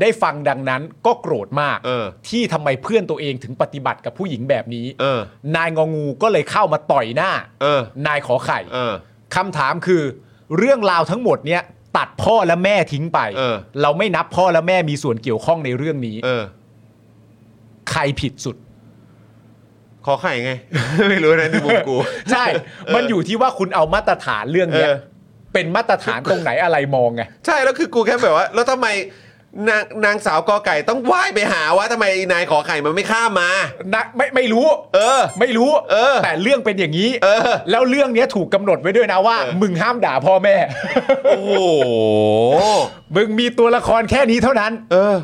S2: ได้ฟังดังนั้นก็โกรธมาก
S1: เออ
S2: ที่ทำไมเพื่อนตัวเองถึงปฏิบัติกับผู้หญิงแบบนี้
S1: เออ
S2: นายงองูก็เลยเข้ามาต่อยหน้า
S1: เออ
S2: นายขอไข่
S1: เออ
S2: คำถามคือเรื่องราวทั้งหมดเนี่ยตัดพ่อและแม่ทิ้งไป
S1: เออ
S2: ไม่นับพ่อและแม่มีส่วนเกี่ยวข้องในเรื่องนี้
S1: เออ
S2: ใครผิดสุด
S1: ขอไข่ไง [laughs] ไม่รู้นะในมุมกู
S2: ใช่ มันอยู่ที่ว่าคุณเอามาตรฐานเรื่องเนี้ย
S1: เออ
S2: เป็นมาตรฐานตรงไหนอะไรมองไง
S1: ใช่แล้วคือกูแค่แบบว่า แล้วทำไมนางนางสาวกอไก่ต้องว่ายไปหาวะทำไมนายขอไข่มันไม่ข้ามมา
S2: นะไม่ไม่รู้
S1: เออ
S2: ไม่รู้
S1: เออ
S2: แต่เรื่องเป็นอย่างนี้
S1: เออ
S2: แล้วเรื่องเนี้ยถูกกำหนดไว้ด้วยนะว่า
S1: เออ
S2: มึงห้ามด่าพ่อแม่
S1: โอ้โห
S2: มึงมีตัวละครแค่นี้เท่านั้น
S1: เออ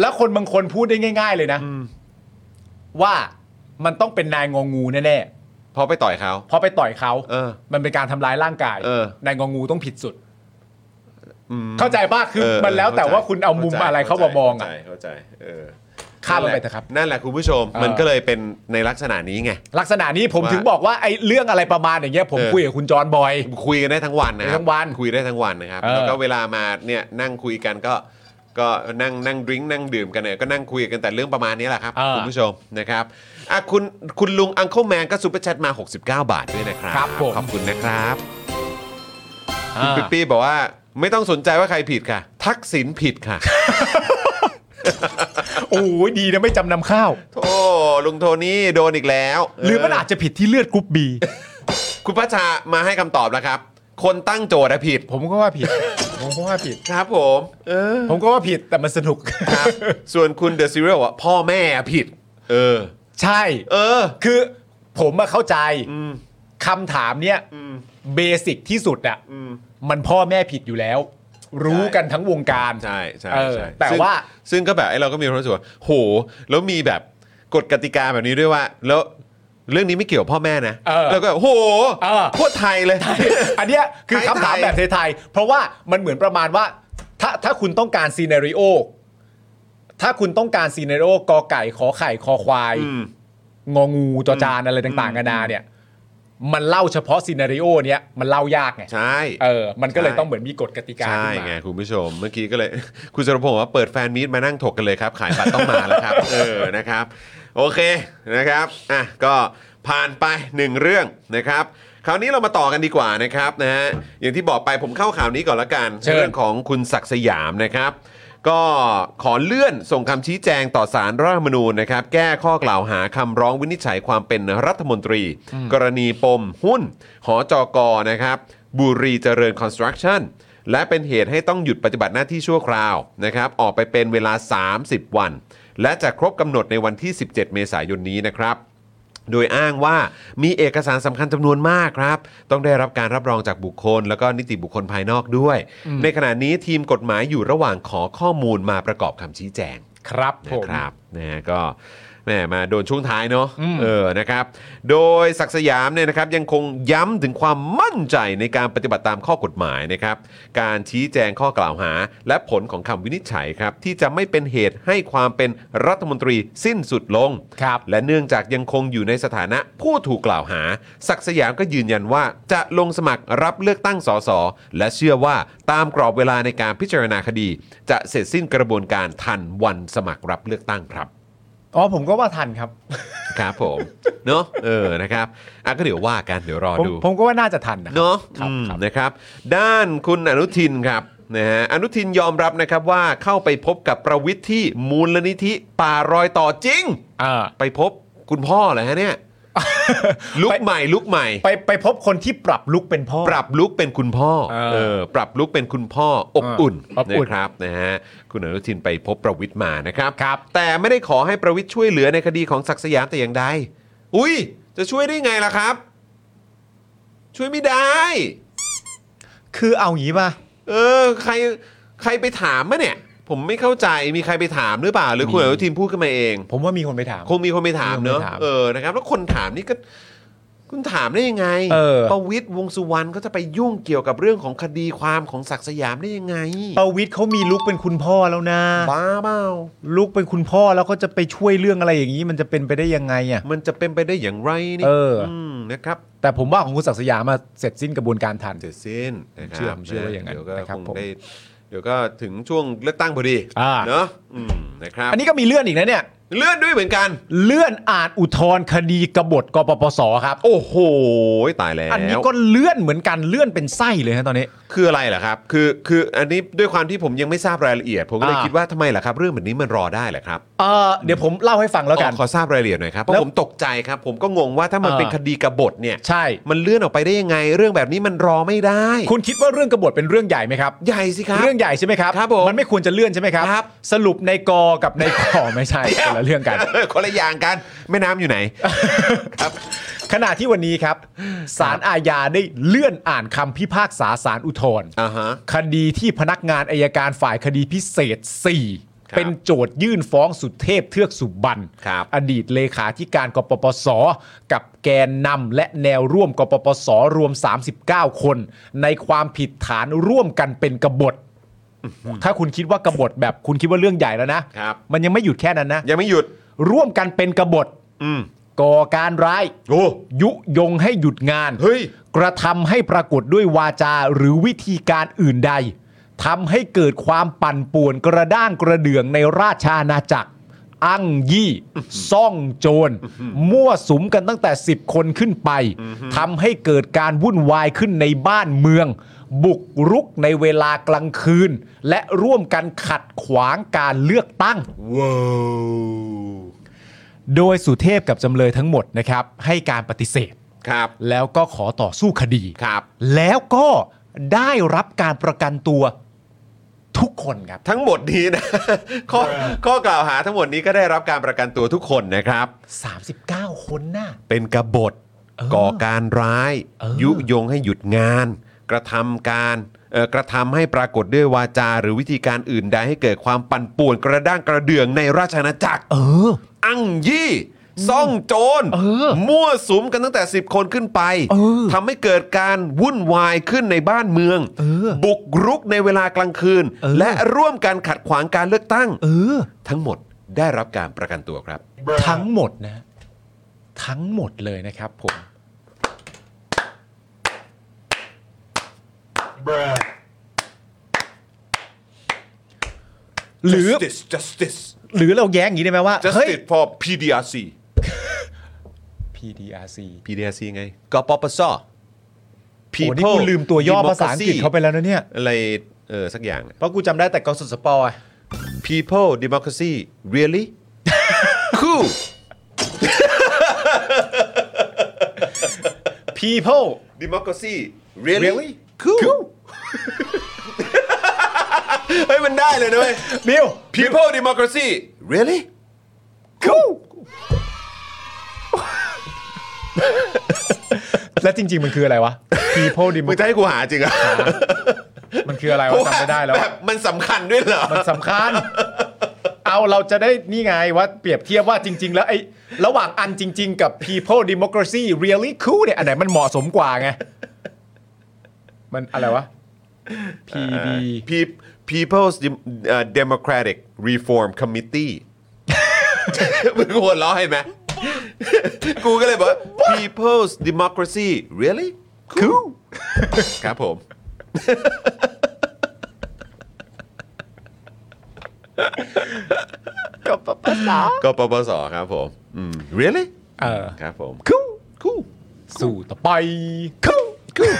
S2: แล้วคนบางคนพูดได้ง่าย ๆ เลยนะว่ามันต้องเป็นนายงองูแน่ๆ
S1: พอไปต่อยเขา
S2: เพราะไปต่อยเขา
S1: เออ
S2: มันเป็นการทำร้ายร่างกาย
S1: เออ
S2: นายงองูต้องผิดสุด
S1: อืม
S2: เข้าใจป่ะ คือ
S1: เออ
S2: มันแล้วแต่
S1: ข้ใจ
S2: ว่าคุณเอามุมอะไรเข้ามามองอ่ะ
S1: เข้าใจเข้าใจเออ
S2: ข้ามมันไปเถอะครับ
S1: นั่นแหละคุณผู้ชม มันก็เลยเป็นในลักษณะนี้ไง
S2: ลักษณะนี้ผม
S1: ว่า
S2: ถึงบอกว่าไอ้เรื่องอะไรประมาณอย่างเงี้ย ผม
S1: เออ
S2: คุยกับคุณจอห์นบอย
S1: คุยกันได้ทั้งวันนะครั
S2: ได้ทั้งวัน
S1: คุยได้ทั้งวันนะครับ
S2: เออ
S1: แล้วก็เวลามาเนี่ยนั่งคุยกันก็ก็นั่งนั่งดื่มนั่งดื่มกันเนี่ยก็นั่งคุยกันแต่เรื่องประมาณนี้แหละครับ
S2: เออ
S1: คุณผู้ชมนะครับอ่ะคุณคุณลุงอังเคิลแมนก็ซูเปอร์แชทมา 69 บาทด้วยนะครับ
S2: ครับผม
S1: ขอบคุณนะครับ
S2: อ่า
S1: ปิ๊ปปี้บอกว่าไม่ต้องสนใจว่าใครผิดค่ะ ทักษิณผิด
S2: [laughs]
S1: ค่ะ
S2: โอ้ยดีนะไม่จำนำข้าว
S1: โธ่ลุงโทนี่โดนอีกแล้ว
S2: หรือมันอาจจะผิดที่เลือดกรุ๊ปบี
S1: คุณพัชชามาให้คำตอบแล้วครับ คนตั้งโจทย์อะผิด
S2: ผมก็ว่าผิด ผมก็ว่าผิด
S1: ครับผมเออ
S2: ผมก็ว่าผิดแต่มันส
S1: [laughs]
S2: นุก
S1: ครับ ส่วนคุณเดอะซีเรียลอ่ะพ่อแม่อะผิด เออ
S2: ใช่
S1: เออ
S2: คือผมมาเข้าใจ
S1: อืม
S2: คำถามเนี้ย
S1: อืม
S2: เบสิกที่สุดอ่ะ
S1: อืม
S2: มันพ่อแม่ผิดอยู่แล้ว รู้กันทั้งวงการ
S1: ใช่ใช่
S2: เออ
S1: ใช่
S2: แต่
S1: ซึ่ง
S2: ว่า
S1: ซึ่งก็แบบไอ้เราก็มีความรู้สึกว่าโห แล้วมีแบบกฎกติกาแบบนี้ด้วยว่า แล้วเรื่องนี้ไม่เกี่ยวพ่อแม่นะ
S2: เออ
S1: แล้วก็โห
S2: เออ
S1: โคตรไทยเลย
S2: [laughs] อันเนี้ยคือคำถามแบบไทยๆ เพราะว่ามันเหมือนประมาณว่า ถ้าถ้าคุณต้องการซีเนริโอ ถ้าคุณต้องการซีเนริโอกอไก่ขอไข่คอควาย
S1: อืม
S2: งองูจอจานอะไรต่างๆกันานาเนี่ย มันเล่าเฉพาะซีเนริโอเนี้ยมันเล่ายากไง
S1: ใช่
S2: เออ มันก็เลยต้องเหมือนมีกฎกติกา
S1: ใช่
S2: ขึ้นมา
S1: ไงคุณผู้ชม เมื่อกี้ก็เลย [laughs] คุณสรพงศ์บอกว่าเปิดแฟนมีตมานั่งถกกันเลยครับ ขายบัตรต้องมาแล้วครับ เออนะครับ โอเคนะครับอ่ะก็ผ่านไปหนึ่งเรื่องนะครับ คราวนี้เรามาต่อกันดีกว่านะครับนะฮะอย่างที่บอกไปผมเข้าข่าวนี้ก่อนละกัน เรื่องของคุณศักดิ์สยามนะครับ ก็ขอเลื่อนส่งคำชี้แจงต่อสารรัฐธรรมนูญนะครับ แก้ข้อกล่าวหาคำร้องวินิจฉัยความเป็นรัฐมนตรี กรณีปมหุ้น หอจอกอนะครับ บุรีเจริญคอนสตรั c ชั่นและเป็นเหตุให้ต้องหยุดปฏิบัติหน้าที่ชั่วคราวนะครับ ออกไปเป็นเวลา 30 วัน และจะครบกำหนดในวันที่ 17 เมษายนนี้นะครับ โดยอ้างว่ามีเอกสารสำคัญจำนวนมากครับ ต้องได้รับการรับรองจากบุคคล แล้วก็นิติบุคคลภายนอกด้วย ในขณะนี้ทีมกฎหมายอยู่ระหว่างขอข้อมูลมาประกอบคำชี้แจง
S2: ครับผ
S1: นะ
S2: ม
S1: ครับนะฮะก็แหมมาโดนช่วงท้ายเนาะเออนะครับ โดยศักดิ์สยามเนี่ยนะครับยังคงย้ำถึงความมั่นใจในการปฏิบัติตามข้อกฎหมายนะครับ การชี้แจงข้อกล่าวหา และผลของคำวินิจฉัยครับ ที่จะไม่เป็นเหตุให้ความเป็นรัฐมนตรีสิ้นสุดลง
S2: ครับ
S1: และเนื่องจากยังคงอยู่ในสถานะผู้ถูกกล่าวหา ศักดิ์สยามก็ยืนยันว่าจะลงสมัครรับเลือกตั้งสสและเชื่อว่าตามกรอบเวลาในการพิจารณาคดี จะเสร็จสิ้นกระบวนการทันวันสมัครรับเลือกตั้งครับ
S2: อ๋อผมก็ว่าทันครับ
S1: ครับผม เนาะเออนะครับอ่ะก็เดี๋ยวว่ากันเดี๋ยวรอ
S2: ผม
S1: ดู
S2: ผมก็ว่าน่าจะทันนะ
S1: เนาะ
S2: ครับ
S1: อืม
S2: ครับ
S1: นะครับ ด้านคุณอนุทินครับ นะฮะอนุทินยอมรับนะครับว่าเข้าไปพบกับประวิทย์ที่มูลนิธิป่ารอยต่อจริง
S2: อ่า
S1: ไปพบคุณพ่อเหรอฮะ
S2: [laughs]
S1: เนี่ย ลุกใหม่ลุกใหม่
S2: ไปไปพบคนที่ปรับลุกเป็นพ่อ
S1: ปรับลุกเป็นคุณพ่อ
S2: เออ
S1: เออปรับลุกเป็นคุณพ่ออบอุ่น
S2: อบอุ่น
S1: นะครับนะฮะคุณอนุทินไปพบประวิทย์มานะครับ
S2: ครับ
S1: แต่ไม่ได้ขอให้ประวิทย์ช่วยเหลือในคดีของศักดิ์สยามแต่อย่างใดอุ้ยจะช่วยได้ไงล่ะครับ ช่วยไม่ได้
S2: คือเอาอย่างนี้ป่ะ
S1: เออใครใครไปถามมะเนี่ย ผมไม่เข้าใจมีใครไปถามหรือเปล่า หรือคุณอนุทินพูดขึ้นมาเอง
S2: ผมว่ามีคนไปถาม
S1: คงมีคนไปถามเนอะ
S2: มีคนไปถาม
S1: เออนะครับ แล้วคนถามนี่ก็ คุณถามได้ยังไง
S2: เออ
S1: ประวิทย์วงษ์สุวรรณก็จะไปยุ่งเกี่ยวกับเรื่องของคดีความของศักดิ์สยามได้ยังไง
S2: ประวิทย์เขามีลุกเป็นคุณพ่อแล้วนะ
S1: บ้าเปล่า
S2: ลุกเป็นคุณพ่อแล้วก็จะไปช่วยเรื่องอะไรอย่างนี้ มันจะเป็นไปได้ยังไงอ่ะ
S1: มันจะเป็นไปได้อย่างไรนี่
S2: เออ
S1: มนะครับ
S2: แต่ผมว่าของคุณศักดิ์สยามมาเสร็จสิ้นกระบวนการทัน
S1: เดี๋ยวสิ้นนะครับ
S2: เชื่อผมเชื่อว่าอย่างนั้น
S1: เดี๋ยวก็
S2: นะครับ
S1: คง
S2: ผม
S1: ได้เดี๋ยวก็ถึงช่วงเลือกตั้งพอดี
S2: อ่า
S1: เนอะอืมนะครับ
S2: อันนี้ก็มีเลื่อนอีกนะเนี่ย
S1: เลื่อนด้วยเหมือนกัน
S2: เลื่อนอ่านอุทธรณ์คดีกบฏกปปสครับ
S1: โอ้โหตายแล้ว
S2: อันนี้ก็เลื่อนเหมือนกันเลื่อนเป็นไส้เลยฮะตอนนี้
S1: คืออะไรเหรอครับ คือคืออันนี้ด้วยความที่ผมยังไม่ทราบรายละเอียด ผมก็เลย
S2: อ่า
S1: คิดว่าทำไมล่ะครับ เรื่องแบบนี้มันรอได้เหรอครับ
S2: เออเดี๋ยวผมเล่าให้ฟังแล้วกัน
S1: อ๋อขอทราบรายละเอียดหน่อยครับ เพราะ
S2: แล้ว
S1: ผมตกใจครับ ผมก็งงว่าถ้ามัน
S2: เออ
S1: เป็นคดีกบฏเนี่ย
S2: ใช่
S1: มันเลื่อนออกไปได้ยังไง เรื่องแบบนี้มันรอไม่ได้
S2: คุณคิดว่าเรื่องกบฏเป็นเรื่องใหญ่ไหมครับ
S1: ใหญ่สิครับ
S2: เรื่องใหญ่ใช่ไหมครับ
S1: ครับผม
S2: มันไม่ควรจะเลื่อนใช่ไหมครับ
S1: ครับ
S2: สรุปในกอกับ [laughs] ในขอ ไม่ใช่คนละเรื่องกัน
S1: [laughs] คนละอย่างกันแม่น้ำอยู่ไหน
S2: ขณะที่วันนี้ครับศาลอาญาได้เลื่อนอ่านคำพิพากษาศาลอุทธรณ์
S1: อ่าฮะ
S2: คดีที่พนักงานอายการฝ่ายคดีพิเศษ
S1: ครั
S2: 4
S1: บ
S2: เป็นโจทยื่นฟ้องสุดเทพเทือกสุบรรณ
S1: ครับ
S2: อดีตเลขาธิการกปปส กับแกนนำและแนวร่วมกปปส รวม 39 คน ในความผิดฐานร่วมกันเป็นกบฏ ถ้าคุณคิดว่ากบฏแบบคุณคิดว่าเรื่องใหญ่แล้วนะครับ มันยังไม่หยุดแค่นั้นนะ
S1: ยังไม่หยุด
S2: ร่วมกันเป็นกบฏ
S1: อืม
S2: ก่อการร้าย
S1: โอ้
S2: ยุยงให้หยุดงาน
S1: เฮ้ย
S2: กระทำให้ปรากฏด้วยวาจาหรือวิธีการอื่นใดทำให้เกิดความปั่นป่วนกระด้างกระเดื่องในราชอาณาจักร อั้งยี่ ซ่องโจร มั่วสุมกันตั้งแต่ 10 คนขึ้นไปทำให้เกิดการวุ่นวายขึ้นในบ้านเมือง บุกรุกในเวลากลางคืน และร่วมกันขัดขวางการเลือกตั้ง
S1: ว้าว
S2: โดยสุเทพกับจำเลยทั้งหมดนะครับ ให้การปฏิเสธ
S1: ครับ
S2: แล้วก็ขอต่อสู้คดี
S1: ครับ
S2: แล้วก็ได้รับการประกันตัวทุกคนครับ
S1: ทั้งหมดนี้นะ [laughs] ข้อข้อกล่าวหาทั้งหมดนี้ก็ได้รับการประกันตัวทุกคนนะครับ
S2: 39 คนน่ะ
S1: เป็นกบฏ
S2: เออ
S1: ก่อการร้าย
S2: เออ
S1: ยุยงให้หยุดงาน กระทำการเอ่อกระทำให้ปรากฏด้วยวาจา หรือวิธีการอื่นใดให้เกิดความปั่นป่วนกระด้างกระเดื่องในราชอาณาจักร
S2: เออ
S1: อั้งยี่ ซ่องโจร
S2: เออ
S1: มั่วสุมกันตั้งแต่ 10 คนขึ้นไป
S2: เออ
S1: ทำให้เกิดการวุ่นวายขึ้นในบ้านเมือง
S2: เออ
S1: บุกรุกในเวลากลางคืน
S2: เออ
S1: และร่วมกันขัดขวางการเลือกตั้ง
S2: เออ
S1: ทั้งหมดได้รับการประกันตัวครับ
S2: ทั้งหมดนะ ทั้งหมดเลยนะครับผม หรือ
S1: justice justice
S2: หรือเราแย้งอย่างนี้ได้ไหมว่า เฮ้ย
S1: justice for PDRC
S2: PDRC
S1: PDRC ไงกปปส
S2: โอ้นี่กูลืมตัวย่อภาษาอังกฤษเขาไปแล้วนะเนี่ย
S1: อะไร เออ สักอย่างอะ
S2: เพราะกูจำได้แต่กองสุดสปอร์
S1: People Democracy
S2: [laughs]
S1: really cool
S2: People
S1: Democracy really,
S2: Really?
S1: cool [laughs] เฮ้ย มันได้เลยนะเว้ย
S2: บิล
S1: People Democracy really
S2: cool [laughs] และจริง ๆ มันคืออะไรวะ People
S1: มึง
S2: Democracy
S1: จะให้กูหาจริงเหรอ่ะ
S2: มันคืออะไรวะจำไม่ได้แล้ว
S1: บบมันสำคัญด้วยเหรอ
S2: มันสำคัญ เอาเราจะได้นี่ไงว่าเปรียบเทียบว่าจริง ๆ แล้วไอ้ระหว่างอันจริง ๆ กับ people democracy really cool เนี่ย อันไหนมันเหมาะสมกว่าไง มันอะไรวะ PB
S1: Pe- People's Dem- เอ่อ Democratic Reform Committee [laughs] มึงหัวเร้อให้ไหม [laughs] กูก็เลยบอกว่า People's Democracy really cool ครับผม ก็ปปสครับผมอืม really
S2: เออ
S1: ครับผม
S2: cool cool สู่ต่อไป cool cool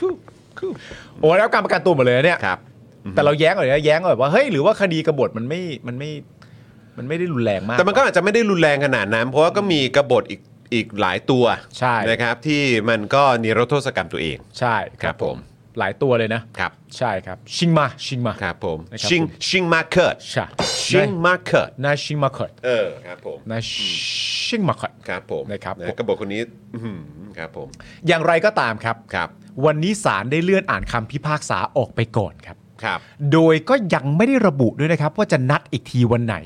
S2: cool cool โอ้แล้วการประกันตัวหมดเลยนะเนี่ย
S1: ครับ
S2: แต่เราแย้งก่อนเลยนะแย้งก่อนแบบว่าเฮ้ยหรือว่าคดีกบฏมันไม่มันไม่มันไม่ได้รุนแรงมาก
S1: แต่มันก็อาจจะไม่ได้รุนแรงขนาดนั้น เพราะว่าก็มีกบฏอีกอีกหลายตัว
S2: ใช่
S1: นะครับ ที่มันก็นิรโทษกรรมตัวเอง
S2: ใช่
S1: ครับผม
S2: หลายตัวเลยนะ
S1: ครับ
S2: ใช่ครับ ชิงมาชิงมา
S1: ครับผม
S2: นะครับ
S1: ชิง
S2: ผม
S1: ชิงมาเคิร์ด
S2: ใช่
S1: ชิงมาเคิร์ด
S2: นายชิงมาเคิด
S1: เออครับผม
S2: นายชิงมาเคิด
S1: ครับผม
S2: นะครับผม
S1: กบฏคนนี้อื้อหือครับผม
S2: อย่างไรก็ตามครับ
S1: ครับ
S2: วันนี้ศาลได้เลื่อนอ่านคำพิพากษาออกไปก่อนครับ
S1: ครับ
S2: โดยก็ยังไม่ได้ระบุด้วยนะครับ ว่าจะนัดอีกทีวันไหน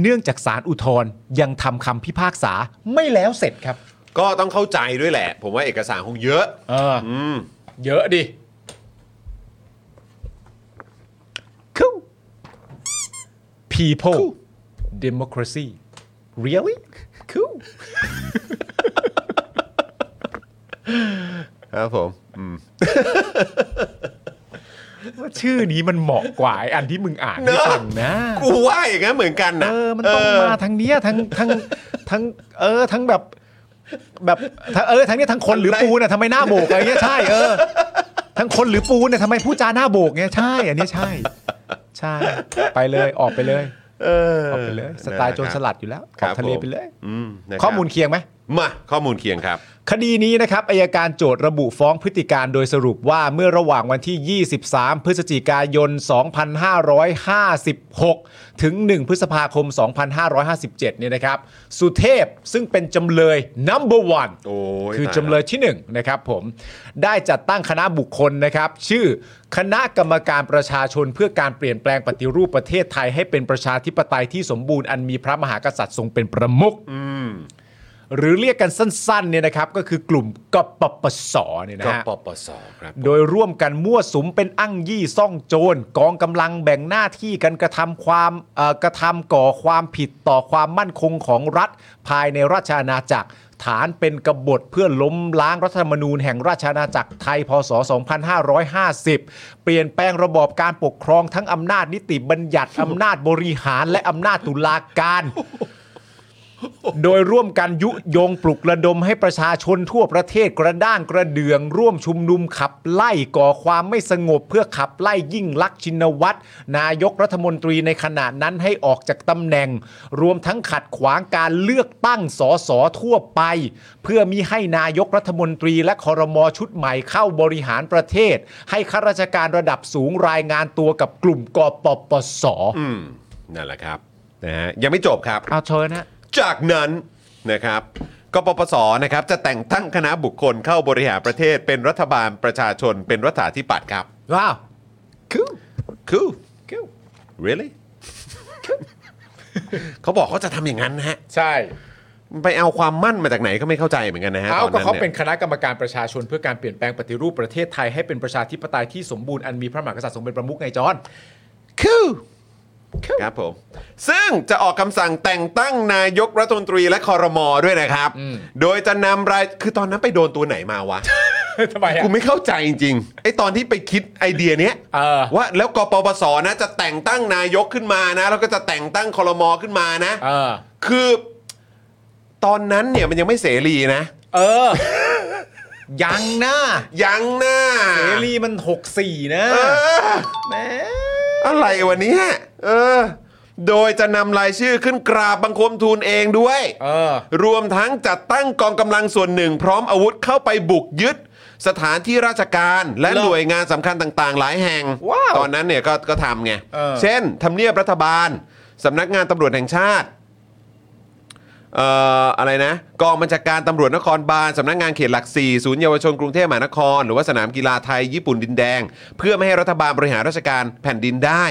S2: เนื่องจากศาลอุทธรณ์ยังทำคำพิพากษาไม่แล้วเสร็จครับ
S1: ก็ต้องเข้าใจด้วยแหละ ผมว่าเอกสารคงเยอะ
S2: เออ
S1: อืม
S2: เยอะดิคู people democracy really คู
S1: ครับผมอืม
S2: ว่าชื่อนี้มันเหมาะกว่าไอ้อันที่มึงอ่านให้ฟังนะ
S1: กูว่าอย่างนั้นเหมือนกัน
S2: เอ
S1: นะ
S2: อ มันต้องมาทางเนี้ยทั้งทั้งทั้งเออทั้งแบบแบบทั้งเออทั้งเนี้ยทั้งคนหรือปูนอ่ะทำไมหน้าโบกอะไรเงี้ยใช่เออทั้งคนหรือปูนอ่ะทำไมพูดจาหน้าโบกเงี้ยใช่ อันเนี้ยใช่ ใช่ ไปเลยออกไปเลย
S1: เออ
S2: ออกไปเลยสไตล์โจรสลัดอยู่แล้ว
S1: ค
S2: อ
S1: รั
S2: อบ กทะเล
S1: ผม
S2: ไปเลย
S1: อืมนะครับ
S2: ข้อมูลเคียงไหม
S1: มาข้อมูลเคียงครับ
S2: คดีนี้นะครับอายการโจทย์ระบุฟ้องพฤติการโดยสรุปว่าเมื่อระหว่างวันที่ 23 พฤศจิกายน 2556 ถึง 1 พฤษภาคม 2557 เนี่ยนะครับ สุเทพซึ่งเป็นจำเลย number one
S1: โอ้ย
S2: คือ
S1: ตายแล้ว
S2: จำเลยที่หนึ่งนะครับผม ได้จัดตั้งคณะบุคคลนะครับ ชื่อคณะกรรมการประชาชนเพื่อการเปลี่ยนแปลงปฏิรูปประเทศไทยให้เป็นประชาธิปไตยที่สมบูรณ์อันมีพระมหากษัตริย์ทรงเป็นประมุข หรือเรียกกันสั้นๆเนี่ยนะครับก็คือกลุ่มกปปสเนี่ยนะ
S1: ก็
S2: ฮะ
S1: ปปสครับ
S2: โดยร่วมกันมั่วสุมเป็นอั้งยี่ซ่องโจรกองกำลังแบ่งหน้าที่กันกระทำความเอ่อกระทำก่อความผิดต่อความมั่นคงของรัฐ ภายในราชอาณาจักร ฐานเป็นกบฏเพื่อล้มล้างรัฐธรรมนูญแห่งราชอาณาจักรไทยพศ 2550 เปลี่ยนแปลงระบอบการปกครองทั้งอำนาจนิติบัญญัติอำนาจบริหารและอำนาจตุลาการ โดยร่วมกันยุยงปลุกระดมให้ประชาชนทั่วประเทศกระด้างกระเดือง ร่วมชุมนุมขับไล่ก่อความไม่สงบเพื่อขับไล่ยิ่งลักษณ์ชินวัตรนายกรัฐมนตรีในขณะนั้นให้ออกจากตำแหน่ง รวมทั้งขัดขวางการเลือกตั้งสสทั่วไป เพื่อมิให้นายกรัฐมนตรีและคอรมอชุดใหม่เข้าบริหารประเทศ ให้ข้าราชการระดับสูงรายงานตัวกับกลุ่มกปปส
S1: อืมนั่นแหละครับนะฮะยังไม่จบครับ
S2: เอาเชิญนะ
S1: จากนั้นนะครับกปปสนะครับจะแต่งตั้งคณะบุคคลเข้าบริหารประเทศเป็นรัฐบาลประชาชนเป็นรัฐาธิปัตย์ครับ
S2: ว้าวคือ
S1: cool cool really [laughs] เขาบอกเขาจะทำอย่างนั้นนะฮะ
S2: ใช่
S1: ไปเอาความมั่นมาจากไหนก็ไม่เข้าใจเหมือนกันนะฮะ
S2: เอา
S1: ตอน
S2: ก็
S1: นั้น
S2: เขา
S1: เนี่
S2: เป็น
S1: ย
S2: คณะกรรมการประชาชนเพื่อการเปลี่ยนแปลงปฏิรูปประเทศไทยให้เป็นประชาธิปไตยที่สมบูรณ์อันมีพระมหากษัตริย์ทรงเป็นประมุขไงจอน
S1: คือครับผม ซึ่งจะออกคำสั่งแต่งตั้งนายกรัฐมนตรีและคอรมอด้วยนะครับ โดยจะนำรายคือตอนนั้นไปโดนตัวไหนมาวะ
S2: ทำไมอ่ะ
S1: กูไม่เข้าใจจริงๆไอ้ตอนที่ไปคิดไอเดียเนี้ย
S2: เออ
S1: ว่าแล้วกปปสนะจะแต่งตั้งนายกขึ้นมานะ แล้วก็จะแต่งตั้งคอรมอขึ้นมานะ
S2: เออ
S1: คือ ตอนนั้นเนี่ยมันยังไม่เสรีนะ
S2: เออ ยังนะ
S1: ยังนะ
S2: เสรีมัน 64 นะ
S1: เออ
S2: แหม
S1: อะไรวันนี้เออ โดยจะนำรายชื่อขึ้นกราบบังคมทูลเองด้วย
S2: เออ
S1: รวมทั้งจัดตั้งกองกำลังส่วนหนึ่ง พร้อมอาวุธเข้าไปบุกยึด สถานที่ราชการและ
S2: เหรอ
S1: หน่วยงานสำคัญต่างๆ หลายแห่ง
S2: ว้าว
S1: ตอนนั้นเนี่ยก็ก็ทำไง
S2: เออ
S1: เช่นทำเนียบรัฐบาลสำนักงานตำรวจแห่งชาติเอ่ออะไรนะ กองบัญชาการตำรวจนครบาลสำนักงานเขตหลักสี่ศูนย์เยาวชนกรุงเทพมหานคร หรือว่าสนามกีฬาไทยญี่ปุ่นดินแดง เพื่อไม่ให้รัฐบาลบริหารราชการแผ่นดินได้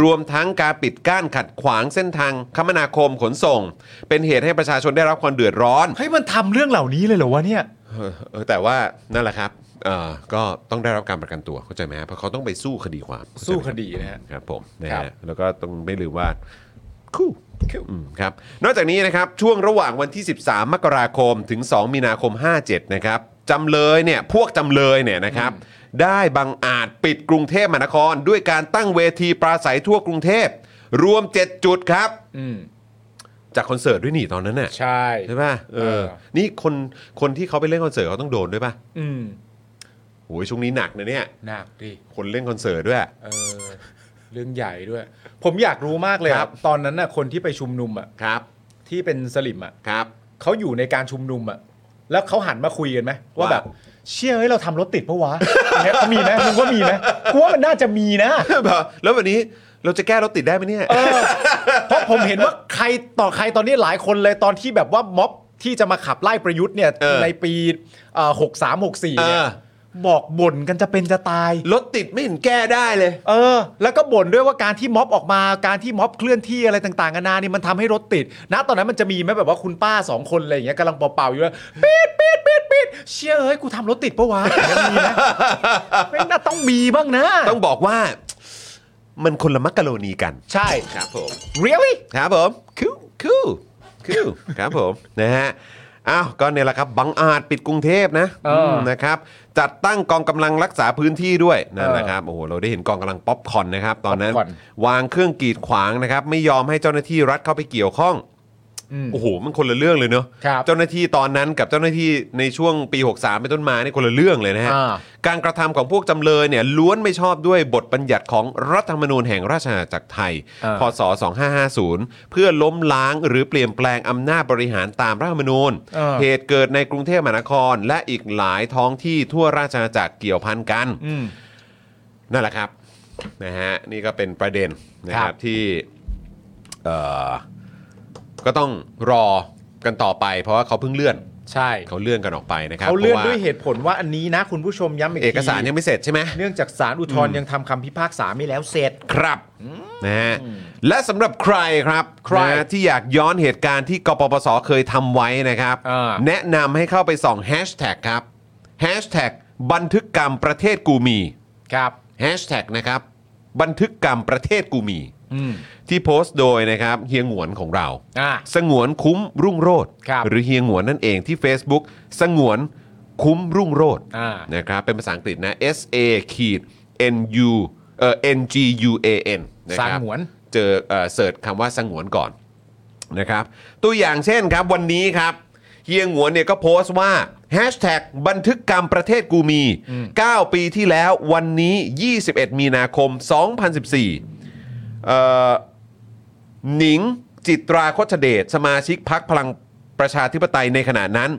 S1: รวมทั้งการปิดกั้นขัดขวางเส้นทางคมนาคมขนส่ง เป็นเหตุให้ประชาชนได้รับความเดือดร้อน
S2: เฮ้ย มันทำเรื่องเหล่านี้เลยเหรอวะเนี่ย
S1: เออเออแต่ว่านั่นแหละครับเอ่อก็ต้องได้รับการประกันตัวเข้าใจไหมฮะเพราะเขาต้องไปสู้คดีความเข้าใจไหม
S2: สู้คดีนะฮะ
S1: ครับผมนะ
S2: ครั
S1: ฮะ
S2: บ
S1: แล้วก็ต้องไม่ลืมว่าคู่อืมครับนอกจากนี้นะครับช่วงระหว่างวันที่ 13 มกราคมถึง 2 มีนาคม 57 นะครับจำเลยเนี่ยพวกจำเลยเนี่ยนะครับได้บังอาจปิดกรุงเทพมหานคร ด้วยการตั้งเวทีปราศัยทั่วกรุงเทพ รวม 7 จุดครับ
S2: อืม
S1: จากคอนเสิร์ตด้วยนี่ตอนนั้นน่ะ
S2: ใช่
S1: ใช่ป่ะเอ
S2: เอ
S1: อ
S2: อ
S1: นี่คนคนที่เขาไปเล่นคอนเสิร์ตเขาต้องโดนด้วยป่ะ
S2: อืม
S1: โอ้ยช่วงนี้หนักนะเนี่ย
S2: หนักดิ
S1: คนเล่นคอนเสิร์ตด้วย [laughs]
S2: เออ เรื่องใหญ่ด้วย ผมอยากรู้มากเลย
S1: ค
S2: ค
S1: รั
S2: รับ บ ตอนนั้นน่ะคนที่ไปชุมนุมอ่ะ
S1: ครับ
S2: ที่เป็นสลิมอ่ะ
S1: ครับ
S2: เขาอยู่ในการชุมนุมอ่ะแล้วเขาหันมาคุยกันไหมว่า
S1: ว่า
S2: แบบ เชื่อเฮ้ยเราทำรถติดปะวะเนี่ยมีไหมมึงว่ามีไหมกูว่ามันน่าจะมีนะ
S1: แล้ววันนี้เราจะแก้รถติดได้ไหมเนี่ย
S2: เออเพราะผมเห็นว่าใครต่อใครตอนนี้หลายคนเลยตอนที่แบบว่าม็อบที่จะมาขับไล่ประยุทธ์เนี่ย
S1: เออ
S2: ในปีหกสามหกสี่
S1: เอ
S2: เนี่ย
S1: อ
S2: บอกบ่นกันจะเป็นจะตาย
S1: รถติดไม่เห็นแก้ได้เลย
S2: เออ แล้วก็บ่นด้วยว่าการที่ม็อบออกมาการที่ม็อบเคลื่อนที่อะไรต่างๆกันานานี่มันทำให้รถติดนะตอนนั้นมันจะมีไหมแบบว่าคุณป้าสองคนอะไรอย่างเงี้ยกำลังเป่าๆอยู่แล้วปิดปิดปิดปิดเชี่ยเอ้ยกูทำรถติดปะ
S1: [laughs]
S2: วะมีนะไม่น่าต้องมีบ้างนะ
S1: ต้องบอกว่า มันคนละมักกะโรนีกัน
S2: ใช่
S1: ครับผม
S2: เรีย
S1: ครับผม คูคูคู [laughs] ครับผม นะฮะ อ้าว ก็เนี่ยแหละครับ บังอาจปิดกรุงเทพนะ
S2: เออ
S1: นะครับ จัดตั้งกองกำลังรักษาพื้นที่ด้วยนั่น
S2: เออ
S1: แหละครับ โอ้โห เราได้เห็นกองกำลังป๊อปคอร์นนะครับ ตอนนั้น
S2: ป๊อปคอร์
S1: วางเครื่องกีดขวางนะครับ ไม่ยอมให้เจ้าหน้าที่รัฐเข้าไปเกี่ยวข้อง โอ้โห มันคนละเรื่องเลยเนอะ
S2: ครับ
S1: เจ้าหน้าที่ตอนนั้นกับเจ้าหน้าที่ในช่วงปี 63 เป็นต้นมานี่คนละเรื่องเลยนะฮะ
S2: อ่า
S1: การกระทำของพวกจำเลยเนี่ยล้วนไม่ชอบด้วยบทบัญญัติของรัฐธรรมนูญแห่งราชอาณาจักรไทย
S2: อ่า
S1: พศ 2550 เพื่อล้มล้างหรือเปลี่ยนแปลงอำนาจบริหารตามรัฐธรรมนูญ
S2: เออ
S1: เหตุเกิดในกรุงเทพมหานคร และอีกหลายท้องที่ทั่วราชอาณาจักรเกี่ยวพันกัน
S2: อืม
S1: นั่นแหละครับนะฮะนี่ก็เป็นประเด็นนะค
S2: ครั
S1: รับบ ที่เอ่อก็ต้องรอกันต่อไป เพราะว่าเขาเพิ่งเลื่อน
S2: ใช่
S1: เขาเลื่อนกันออกไปนะครับ
S2: เขาเลื่อน
S1: พระ
S2: ด้วยเหตุผลว่าอันนี้นะ คุณผู้ชมย้ำอีก
S1: เอกสาร
S2: ที
S1: ยังไม่เสร็จใช่ไหม
S2: เนื่องจากสารอุทธรณ์ยังทำคำพิพากษาไม่แล้วเสร็จ
S1: ครับนะฮะและสำหรับใครครับ
S2: ใคร
S1: นะฮะที่อยากย้อนเหตุการณ์ที่กปปสเคยทำไว้นะครับ
S2: อ่า
S1: แนะนำให้เข้าไปส่องแฮชแท็กครับแฮชแท็กบันทึกกรรมประเทศกูมี
S2: ครับ
S1: แฮชแท็กนะครับบันทึกกรรมประเทศกูมี
S2: อืม
S1: ที่โพสต์โดยนะครับเฮียหงวนของเรา
S2: อ่า
S1: สงวนคุ้มรุ่งโรธ
S2: ครับ
S1: หรือเฮียหงวนนั่นเองที่ Facebook สงวนคุ้มรุ่งโรธ
S2: อ่าน
S1: นะครับเป็นภาษาอังกฤษนะ S A ขีด N U เอ่อ N G U A N นะ
S2: ส
S1: ครับ
S2: งวน
S1: เจอเอ่อเสิร์ชคำว่าสงวนก่อนนะครับตัวอย่างเช่นครับวันนี้ครับเฮียหงวนเนี่ยก็โพสต์ว่าแฮชแท็กบันทึกกรรมประเทศกูมี 9 ปีที่แล้ววันนี้ 21 มีนาคม 2014เอ่อ หนิงจิตราโคชเดช สมาชิกพักพลังประชาธิปไตยในขณะนั้น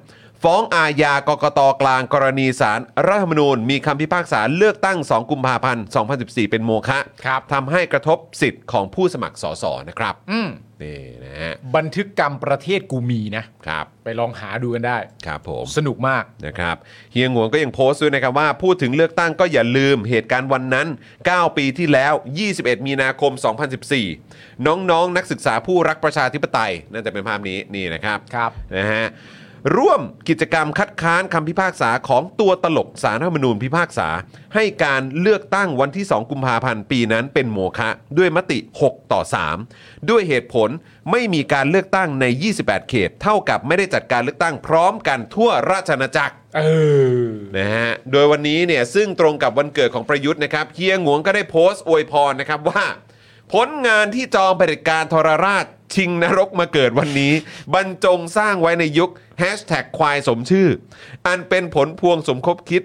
S1: ฟ้องอาญากกตกลางกรณีสารรัฐธรรมนูญ มีคำพิพากษาเลือกตั้ง 2 กุมภาพันธ์ 2014 เป็นโมฆะ
S2: ครับ
S1: ทำให้กระทบสิทธิ์ของผู้สมัครสสนะครับนี่นะฮะ
S2: บันทึกกรรมประเทศกูมีนะ
S1: ครับ
S2: ไปลองหาดูกันได้
S1: ครับผม
S2: สนุกมาก
S1: นะครับเฮียหงวนก็ยังโพสต์ด้วยนะครับว่าพูดถึงเลือกตั้งก็อย่าลืมเหตุการณ์วันนั้น 9 ปีที่แล้ว 21 มีนาคม 2014 น้องๆนนักศึกษาผู้รักประชาธิปไตยน่าจะเป็นภาพนี้นี่นะครับ
S2: ครับ
S1: นะฮะร่วมกิจกรรมคัดค้านคำพิพากษาของตัวตลกสารรัฐธรรมนูญพิพากษา ให้การเลือกตั้งวันที่ 2 กุมภาพันธ์ปีนั้นเป็นโมฆะด้วยมติ 6 ต่อ 3 ด้วยเหตุผลไม่มีการเลือกตั้งใน 28 เขต เท่ากับไม่ได้จัดการเลือกตั้งพร้อมกันทั่วราชอาณาจักร
S2: เออ
S1: นะฮะ โดยวันนี้เนี่ยซึ่งตรงกับวันเกิดของประยุทธ์นะครับเฮียหงวงก็ได้โพสต์อวยพรนะครับว่า ผลงานที่จอมเผด็จการทรราช ชิงนรกมาเกิดวันนี้ บรรจงสร้างไว้ในยุคแฮชแท็กควายสมชื่อ อันเป็นผลพวงสมคบคิด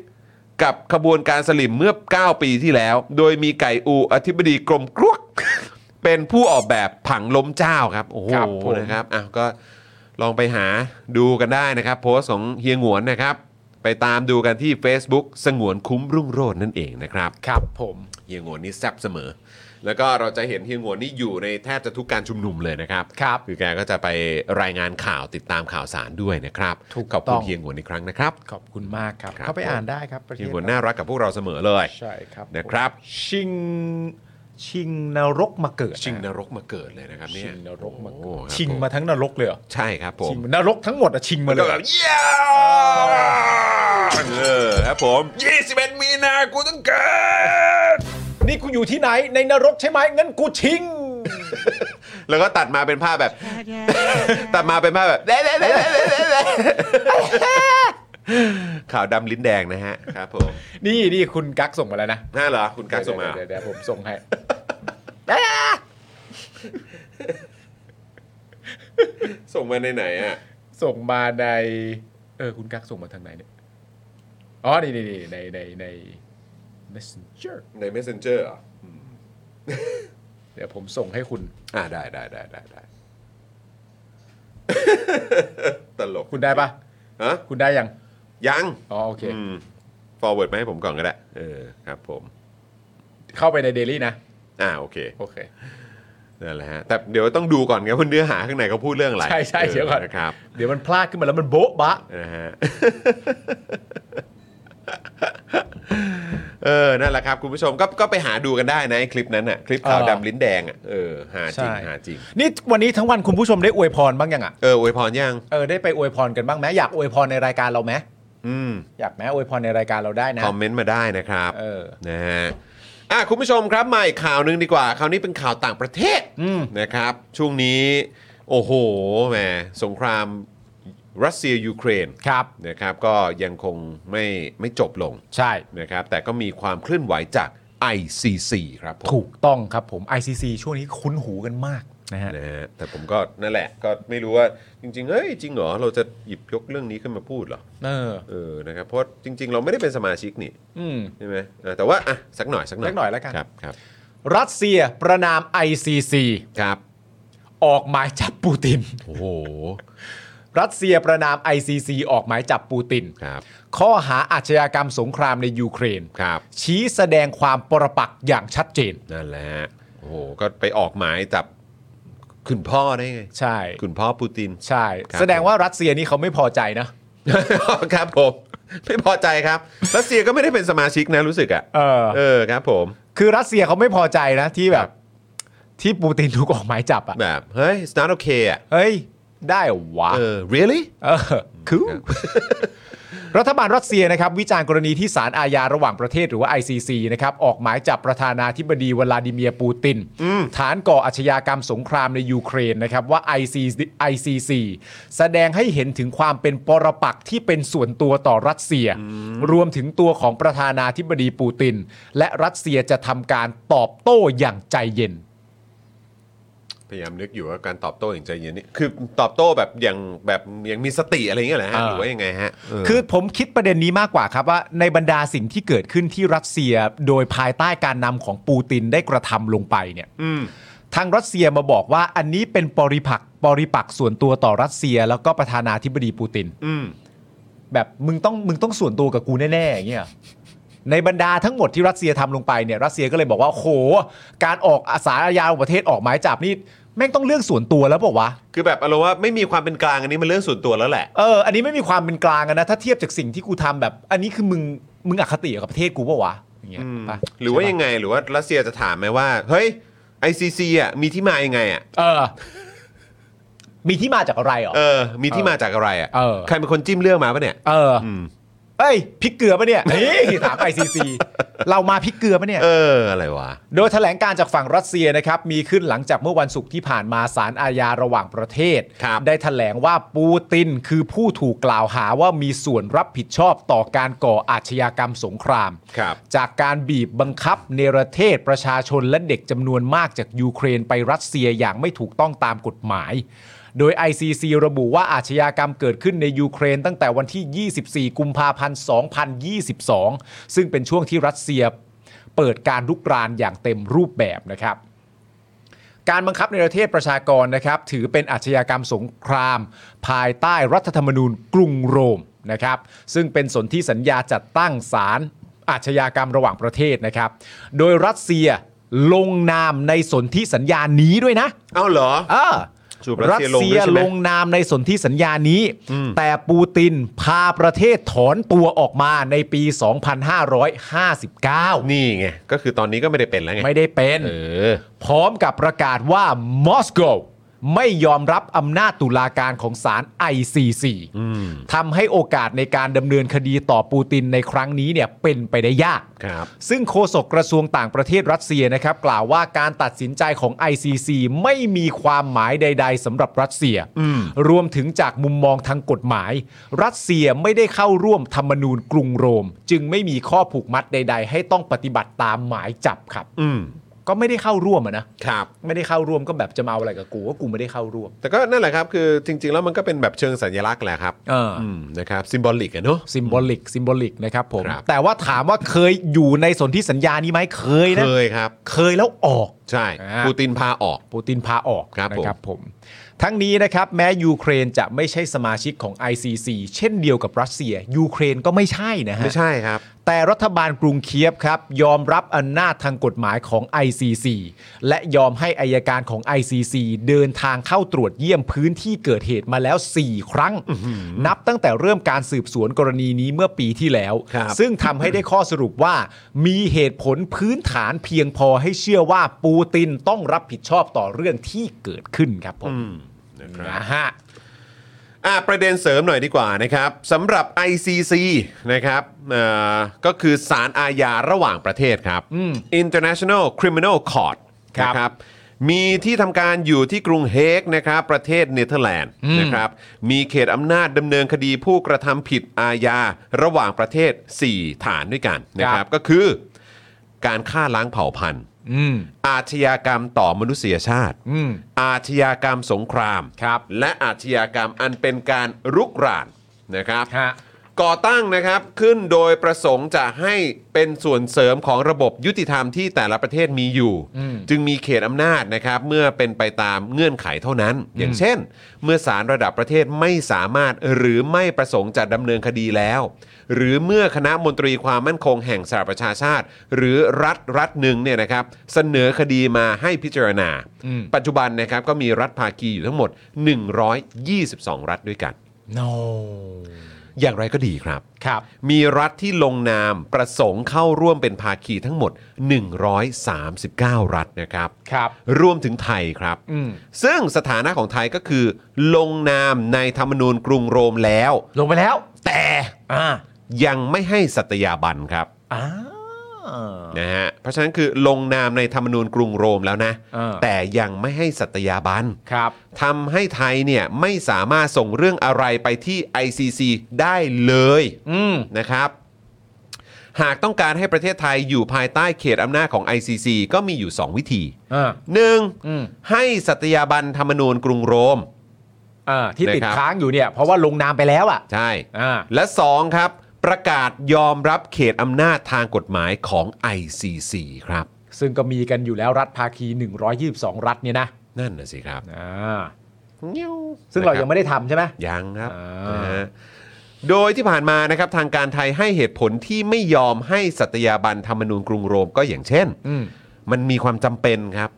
S1: กับขบวนการสลิมเมื่อ 9 ปีที่แล้ว โดยมีไก่อูอธิบดีกรมกรวก [laughs] เป็นผู้ออกแบบผังล้มเจ้าครับ โอ้โห
S2: ครับผม
S1: นะครับอ้าวก็ลองไปหาดูกันได้นะครับ โพสต์ของเฮียหงวนนะครับ ไปตามดูกันที่ Facebook สงวนคุ้มรุ่งโรจน์นั่นเองนะครับ
S2: ครับผม
S1: เฮียโงวนนี่แซบเสมอ แล้วก็เราจะเห็นเฮียโงวนนี่อยู่ในแทบจะทุกการชุมนุมเลยนะครับ
S2: ครับ
S1: คือแกก็จะไปรายงานข่าวติดตามข่าวสารด้วยนะครับ
S2: ถูก
S1: ขอบ
S2: ต้
S1: คุ
S2: อ
S1: ณ
S2: ง
S1: เฮียโงวนอีกครั้งนะครับ
S2: ขอบคุณมากครับ
S1: ครับ
S2: เข้าไปอ่านได้ครับประเท
S1: เฮีย
S2: ศ
S1: โงวนน่ารักกับพวกเราเสมอเลย
S2: ใช่ครับ
S1: นะครับ
S2: ชิง ชิงนรกมาเกิด
S1: ชิงนรกมาเกิดเลยนะครับเนี่ย
S2: ชิงนรกมา
S1: โอ้
S2: เกิ
S1: โหค
S2: ด
S1: รับ
S2: ชิง
S1: ผม
S2: มาทั้งนรกเลยเหรอ
S1: ใช่ครับผม
S2: ชิงนรกทั้งหมดอะชิงมาเล
S1: ก็
S2: ย
S1: แบบเย้เออครับผม21มีนากูต้องเกิด
S2: นี่กูอยู่ที่ไหนในนรกใช่ไหมงั้นกูชิ
S1: [laughs]
S2: ง
S1: แล้วก็ตัดมาเป็นภาพแบบ ตัดมาเป็นภาพแบบ [laughs] เด้เด้เด้เด้เด้เด้ขาวดำลิ้นแดงนะฮะครับผม
S2: นี่นี่คุณกั๊กส่งมาแล้วนะ
S1: น่าเหรอคุณกั๊กส่งมา
S2: เดี๋ยวเดี๋ยวเดี๋ยวผม
S1: [laughs]
S2: ส่งให้
S1: ส่งมาในไหนอ่ะ
S2: ส่งมาใน เออ คุณกั๊กส่งมาทางไหนเนี่ย อ๋อ นี่นี่นี่ในในใน messenger
S1: ใน messenger เหรอ
S2: เดี๋ยวผมส่งให้คุณ
S1: อ่าได้ได้ได้ได้ได้ ตลก
S2: คุณได้ปะ
S1: ฮะ
S2: คุณได้ยัง
S1: ยัง
S2: อ๋อโอเค
S1: อืม forward มาให้ผมก่อนก็ได้ เออครับผม
S2: เข้าไปในเดลี่นะ
S1: อ่าโอเค
S2: โอเค
S1: นั่นแหละฮะ แต่เดี๋ยวต้องดูก่อนครับว่าเนื้อหาข้างในเขาพูดเรื่องอะไร
S2: ใช่ใช่เดี๋ยวก่อน
S1: ออนะครับ
S2: เดี๋ยวมันพลาดขึ้นมาแล้วมันโบ๊ะบะ
S1: นะฮะ [laughs] เออ นั่นแหละครับคุณผู้ชมก็ก็ไปหาดูกันได้นะไอ้คลิปนั้นน่ะ คลิปขาว
S2: เออ
S1: ดำลิ้นแดงอ่ะ เออ หาจริง
S2: ใช่
S1: หาจริง
S2: นี่วันนี้ทั้งวันคุณผู้ชมได้อวยพรบ้างยังอ่ะ
S1: เอออวยพรยัง
S2: เออได้ไปอวยพรกันบ้างไหมอยากอวยพรในรายการเราไหม
S1: อืม
S2: อยากแม้อวยพรในรายการเราได้นะ
S1: คอมเมนต์มาได้นะครับ
S2: เออ
S1: นะฮะ อ่ะคุณผู้ชมครับมาอีกข่าวหนึ่งดีกว่า คราวนี้เป็นข่าวต่างประเทศ
S2: อืม
S1: [laughs] นะครับ ช่วงนี้ โอ้โห แหม สงครามรัสเซียยูเครน
S2: ครับ
S1: นะครับ ก็ยังคงไม่ไม่จบลง
S2: ใช่
S1: นะครับแต่ก็มีความเคลื่อนไหวจาก ICC ครับผม
S2: ถูกต้องครับผม ICC ช่วงนี้คุ้นหูกันมากนะฮะ
S1: นะฮะแต่ผมก็นั่นแหละ ก็ไม่รู้ว่าจริงๆเฮ้ยจริงเหรอเราจะหยิบยกเรื่องนี้ขึ้นมาพูดเหรอ
S2: เออ
S1: เออนะครับเพราะจริง ๆ เราไม่ได้เป็นสมาชิกนี่
S2: อืม
S1: ใช่ไหมเออแต่ว่าอ่ะสักหน่อยสักหน่อย
S2: สักหน่อยแล้วกัน
S1: ครับครับ
S2: รัสเซียประนาม ICC
S1: ครับ
S2: ออกหมายจับปูติน
S1: โอ้โห
S2: รัสเซียประนาม ICC ออกหมายจับปูติน
S1: ครับ
S2: ข้อหาอาชญากรรมสงครามในยูเครน
S1: ครับ
S2: ชี้แสดงความปรปักษ์อย่างชัดเจน
S1: นั่นแหละฮะโอ้โหก็ไปออกหมายจับคุณพ่อได้ไง
S2: ใช่
S1: คุณพ่อปูติน [laughs]
S2: ใช่
S1: ครับ
S2: แสดงว่ารัสเซียนี่เขาไม่พอใจนะ
S1: ครับผมไม่พอใจครับรัสเซียก็ไม่ได้เป็นสมาชิกนะรู้สึกอ่ะ
S2: เออ
S1: เออครับผม
S2: คือรัสเซียเขาไม่พอใจนะที่แบบ ที่ปูตินถูกออกหมายจับอะ
S1: แบบ เฮ้ย it's not okay อ่ะ
S2: เฮ้ย ได้เหรอวะ
S1: เออ really
S2: เออคือ [laughs] รัฐบาลรัสเซียนะครับ วิจารณ์กรณีที่ศาลอาญาระหว่างประเทศหรือว่า ICC นะครับ ออกหมายจับประธานาธิบดีวลาดิเมียร์ปูติน ฐานก่ออาชญากรรมสงครามในยูเครนนะครับ ว่า ICC, ICC แสดงให้เห็นถึงความเป็นปรปักษ์ที่เป็นส่วนตัวต่อรัสเซีย รวมถึงตัวของประธานาธิบดีปูติน และรัสเซียจะทำการตอบโต้อย่างใจเย็น
S1: พยายามนึกอยู่ว่าการตอบโต้อย่างใจเย็นนี่คือตอบโต้แบบอย่างแบบยังมีสติอะไรอย่างเงี้ยเหรอฮะห
S2: อ่า
S1: รือว่ายังไงฮะเ
S2: คือผมคิดประเด็นนี้มากกว่าครับว่าในบรรดาสิ่งที่เกิดขึ้นที่รัสเซียโดยภายใต้การนำของปูตินได้กระทำลงไปเนี่ย
S1: ม
S2: ทางรัสเซียมาบอกว่าอันนี้เป็นปริปักษ์ปริปักษ์ส่วนตัวต่อรัสเซีย แล้วก็ประธานาธิบดีปูติน
S1: อืม
S2: แบบมึงต้องมึงต้องส่วนตัวกับกูแน่ๆอย่างเงี้ยในบรรดาทั้งหมดที่รัสเซียทำลงไปเนี่ยรัสเซียก็เลยบอกว่าโอ้โห การออกอาสาอาญาของประเทศออกหมายจับนี่แม่งต้องเรื่องส่วนตัวแล้วเปล่าวะ
S1: คือแบบอารมณ์ว่าไม่มีความเป็นกลางอันนี้มันเรื่องส่วนตัวแล้วแหละ
S2: เออ อันนี้ไม่มีความเป็นกลางอะนะ ถ้าเทียบจากสิ่งที่กูทำแบบ อันนี้คือมึง มึงอคติกับประเทศกูเปล่าวะอย่างเงี้ยปะ
S1: หรือว่า
S2: ใช่ปะ
S1: ยังไงหรือว่ารัสเซียจะถามไหมว่า เฮ้ย ICC อ่ะมีที่มายังไงอ่ะ
S2: เออ มีที่มาจากอะไรเหรอ
S1: เออ มีที่มาจากอะไรอ่ะ
S2: เออ
S1: ใครเป็นคนจิ้มเรื่องมาปะเนี่ย
S2: เอออ
S1: ม
S2: เอ้ยพริกเกลือปะเนี่ยนี่ถามไอซีซีเรามาพริกเกลือปะเนี่ย
S1: เออ อะไรวะ
S2: โดยแถลงการจากฝั่งรัสเซียนะครับ มีขึ้นหลังจากเมื่อวันศุกร์ที่ผ่านมาศาลอาญาระหว่างประเทศ
S1: ครับ
S2: ได้แถลงว่าปูตินคือผู้ถูกกล่าวหาว่ามีส่วนรับผิดชอบต่อการก่ออาชญากรรมสงคราม
S1: ครับ
S2: จากการบีบบังคับเนรเทศประชาชนและเด็กจำนวนมากจากยูเครนไปรัสเซียอย่างไม่ถูกต้องตามกฎหมาย โดย ICC ระบุว่าอาชญากรรมเกิดขึ้นในยูเครนตั้งแต่วันที่ 24 กุมภาพันธ์ 2022 ซึ่งเป็นช่วงที่รัสเซียเปิดการลุกรานอย่างเต็มรูปแบบนะครับ การบังคับในประเทศประชากรนะครับ ถือเป็นอาชญากรรมสงคราม ภายใต้รัฐธรรมนูญกรุงโรมนะครับ ซึ่งเป็นสนธิสัญญาจัดตั้งศาลอาชญากรรมระหว่างประเทศนะครับ โดยรัสเซียลงนามในสนธิสัญญานี้ด้วยนะ
S1: เอ้าเหรอ
S2: เออ
S1: สรุปรั
S2: รั
S1: ส
S2: ส
S1: เซียลงด้วยใช่
S2: เซีย
S1: ไหม
S2: ลงนามในสนธิสัญญานี้ แต่ปูตินพาประเทศถอนตัวออกมาในปี 2559
S1: นี่ไงก็คือตอนนี้ก็ไม่ได้เป็นแล้วไง
S2: ไม่ได้เป็น
S1: เออ
S2: พร้อมกับประกาศว่ามอสโกไม่ยอมรับอำนาจตุลาการของศาล ICC ทำให้โอกาสในการดำเนินคดีต่อปูตินในครั้งนี้เนี่ยเป็นไปได้ยาก
S1: ครับ
S2: ซึ่งโฆษกกระทรวงต่างประเทศรัสเซียนะครับ กล่าวว่าการตัดสินใจของ ICC ไม่มีความหมายใด ๆสำหรับรัสเซีย รวมถึงจากมุมมองทางกฎหมาย รัสเซียไม่ได้เข้าร่วมธรรมนูญกรุงโรม จึงไม่มีข้อผูกมัดใด ๆ ให้ต้องปฏิบัติตามหมายจับครับ
S1: อืม
S2: ก็ไม่ได้เข้าร่วมอะนะครับ ไม่ได้เข้าร่วมก็แบบจะมาเอาอะไรกับกูว่ากูไม่ได้เข้าร่วม
S1: แต่ก็นั่นแหละครับ คือจริง ๆ แล้วมันก็เป็นแบบเชิงสัญลักษณ์แหละครับ
S2: เอออื
S1: มนะครับซิมบอลิกอะเนอะ
S2: ซิมบลิกซิมบลิกนะครับผม
S1: ครับ
S2: แต่ว่าถามว่าเคยอยู่ในสนธิสัญญานี้ไหมเคยนะ
S1: เคยครับ
S2: เคยแล้วออก
S1: ใช่
S2: อ่า
S1: ปูตินพาออก
S2: ปูตินพาออก
S1: ครับผม
S2: นะครับผม ทั้งนี้นะครับแม้ยูเครนจะไม่ใช่สมาชิกของ ICC เช่นเดียวกับรัสเซีย ยูเครนก็ไม่ใช่นะฮะ
S1: ไม่ใช่ครับ
S2: แต่รัฐบาลกรุงเคียฟครับ ยอมรับอำนาจทางกฎหมายของ ICC และยอมให้อายการของ ICC เดินทางเข้าตรวจเยี่ยมพื้นที่เกิดเหตุมาแล้ว 4 ครั้ง นับตั้งแต่เริ่มการสืบสวนกรณีนี้เมื่อปีที่แล้ว
S1: ครับ
S2: ซึ่งทำให้ได้ข้อสรุปว่า มีเหตุผลพื้นฐานเพียงพอให้เชื่อว่าปูตินต้องรับผิดชอบต่อเรื่องที่เกิดขึ้นครับผมนะฮะ
S1: อ่ะประเด็นเสริมหน่อยดีกว่านะครับสำหรับ ICC นะครับเอ่อก็คือศาลอาญาระหว่างประเทศครับ International Criminal Court
S2: ครับ
S1: นะครับมีที่ทำการอยู่ที่กรุงเฮกนะครับประเทศเนเธอร์แลนด์นะครับมีเขตอำนาจดำเนินคดีผู้กระทำผิดอาญาระหว่างประเทศ 4 ฐานด้วยกันนะค
S2: ครั
S1: รับบ ก็คือการฆ่าล้างเผ่าพันธุ์
S2: อืม
S1: อาชญากรรมต่อมนุษยชาติ
S2: อืม
S1: อาชญากรรมสงคราม
S2: ครับ
S1: และอาชญากรรมอันเป็นการรุกรานนะครับ
S2: ฮะ
S1: ก่อตั้งนะครับขึ้นโดยประสงค์จะให้เป็นส่วนเสริมของระบบยุติธรรมที่แต่ละประเทศมีอยู่ จึงมีเขตอำนาจนะครับเมื่อเป็นไปตามเงื่อนไขเท่านั้น อย่างเช่น เมื่อศาลระดับประเทศไม่สามารถหรือไม่ประสงค์จะดำเนินคดีแล้ว หรือเมื่อคณะมนตรีความมั่นคงแห่งสหประชาชาติ หรือรัฐรัฐหนึ่งเนี่ยนะครับเสนอคดีมาให้พิจารณา ปัจจุบันนะครับก็มีรัฐภาคีอยู่ทั้งหมด 122 รัฐด้วยกัน
S2: no
S1: อย่างไรก็ดีครับ
S2: ครับ
S1: มีรัฐที่ลงนามประสงค์เข้าร่วมเป็นภาคีทั้งหมด 139 รัฐนะครับ
S2: ครับ
S1: รวมถึงไทยครับ
S2: อืม
S1: ซึ่งสถานะของไทยก็คือ ลงนามในธรรมนูญกรุงโรมแล้ว
S2: ลงไปแล้ว แต่อ่า
S1: ยังไม่ให้สัตยาบันครับ
S2: อ่า
S1: นะฮะ เพราะฉะนั้นคือลงนามในธรรมนูญกรุงโรมแล้วนะ
S2: เออ
S1: แต่ยังไม่ให้สัตยาบัน
S2: ครับ
S1: ทำให้ไทยเนี่ยไม่สามารถส่งเรื่องอะไรไปที่ ICC ได้เลย
S2: อืม
S1: นะครับ หากต้องการให้ประเทศไทยอยู่ภายใต้เขตอำนาจของ ICC ก็มีอยู่ 2 วิธี
S2: อ่า อืม
S1: 1. ให้สัตยาบันธรรมนูญกรุงโรม
S2: อ่าที่ติด
S1: นะครับ
S2: ค้างอยู่เนี่ย เพราะว่าลงนามไปแล้วอ่ะ
S1: ใช่
S2: อ่า
S1: และ 2 ครับ ประกาศยอมรับเขตอำนาจทางกฎหมายของ ICC ครับ
S2: ซึ่งก็มีกันอยู่แล้วรัฐภาคี 122 รัฐเนี่ยนะ
S1: นั่นน่ะสิครับ
S2: อ่า ซึ่งเรายัง
S1: นะคบ
S2: ไม่ได้ทำใช่ไหม
S1: ยังครับ
S2: อ่าน
S1: นะฮะโดยที่ผ่านมานะครับทางการไทยให้เหตุผลที่ไม่ยอมให้สัตยาบันธรรมนูญกรุงโรมก็อย่างเช่น
S2: อืม
S1: มันมีความจำเป็นครับ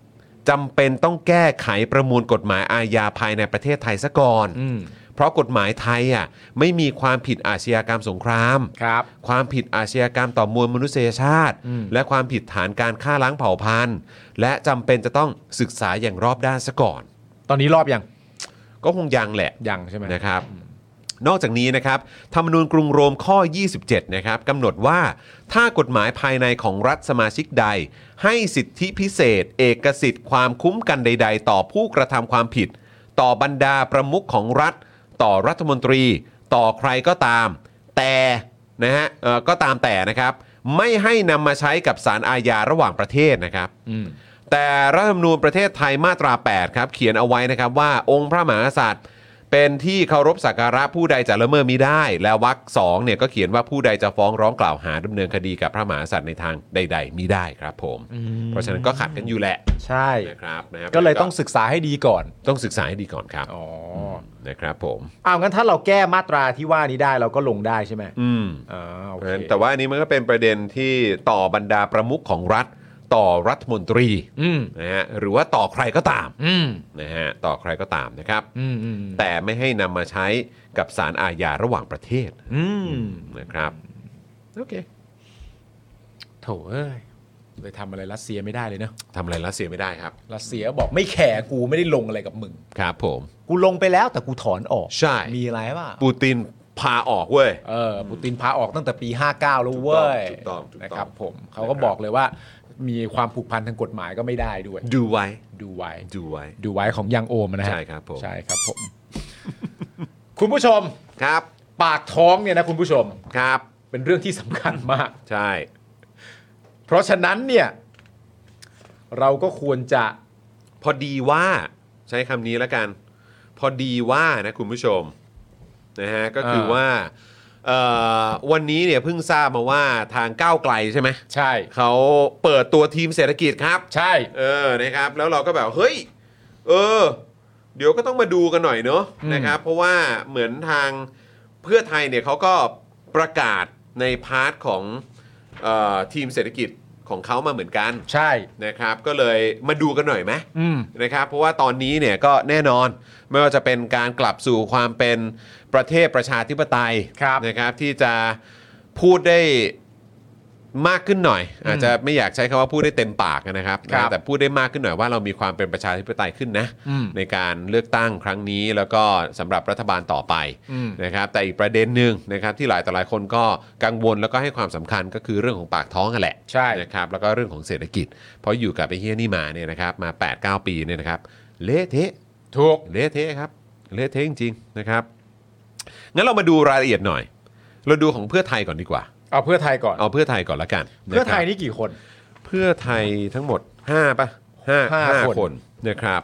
S1: จำเป็นต้องแก้ไขประมวลกฎหมายอาญาภายในประเทศไทยซะก่อน
S2: อืม
S1: เพราะกฎหมายไทยอ่ะไม่มีความผิดอาชญากรรมสงคราม
S2: ครับ
S1: ความผิดอาชญากรรมต่อมวลมนุษยชาติ
S2: อืม
S1: และความผิดฐานการฆ่าล้างเผ่าพันธุ์ และจำเป็นจะต้องศึกษาอย่างรอบด้านซะก่อน
S2: ตอนนี้รอบยัง
S1: ก็คงยังแหละ
S2: ยังใช่ไหม
S1: นะครับ นอกจากนี้นะครับธรรมนูญกรุงโรมข้อ 27 นะครับกำหนดว่าถ้ากฎหมายภายในของรัฐสมาชิกใด ให้สิทธิพิเศษ เอกสิทธิ์ความคุ้มกันใด ๆ ต่อผู้กระทำความผิด ต่อบรรดาประมุขของรัฐ ต่อรัฐมนตรี ต่อใครก็ตาม แต่นะฮะเอ่อก็ตามแต่นะครับ ไม่ให้นำมาใช้กับสารอาญาระหว่างประเทศนะครับ
S2: อืม
S1: แต่รัฐธรรมนูญประเทศไทยมาตรา 8 ครับ เขียนเอาไว้นะครับว่าองค์พระมหากษัตริย์ เป็นที่เคารพสักการะผู้ใดจะละเมิดมิได้ และวรรคสองเนี่ยก็เขียนว่าผู้ใดจะฟ้องร้องกล่าวหาดำเนินคดีกับพระมหากษัตริย์ในทางใด ๆมิได้ครับผม เพราะฉะนั้นก็ขัดกันอยู่แหละ
S2: ใช่
S1: นะครับนะ
S2: ก็เลยต้องศึกษาให้ดีก่อน
S1: ต้องศึกษาให้ดีก่อนครับ
S2: อ๋อ
S1: นะครับผม
S2: อ้าวงั้นถ้าเราแก้มาตราที่ว่านี้ได้เราก็ลงได้ใช่ไหม
S1: อืม
S2: อ่าโอ
S1: เพราะ
S2: เค
S1: ฉะนั้นแต่ว่าอันนี้มันก็เป็นประเด็นที่ต่อบรรดาประมุขของรัฐ ต่อรัฐมนตรี
S2: อืม
S1: นะฮะหรือว่าต่อใครก็ตาม
S2: อืม
S1: นะฮะต่อใครก็ตามนะครับ
S2: อืม อืม
S1: แต่ไม่ให้นำมาใช้กับสารอาญาระหว่างประเทศ
S2: อืม
S1: นะครับ โอเค
S2: โถเอ้ยเลยทำอะไรรัสเซียไม่ได้เลยเนอะ
S1: ทำอะไรรัสเซียไม่ได้ครับ
S2: รัสเซียบอกไม่แคร์กูไม่ได้ลงอะไรกับมึง
S1: ครับผม
S2: กูลงไปแล้วแต่กูถอนออก
S1: ใช่
S2: มีอะไรป่ะ
S1: ปูตินพาออกเว้ย
S2: เออปูตินพาออกตั้งแต่ปี 59 แล้วเว้ย
S1: ถูกต้องถูกต้อง
S2: นะครับ ผมเขา
S1: นะครั
S2: ก็
S1: บ
S2: บอกเลยว่า มีความผูกพันทางกฎหมายก็ไม่ได้ด้วย
S1: ดูไว้
S2: ดูไว้
S1: ดูไว้
S2: ดูไว้ของยังโอมนะฮะ
S1: ใช่ครับผม
S2: ใช่ครับผม [laughs] คุณผู้ชม
S1: ครับ
S2: ปากท้องเนี่ยนะคุณผู้ชม
S1: ครับ
S2: เป็นเรื่องที่สำคัญมาก
S1: ใช่
S2: เพราะฉะนั้นเนี่ย เราก็ควรจะ
S1: พอดีว่าใช้คำนี้แล้วกัน พอดีว่านะคุณผู้ชมนะฮะก็คือว่าเอ่อวันนี้เนี่ยเพิ่งทราบมาว่าทางก้าวไกลใช่ไหม
S2: ใช่
S1: เขาเปิดตัวทีมเศรษฐกิจครับ
S2: ใช่
S1: เออ นะครับ แล้วเราก็แบบ เฮ้ย เออ เดี๋ยวก็ต้องมาดูกันหน่อยเนอะ
S2: อืม
S1: นะครับ เพราะว่าเหมือนทางเพื่อไทยเนี่ยเขาก็ประกาศในพาร์ทของเออทีมเศรษฐกิจของเขามาเหมือนกัน
S2: ใช่
S1: นะครับ ก็เลยมาดูกันหน่อยไหม
S2: อืม
S1: นะครับเพราะว่าตอนนี้เนี่ยก็แน่นอนไม่ว่าจะเป็นการกลับสู่ความเป็นประเทศประชาธิปไตย
S2: ครับ
S1: นะครับที่จะพูดได้มากขึ้นหน่อย อาจจะไม่อยากใช้คำว่าพูดได้เต็มปากนะครับ
S2: ครับ
S1: นะแต่พูดได้มากขึ้นหน่อยว่าเรามีความเป็นประชาธิปไตยขึ้นนะ
S2: อืม
S1: ในการเลือกตั้งครั้งนี้แล้วก็สำหรับรัฐบาลต่อไป
S2: อืม
S1: นะครับแต่อีกประเด็นหนึ่งนะครับที่หลายต่อหลายคนก็กังวลแล้วก็ให้ความสำคัญก็คือเรื่องของปากท้องกันแหละ
S2: ใช่
S1: นะครับแล้วก็เรื่องของเศรษฐกิจ เพราะอยู่กับไอ้เฮียนี่มาเนี่ยนะครับมา 8 9 ปีเนี่ยนะครับเละเทะ
S2: ถูก
S1: เละเทะครับเละเทะจริงๆนะครับงั้นเรามาดูรายละเอียดหน่อย เราดูของเพื่อไทยก่อนดีกว่า
S2: เอาเพื่อไทยก่อน
S1: เอาเพื่อไทยก่อนละกันะครับ
S2: เพื่อไทยนี่กี่คน
S1: เพื่อไทยทั้งหมด 5ป่ะ5
S2: ห้า
S1: 5
S2: ค
S1: คน นนะครับ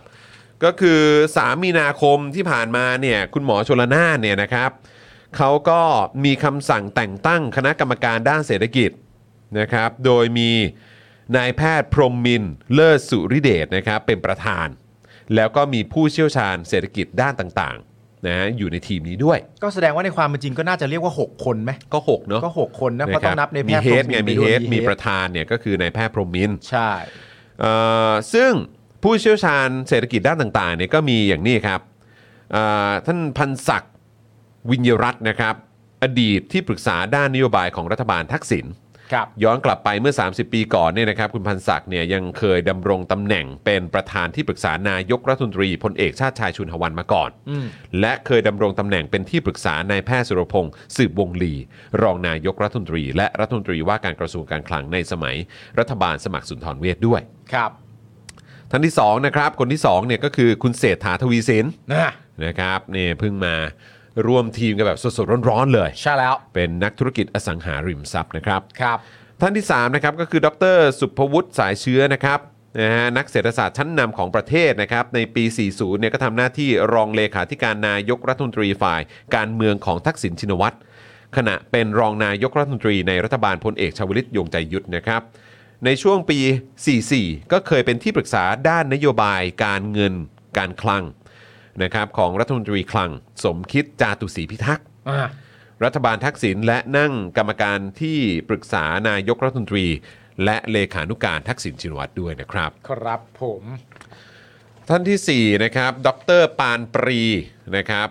S1: ก็คือ 3 มีนาคมที่ผ่านมาเนี่ยคุณหมอชลนานเนี่ยนะครับเขาก็มีคำสั่งแต่งตั้งคณะกรรมการด้านเศรษฐกิจ นะครับ โดยมีนายแพทย์พรหมมินทร์เลิศสุริเดชนะครับเป็นประธาน แล้วก็มีผู้เชี่ยวชาญเศรษฐกิจด้านต่างๆนะฮะอยู่ในทีมนี้ด้วย
S2: ก็แสดงว่าในความเป็นจริงก็น่าจะเรียกว่า 6 คนไหม
S1: ก็ 6 เนาะ
S2: ก็ 6 คนนะเพราะต้องนับในแพ
S1: มี
S2: ทย์
S1: เฮดไงมีเฮดมี
S2: ป
S1: ประ ระธานเนี่ยก็คือนายแพทย์พรหมมินทร์
S2: ใช่
S1: เอ่อซึ่งผู้เชี่ยวชาญเศรษฐกิจด้านต่างๆเนี่ยก็มีอย่างนี้ครับเอ่อท่านพันศักดิ์วิญยรัตน์นะครับ อดีตที่ปรึกษาด้านนโยบายของรัฐบาลทักษิณ
S2: ครับ
S1: ย้อนกลับไปเมื่อ 30 ปีก่อนเนี่ยนะครับ คุณพันศักดิ์เนี่ยยังเคยดำรงตำแหน่งเป็นประธานที่ปรึกษานายกรัฐมนตรีพลเอกชาติชายชุนหวันมาก่อน
S2: อืม
S1: และเคยดำรงตำแหน่งเป็นที่ปรึกษานายแพทย์สุรพงศ์สืบวงลี รองนายกรัฐมนตรี และรัฐมนตรีว่าการกระทรวงการคลังในสมัย รัฐบาลสมัครสุนทรเวชด้วย
S2: ครับ
S1: ท่านที่สองนะครับคนที่สองเนี่ยก็คือคุณเศรษฐาทวีสิน
S2: นะ
S1: นะครับนี่เพิ่งมาร่วมทีมกันแบบสดๆร้อนๆเลย
S2: ใช่แล้ว
S1: เป็นนักธุรกิจอสังหาริมทรัพย์นะครับ
S2: ครับ
S1: ท่านที่3นะครับก็คือดรสุภวุฒิสายเชื้อนะครับนะฮะนักเศรษฐศาสตร์ชั้นนำของประเทศนะครับในปี 40เนี่ยก็ทำหน้าที่รองเลขาธิการนายกรัฐมนตรีฝ่าย การเมืองของทักษิณชินวัตรขณะเป็นรองนายกรัฐมนตรีในรัฐบาลพลเอกชวลิตยงใจยุทธนะครับ ในช่วงปี 44 ก็เคยเป็นที่ปรึกษาด้านนโยบายการเงินการคลังนะครับของรัฐมนตรีคลัง สมคิดจาตุศรีพิทักษ์
S2: อ่า
S1: รัฐบาลทักษิณและนั่งกรรมการที่ปรึกษานายกรัฐมนตรี และเลขานุการทักษิณชินวัตรด้วยนะครับ
S2: ครับผม
S1: ท่านทีสี่4นะครับดรปานปรีนะครับ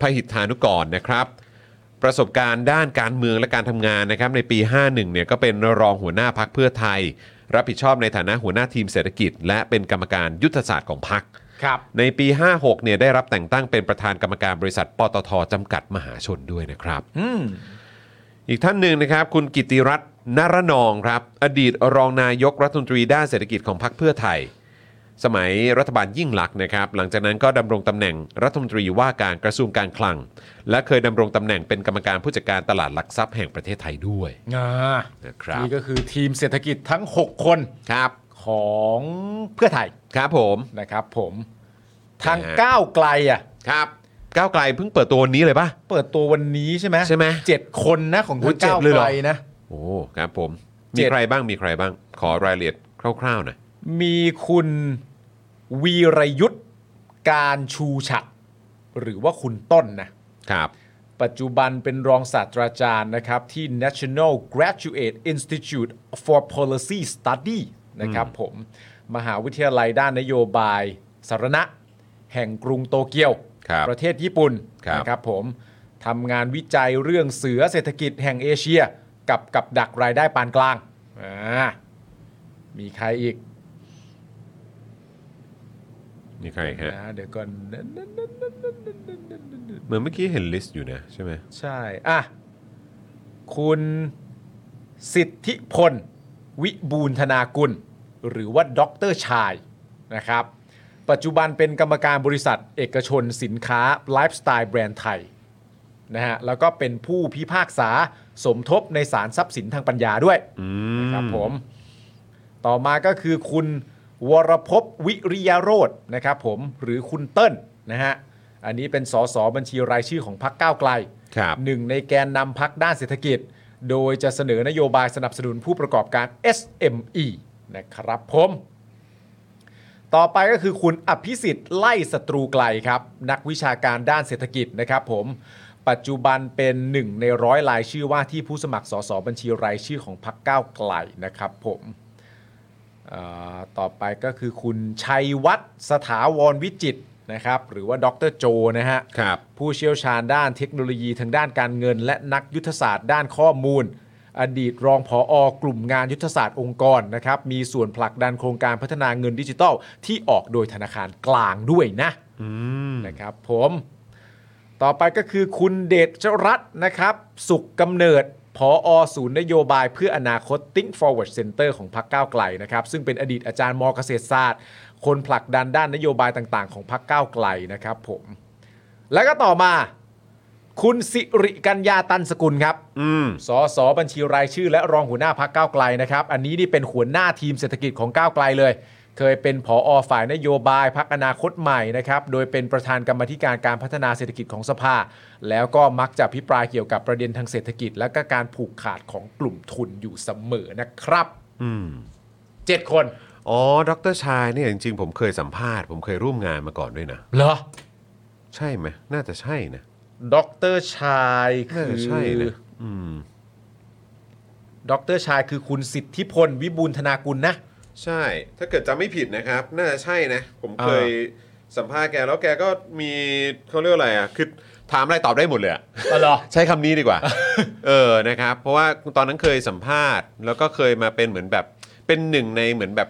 S1: พหิทธานุกรนะครับ ประสบการณ์ด้านการเมืองและการทำงานนะครับในปี 51เนี่ยก็เป็นรองหัวหน้าพักเพื่อไทย รับผิดชอบในฐานะหัวหน้าทีมเศรษฐกิจ และเป็นกรรมการยุทธศาสตร์ของพัก
S2: ครับ
S1: ในปี 56เนี่ยได้รับแต่งตั้งเป็นประธานกรรมการบริษัทปตทจำกัดมหาชนด้วยนะครับ
S2: อืม
S1: อีกท่านหนึ่งนะครับ คุณกิติรัตน์นรนองครับ อดีตรองนายกรัฐมนตรีด้านเศรษฐกิจของพรรคเพื่อไทย สมัยรัฐบาลยิ่งลักษณ์นะครับ หลังจากนั้นก็ดำรงตำแหน่งรัฐมนตรีว่าการกระทรวงการคลัง และเคยดำรงตำแหน่งเป็นกรรมการผู้จัดการตลาดหลักทรัพย์แห่งประเทศไทยด้วย
S2: อ่า
S1: นะครับ
S2: นี่ก็คือทีมเศรษฐกิจทั้ง 6 คน
S1: ครับ
S2: ของเพื่อไทย
S1: ครับผม
S2: นะครับผม ทางก้าวไกลอ่ะ
S1: ครับก้าวไกลเพิ่งเปิดตัววันนี้เลยปะ
S2: เปิดตัววันนี้ใช่ไหม
S1: ใช่ไหม
S2: เจ็ดคนนะของ
S1: โอ้
S2: ทาง
S1: เจ็ด
S2: ก้าว
S1: เลยเหร
S2: ไก
S1: อ
S2: ลนะ
S1: โอ้ครับผม
S2: เจ็
S1: มี
S2: ด
S1: ใครบ้างมีใครบ้างขอรายละเอียดคร่าวๆหน่อย
S2: มีคุณวีรยุทธ์การชูฉัดหรือว่าคุณต้นนะ
S1: ครับ
S2: ปัจจุบันเป็นรองศาสตราจารย์นะครับ ที่ National Graduate Institute for Policy Study นะครับผม มหาวิทยาลัยด้านนโยบายสาธารณะ แห่งกรุงโตเกียว
S1: ครับ
S2: ประเทศญี่ปุ่น
S1: ครับ
S2: นะครับผมทำงานวิจัยเรื่องเสือเศรษฐกิจแห่งเอเชีย กับกับดักรายได้ปานกลางอ่ามีใครอีก
S1: มีใครฮะ
S2: นะเดี๋ยวก่อน
S1: เหมือนเมื่อกี้เห็นลิสต์อยู่นะใช่ไหม
S2: ใช่อ่ะคุณสิทธิพล วิบูลธนากุล หรือว่าด็อกเตอร์ชายนะครับ ปัจจุบันเป็นกรรมการบริษัทเอกชนสินค้าไลฟ์สไตล์แบรนด์ไทยนะฮะแล้วก็เป็นผู้พิพากษาสมทบในศาลทรัพย์สินทางปัญญาด้วย
S1: อืม
S2: ครับผม ต่อมาก็คือคุณ วรภพวิริยโรธนะครับผมหรือคุณเติ้ลนะฮะอันนี้เป็นสสบัญชีรายชื่อของพักก้าวไกล
S1: ครับ
S2: หนึ่งในแกนนำพักด้านเศรษฐกิจ โดยจะเสนอนโยบายสนับสนุนผู้ประกอบการ SME นะครับผม ต่อไปก็คือคุณอภิสิทธิ์ไล่ศัตรูไกลครับ นักวิชาการด้านเศรษฐกิจนะครับผม ปัจจุบันเป็นหนึ่งในร้อยรายชื่อว่าที่ผู้สมัครสสบัญชีรายชื่อของพักก้าวไกลนะครับผมเอ่อต่อไปก็คือคุณชัยวัฒน์สถาวรวิจิตรนะครับ หรือว่าดรโจนะฮะ
S1: ครับ
S2: ผู้เชี่ยวชาญด้านเทคโนโลยีทางด้านการเงิน และนักยุทธศาสตร์ด้านข้อมูล อดีตรองผออกลุ่มงานยุทธศาสตร์องค์กรนะครับมีส่วนผลักดันโครงการพัฒนาเงินดิจิทัล ที่ออกโดยธนาคารกลางด้วยนะนะครับผมต่อไปก็คือคุณเดชจรัตน์นะครับ สุขกำเนิดผอศูนย์นโยบายเพื่ออนาคต Think Forward Center ของพรรคก้าวไกลนะครับ ซึ่งเป็นอดีตอาจารย์มเกษตรศาสตร์ คนผลักดันด้านนโยบายต่างๆ ของพรรคก้าวไกลนะครับผม แล้วก็ต่อมา คุณสิริกัญญาตันสกุลครับ
S1: อืม
S2: สสบัญชีรายชื่อ และรองหัวหน้าพักก้าวไกลนะครับ อันนี้นี่เป็นหัวหน้าทีมเศรษฐกิจของก้าวไกลเลย เคยเป็นผออฝ่ายนโยบายพักอนาคตใหม่นะครับ โดยเป็นประธานกรรมาธิการการพัฒนาเศรษฐกิจของสภา แล้วก็มักจะพิปรายเกี่ยวกับประเด็นทางเศรษฐกิจ และก็การผูกขาดของกลุ่มทุนอยู่เสมอนะครับ
S1: อืม
S2: เจ็ดคน
S1: อ๋อ ดรชายเนี่ยจริงๆ ผมเคยสัมภาษณ์ ผมเคยร่วมงานมาก่อนด้วยนะ
S2: เหรอ
S1: ใช่ไหม น่าจะใช่นะ
S2: ดรชายคื
S1: น่า
S2: อ
S1: จะใช่นะอืม
S2: ดรชายคือคุณสิทธิพล วิบูลธนากุลนะ
S1: ใช่ ถ้าเกิดจำไม่ผิดนะครับ น่าจะใช่นะ ผมเคยสัมภาษณ์แก แล้วแกก็มีเขาเรียกอะไรอ่ะ คือถามอะไรตอบได้หมดเลยอะ
S2: เหรอ
S1: ใช้คำนี้ดี
S2: [laughs]
S1: กว่า เออ นะครับ เพราะว่าตอนนั้นเคยสัมภาษณ์ แล้วก็เคยมาเป็นเหมือนแบบ เป็นหนึ่งในเหมือนแบบ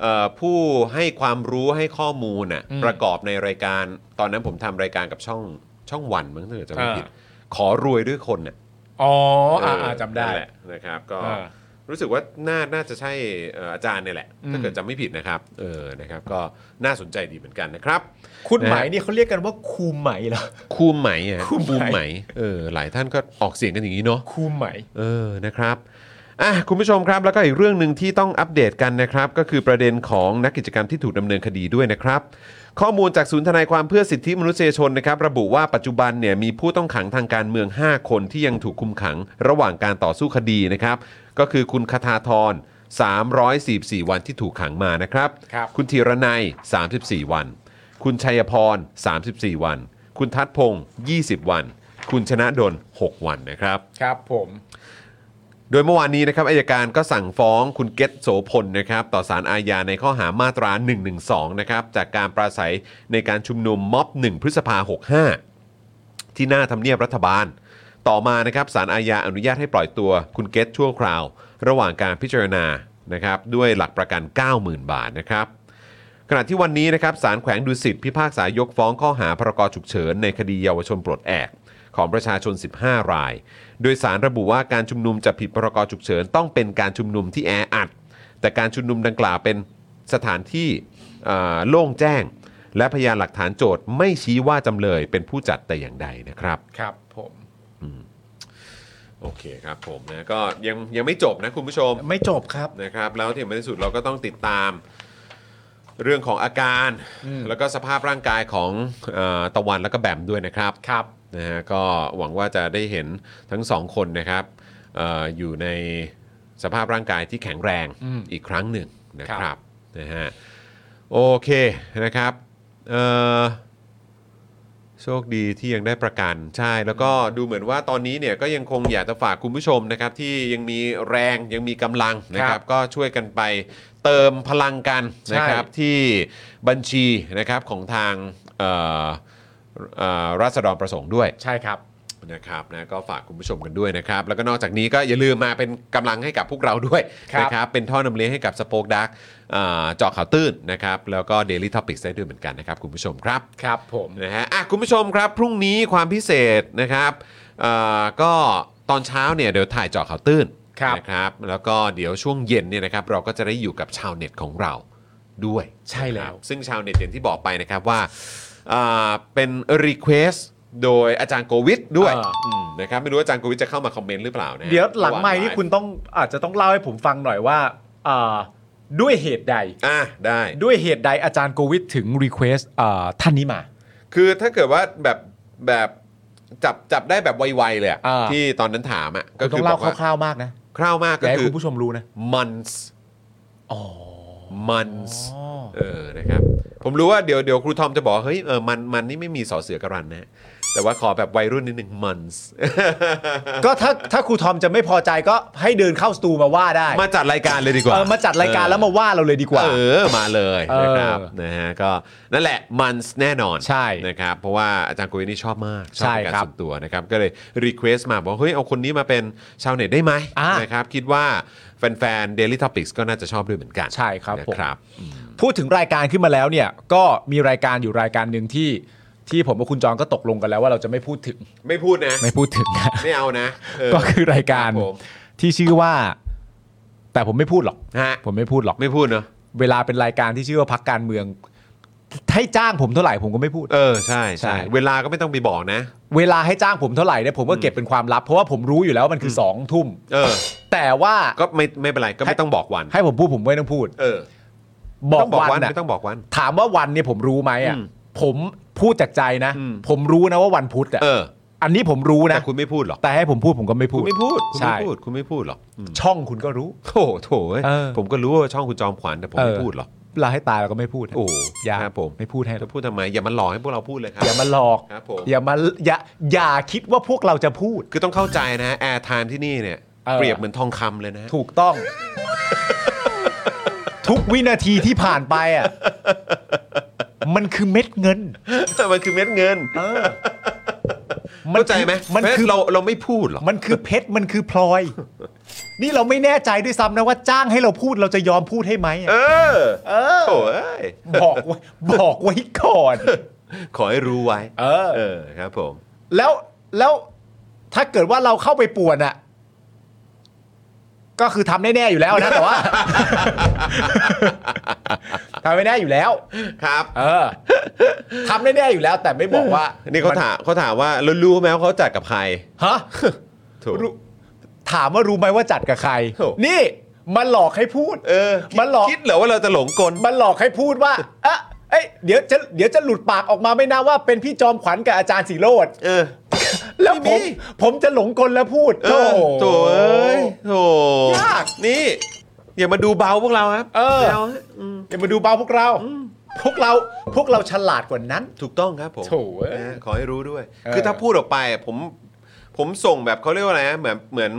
S1: เอ่อผู้ให้ความรู้ให้ข้อมูลน่ะ
S2: อืม
S1: ประกอบในรายการ ตอนนั้นผมทำรายการกับช่องช่องวันมั้งถ้าเกิดจำไม่
S2: อ่า
S1: ผิด ขอรวยด้วยคนน่ะ
S2: อ๋อ
S1: เอ
S2: อ่า
S1: อ
S2: อ่าจำได้
S1: นั่นแหละนะครับ ก็
S2: อ่า
S1: รู้สึกว่าน่าน่าจะใช่เอ่ออาจารย์เนี่ยแหละ ถ้าเกิด
S2: อืม
S1: จำไม่ผิดนะครับ เออ นะครับ ก็น่าสนใจดีเหมือนกันนะครับ
S2: คุณไหม
S1: นะฮะ
S2: นี่เขาเรียกกันว่าคูไหมเหรอ
S1: คูมไหมอะ
S2: คูมไหม
S1: ไหมเออ หลายท่านก็ออกเสียงกันอย่างนี้เนาะ
S2: คูไหม
S1: เออ นะครับ อ่ะ คุณผู้ชมครับ แล้วก็อีกเรื่องหนึ่งที่ต้องอัปเดตกันนะครับ ก็คือประเด็นของนักกิจกรรมที่ถูกดำเนินคดีด้วยนะครับ ข้อมูลจากศูนย์ทนายความเพื่อสิทธิมนุษยชนนะครับ ระบุว่าปัจจุบันเนี่ยมีผู้ต้องขังทางการเมือง 5 คนที่ยังถูกคุมขัง ระหว่างการต่อสู้คดีนะครับ ก็คือคุณคทาธร344 วันที่ถูกขังมานะครับ
S2: ครับ
S1: คุณธีรนัย 34 วัน คุณชัยพร 34 วัน คุณทัศพงศ์20 วัน คุณชนะดล 6 วันนะครับ
S2: ครับผม
S1: โดยเมื่อวานนี้นะครับอายการก็สั่งฟ้องคุณเกตโสพลนะครับต่อศาลอาญาในข้อหามาตรา1นึนะครับจากการปราศัยในการชุมนุมม็อบ 1 พฤษภา65 ที่หน้าทำเนียบรัฐบาล ต่อมานะครับศาลอาญาอนุญาตให้ปล่อยตัวคุณเกตชั่วคราว ระหว่างการพิจารณานะครับด้วยหลักประกัน 90,000 บาทนะครับ ขณะที่วันนี้นะครับสารแขวงดุสิตพิพากษายกฟ้องข้อหาพรกฉุกเฉินในคดีเยาวชนปลดแอกของประชาชน 15 ราย โดยสารระบุว่าการชุมนุมจะผิดพรกฉุกเฉินต้องเป็นการชุมนุมที่แออัด แต่การชุมนุมดังกล่าวเป็นสถานที่เอ่อโล่งแจ้ง และพยานหลักฐานโจทย์ไม่ชี้ว่าจำเลยเป็นผู้จัดแต่อย่างใดนะครับ
S2: ครับผม
S1: โอเคครับผมนะก็ยังยังไม่จบนะคุณผู้ชม
S2: ไม่จบครับ
S1: นะครับแล้วที่ในที่สุดเราก็ต้องติดตามเรื่องของอาการ แล้วก็สภาพร่างกายของเออตะวันแล้วก็แบมด้วยนะครับ
S2: ครับ
S1: นะฮะก็หวังว่าจะได้เห็นทั้งสองคนนะครับเอออยู่ในสภาพร่างกายที่แข็งแรง
S2: อืม
S1: อีกครั้งหนึ่งนะค
S2: ครั
S1: รับบ นะฮะโอเคนะครับเอ่อโชคดีที่ยังได้ประกันใช่แล้วก็ดูเหมือนว่าตอนนี้เนี่ยก็ยังคงอยากจะฝากคุณผู้ชมนะครับที่ยังมีแรงยังมีกำลัง นะค
S2: ครั
S1: รับบ ก็ช่วยกันไปเติมพลังกัน
S2: ใช่
S1: นะครับที่บัญชีนะครับของทางเอ่อเอ่อราษฎรประสงค์ด้วย
S2: ใช่ครับ
S1: นะครับนะก็ฝากคุณผู้ชมกันด้วยนะครับ แล้วก็นอกจากนี้ก็อย่าลืมมาเป็นกำลังให้กับพวกเราด้วย
S2: ครับ
S1: นะครับเป็นท่อนำเลี้ยงให้กับสปอคดักเจาะข่าวตื้นนะครับแล้วก็ Daily Topics ได้ด้วยเหมือนกันนะครับคุณผู้ชมครับ
S2: ครับผม
S1: นะฮะอ่ะคุณผู้ชมครับ พรุ่งนี้ความพิเศษนะครับเอ่อก็ตอนเช้าเนี่ยเดี๋ยวถ่ายเจาะข่าวตื้น
S2: ครับ
S1: นะครับ แล้วก็เดี๋ยวช่วงเย็นเนี่ยนะครับเราก็จะได้อยู่กับชาวเน็ตของเราด้วย
S2: ใช่
S1: นะค
S2: แล้ว
S1: รับซึ่งชาวเน็ตอย่างที่บอกไปนะครับว่าเอ่อเป็นรีเควสโดยอาจารย์โควิดด้วย
S2: อ่า
S1: มนะครับไม่รู้อาจารย์โควิดจะเข้ามาคอมเมนต์หรือเปล่านะฮะ
S2: เดี๋ยวหลัง
S1: ระว่
S2: ไม่นี่คุณต้องอาจจะต้องเล่าให้ผมฟังหน่อยว่าเอ่อ ด้วยเหตุใด
S1: อ่ะได้
S2: ด้วยเหตุใดอาจารย์โกวิทถึงรีเควสท่านนี้มา
S1: คือถ้าเกิดว่าแบบแบบจับจับได้แบบไวๆเลยอะ
S2: อ่า
S1: ที่ตอนนั้นถามอ่ะก็
S2: ก็
S1: คื
S2: ต้
S1: อ อง บ
S2: เล่า
S1: อกว่า
S2: คร่าวๆมากนะ
S1: คร่าวมาก
S2: อ
S1: ก็
S2: ยากให้
S1: คื
S2: คุ
S1: อ
S2: ณผู้ชมรู้นะ
S1: months
S2: อ๋อ
S1: months
S2: อ๋อ
S1: เออนะครับ ผมรู้ว่าเดี๋ยวเดี๋ยวครูทอมจะบอกว่าเฮ้ยเออมันมันนี่ไม่มีสอเสือการันนะแต่ว่าขอแบบวัยรุ่นนิดหนึ่ง months
S2: ก็ถ้าถ้าครูทอมจะไม่พอใจก็ให้เดินเข้าสตูมาว่าได้
S1: มาจัดรายการเลยดีกว่า
S2: เออมาจัดรายการแล้วมาว่าเราเลยดีกว่า
S1: เออมาเลย
S2: เออ
S1: นะครับนะฮะก็นั่นแหละ months แน่นอน
S2: ใช่
S1: นะครับเพราะว่าอาจารย์กุยนี่ชอบมากชอบ
S2: ใช่
S1: เป็นการ
S2: ครับ
S1: ส่วนตัวนะครับก็เลยรีเควสมาบอกว่าเฮ้ยเอาคนนี้มาเป็นชาวเน็ตได้ไหม
S2: อ่าน
S1: นะครับคิดว่าแฟนๆ Daily Topics ก็น่าจะชอบด้วยเหมือนกัน
S2: ใช่ครับ
S1: นะ
S2: ผม
S1: ครับ
S2: พูดถึงรายการขึ้นมาแล้วเนี่ย ก็มีรายการอยู่รายการหนึ่งที่ที่ผมกับคุณจองก็ตกลงกันแล้วว่าเราจะไม่พูดถึง
S1: ไม่พูดนะ
S2: ไม่พูดถึงนะ
S1: ไม่เอานะเ
S2: ก็คือรายการ
S1: ครับผม
S2: ที่ชื่อว่า แต่ผมไม่พูดหรอก
S1: ฮะ
S2: ผมไม่พูดหรอก
S1: ไม่พูดเนาะ
S2: เวลาเป็นรายการที่ชื่อว่าพักการเมืองให้จ้างผมเท่าไหร่ผมก็ไม่พูด
S1: เออใช่ใช่
S2: ใช่
S1: เวลาก็ไม่ต้องไปบอกนะ
S2: เวลาให้จ้างผมเท่าไหร่เนี่ยผมก็เก็บเป็นความลับ เพราะว่าผมรู้อยู่แล้วว่ามันคือสองทุ่ม
S1: เออ
S2: แต่ว่า
S1: ก็ไม่ไม่เป็นไรก็ไม่ต้องบอกวัน
S2: ให้ผมพูดผมไม่ต้องพูด
S1: เออ
S2: บอก
S1: ต้องบอก
S2: วั
S1: วัน น
S2: น่ะ
S1: ไม่ต้องบอกวัน
S2: ถามว่าวันเนี่ยผมรู้ไหมอ่ะ
S1: อืม
S2: ผมพูดจากใจนะ
S1: อืม
S2: ผมรู้นะว่าวันพุธอ่ะ
S1: เออ
S2: อันนี้ผมรู้
S1: แต่
S2: นะ
S1: คุณไม่พูดหรอก
S2: แต่ให้ผมพูดผมก็ไม่พู
S1: คุ
S2: ด
S1: ณไม่พูดคุณ
S2: ใช่
S1: ไม่พูดคุณไม่พูดหรอกอืม
S2: ช่องคุณก็รู้
S1: โถ่โถ่เว้ย
S2: เออ
S1: ผมก็รู้ว่าช่องคุณจอมขวัญแต่ผม
S2: เออ
S1: ไม่พูดหรอก
S2: เราให้ตายเราก็ไม่พูดนะ
S1: โอ้
S2: อย่า
S1: ครับผม
S2: ไม่พูดให้หรอก
S1: จะพูดทำไมอย่ามาหลอกให้พวกเราพูดเลยครับ
S2: อย่ามาหลอก
S1: ครับผม
S2: อย่ามาอย่าอย่าคิดว่าพวกเราจะพูด
S1: คือต้องเข้าใจนะแอร์ไทม์ที่นี่เนี่ย
S2: เออ
S1: เปรียบเหมือนทองคำเลยนะฮะ
S2: ถูกต้อง ทุกวินาทีที่ผ่านไปอ่ะ มันคือเม็ดเงิน
S1: มันคือเม็ดเงิน
S2: มัน
S1: เข้าใจไหม
S2: มัน
S1: เพราะฉะ
S2: คือ
S1: เราเราไม่พูดหรอก
S2: มันคือเพชรมันคือพลอย นี่เราไม่แน่ใจด้วยซ้ำนะว่าจ้างให้เราพูดเราจะยอมพูดให้ไหมอะ
S1: เออ เออโถ่เอ้ย
S2: บอกไว้บอกไว้ก่อน
S1: ขอให้รู้ไว้
S2: เออ
S1: เออครับผม
S2: แล้วแล้วถ้าเกิดว่าเราเข้าไปป่วนอ่ะ ก็คือทำแน่ๆอยู่แล้วนะแต่ว่า [laughs] ทำแน่ๆอยู่แล้ว
S1: ครับ
S2: เออทำแน่ๆอยู่แล้ว แต่ไม่บอกว่า
S1: นี่เขาถามเขาถามว่าแล้วรู้ไหมว่าเขาจัดกับใคร
S2: ฮะ
S1: ถูก
S2: รู้ถามว่ารู้ไหมว่าจัดกับใคร
S1: โอ้
S2: นี่มันหลอกให้พูด
S1: เออ
S2: มันหลอก
S1: คิดเหรอว่าเราจะหลงกล
S2: มันหลอกให้พูดว่าเอะเอ้ยเดี๋ยวจะเดี๋ยวจะหลุดปากออกมาไม่น่าว่าเป็นพี่จอมขวัญกับอาจารย์สีโรด
S1: เออ
S2: แล้วผม
S1: ไม่มี
S2: ผมจะหลงกลแล้วพูด
S1: เออ
S2: ห
S1: โถเอ้ยโถ
S2: ยาก
S1: นี่ อย่ามาดูเบาพวกเราครับ
S2: เออ
S1: ไม่าฮะอืม
S2: อย่ามาดูเบาพวกเรา พวกเราพวกเราฉลาดกว่านั้น
S1: ถูกต้องครับผม
S2: โถเอ้ย
S1: นะฮะขอให้รู้ด้วย
S2: เออ
S1: คือถ้าพูดออกไปอะผมผมส่งแบบเขาเรียกว่าอะไรนะเหมือนเหมือน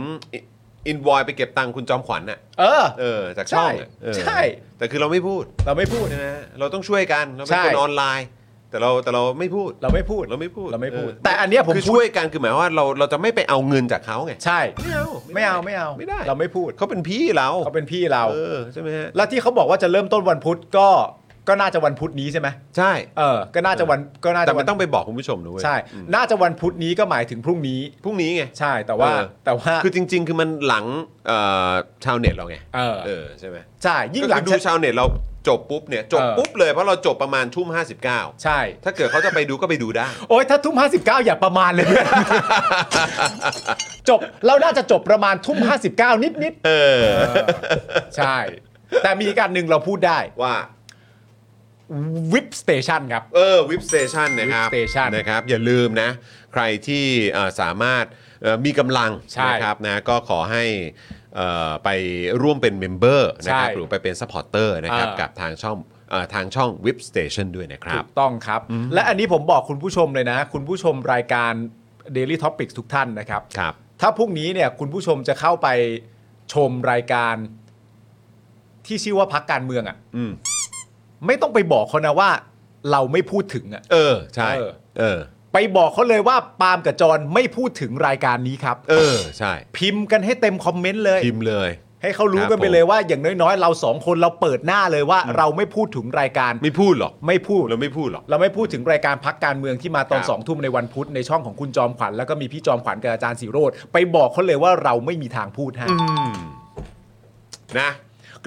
S1: อินวอยไปเก็บตังค์คุณจอมขวัญน่ะ
S2: เออ
S1: เออจากช่องอะ
S2: ใช่
S1: เออ
S2: ใช่
S1: แต่คือเราไม่พูด
S2: เราไม่พูด
S1: ใช่ไหมเราต้องช่วยกัน เราเป็น
S2: ใช่
S1: คนออนไลน์ แต่เราแต่เราไม่พูด
S2: เราไม่พูด
S1: เราไม่พูด
S2: เราไม่พูด
S1: เ
S2: แต่อันเนี้ยผม
S1: คือ
S2: พูด
S1: ช่วยกันคือหมายว่าเราเราจะไม่ไปเอาเงินจากเขาไง
S2: ใช่
S1: ไม่เอา
S2: ไม่เอาไม่เอา
S1: ไม่ได้
S2: เราไม่พูด
S1: เขาเป็นพี่เรา
S2: เขาเป็นพี่เรา
S1: เออใช่ไหมฮะ
S2: แล้วที่เขาบอกว่าจะเริ่มต้นวันพุธก็ก็น่าจะวันพุธนี้ใช่ไหม
S1: ใช่
S2: เออ ก็น่าจะวันก็น่า
S1: แต่
S2: จะ
S1: มั
S2: วัน น
S1: ต้องไปบอกคุณผู้ชมนะเว้ย
S2: ใช่
S1: อืม
S2: น่าจะวันพุธนี้ก็หมายถึงพรุ่งนี้
S1: พรุ่งนี้ไง
S2: ใช่แต่ว่า
S1: เออ
S2: แต่ว่า
S1: คือจริง ๆ คือมันหลังเอ่อชาวเน็ตเราไง
S2: เออ
S1: เออใช่ไหม
S2: ใช่ยิ่งหลัง
S1: ก็คือดูชาวเน็ตเราจบปุ๊บเนี่ยจบ
S2: เออ
S1: ปุ๊บเลยเพราะเราจบประมาณทุ่ม59
S2: ใช่
S1: ถ้าเกิดเขาจะไปดูก็ไปดูได้
S2: โอ้ยถ้าทุ่ม59 อย่าประมาณเลย จบเราน่าจะจบประมาณทุ่ม59 นิดนิดๆ
S1: เออ
S2: ใช่ แต่มีอีการหนึ่งเราพูดได้
S1: ว่า
S2: วิปสเตชันครับ
S1: เออวิปสเตชันนะครับ
S2: Whip Station
S1: นะครับอย่าลืมนะ ใครที่เอ่อสามารถเอ่อมีกำลัง
S2: ใช่
S1: นะครับนะก็ขอให้เอ่อไปร่วมเป็นเมมเบอร์นะครับห
S2: ใช่
S1: รือไปเป็นซัพพอร์เตอร์นะครับ
S2: เออ
S1: กับทางช่องเอ่อทางช่อง Whip Station ด้วยนะครั
S2: ถู
S1: บ
S2: กต้องครับ และอันนี้ผมบอกคุณผู้ชมเลยนะ คุณผู้ชมรายการ Daily Topics ทุกท่านนะครับ
S1: ครับ
S2: ถ้าพรุ่งนี้เนี่ยคุณผู้ชมจะเข้าไปชมรายการที่ชื่อว่าพักการเมืองอะ่ะ
S1: อืม
S2: ไม่ต้องไปบอกเขานะว่า เราไม่พูดถึงอะ่ะ
S1: เออ ใช่
S2: เออ
S1: เออ
S2: ไปบอกเขาเลยว่าปาล์มกับจอนไม่พูดถึงรายการนี้ครับ
S1: เออ ใช่
S2: พิมพ์กันให้เต็มคอมเมนต์เลย
S1: พิมพ์เลย
S2: ให้เขารู้
S1: ครั
S2: กับ นไป
S1: ผม
S2: เลยว่าอย่างน้อยๆ เราสองคนเราเปิดหน้าเลยว่า เราไม่พูดถึงรายการ
S1: ไม่พูดหรอก
S2: ไม่พูด
S1: เราไม่พูดหรอก
S2: เราไม่พูดถึงรายการพักการเมืองที่มาตอ
S1: คน รับ
S2: สองทุ่มในวันพุธในช่องของคุณจอมขวัญแล้วก็มีพี่จอมขวัญกับอาจารย์สีโรดไปบอกเขาเลยว่าเราไม่มีทางพูดให้
S1: นะ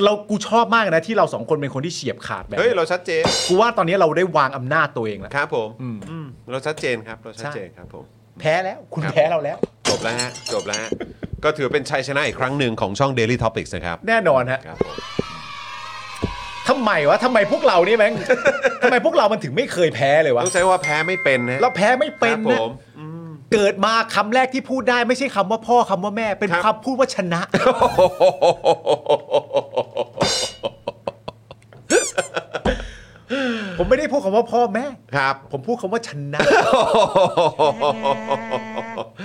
S2: เรากูชอบมากนะที่เราสองคนเป็นคนที่เฉียบขาดแบบ
S1: เฮ้ย เราชัดเจน
S2: กูว่าตอนนี้เราได้วางอำนาจตัวเองแล้ว
S1: ครับผม
S2: อืม
S1: อืมเราชัดเจนครับเราชัด
S2: ใช่
S1: เจนครับผม
S2: แพ้แล้ว คุณ
S1: ครับ
S2: แพ้เราแล้ว
S1: จบแล้วฮะจบแล้วฮะก็ถือเป็นชัยชนะอีกครั้งหนึ่งของช่อง Daily Topics นะครับ
S2: แน่นอนฮะ
S1: ครับผม
S2: ทำไมวะทำไมพวกเรานี่แม่ง [laughs] ทำไมพวกเรามันถึงไม่เคยแพ้เลยวะ
S1: ต้องใช้ว่าแพ้ไม่เป็นนะ
S2: เราแพ้ไม่เป็น
S1: ครับผ
S2: นะ
S1: ม
S2: เกิดมาคำแรกที่พูดได้ไม่ใช่คำว่าพ่อคำว่าแม่ เป็น
S1: ครับ
S2: คำพูดว่าชนะ
S1: [laughs]
S2: ผมไม่ได้พูดคำว่าพ่อแม่
S1: ครับ
S2: ผมพูดคำว่าชนะ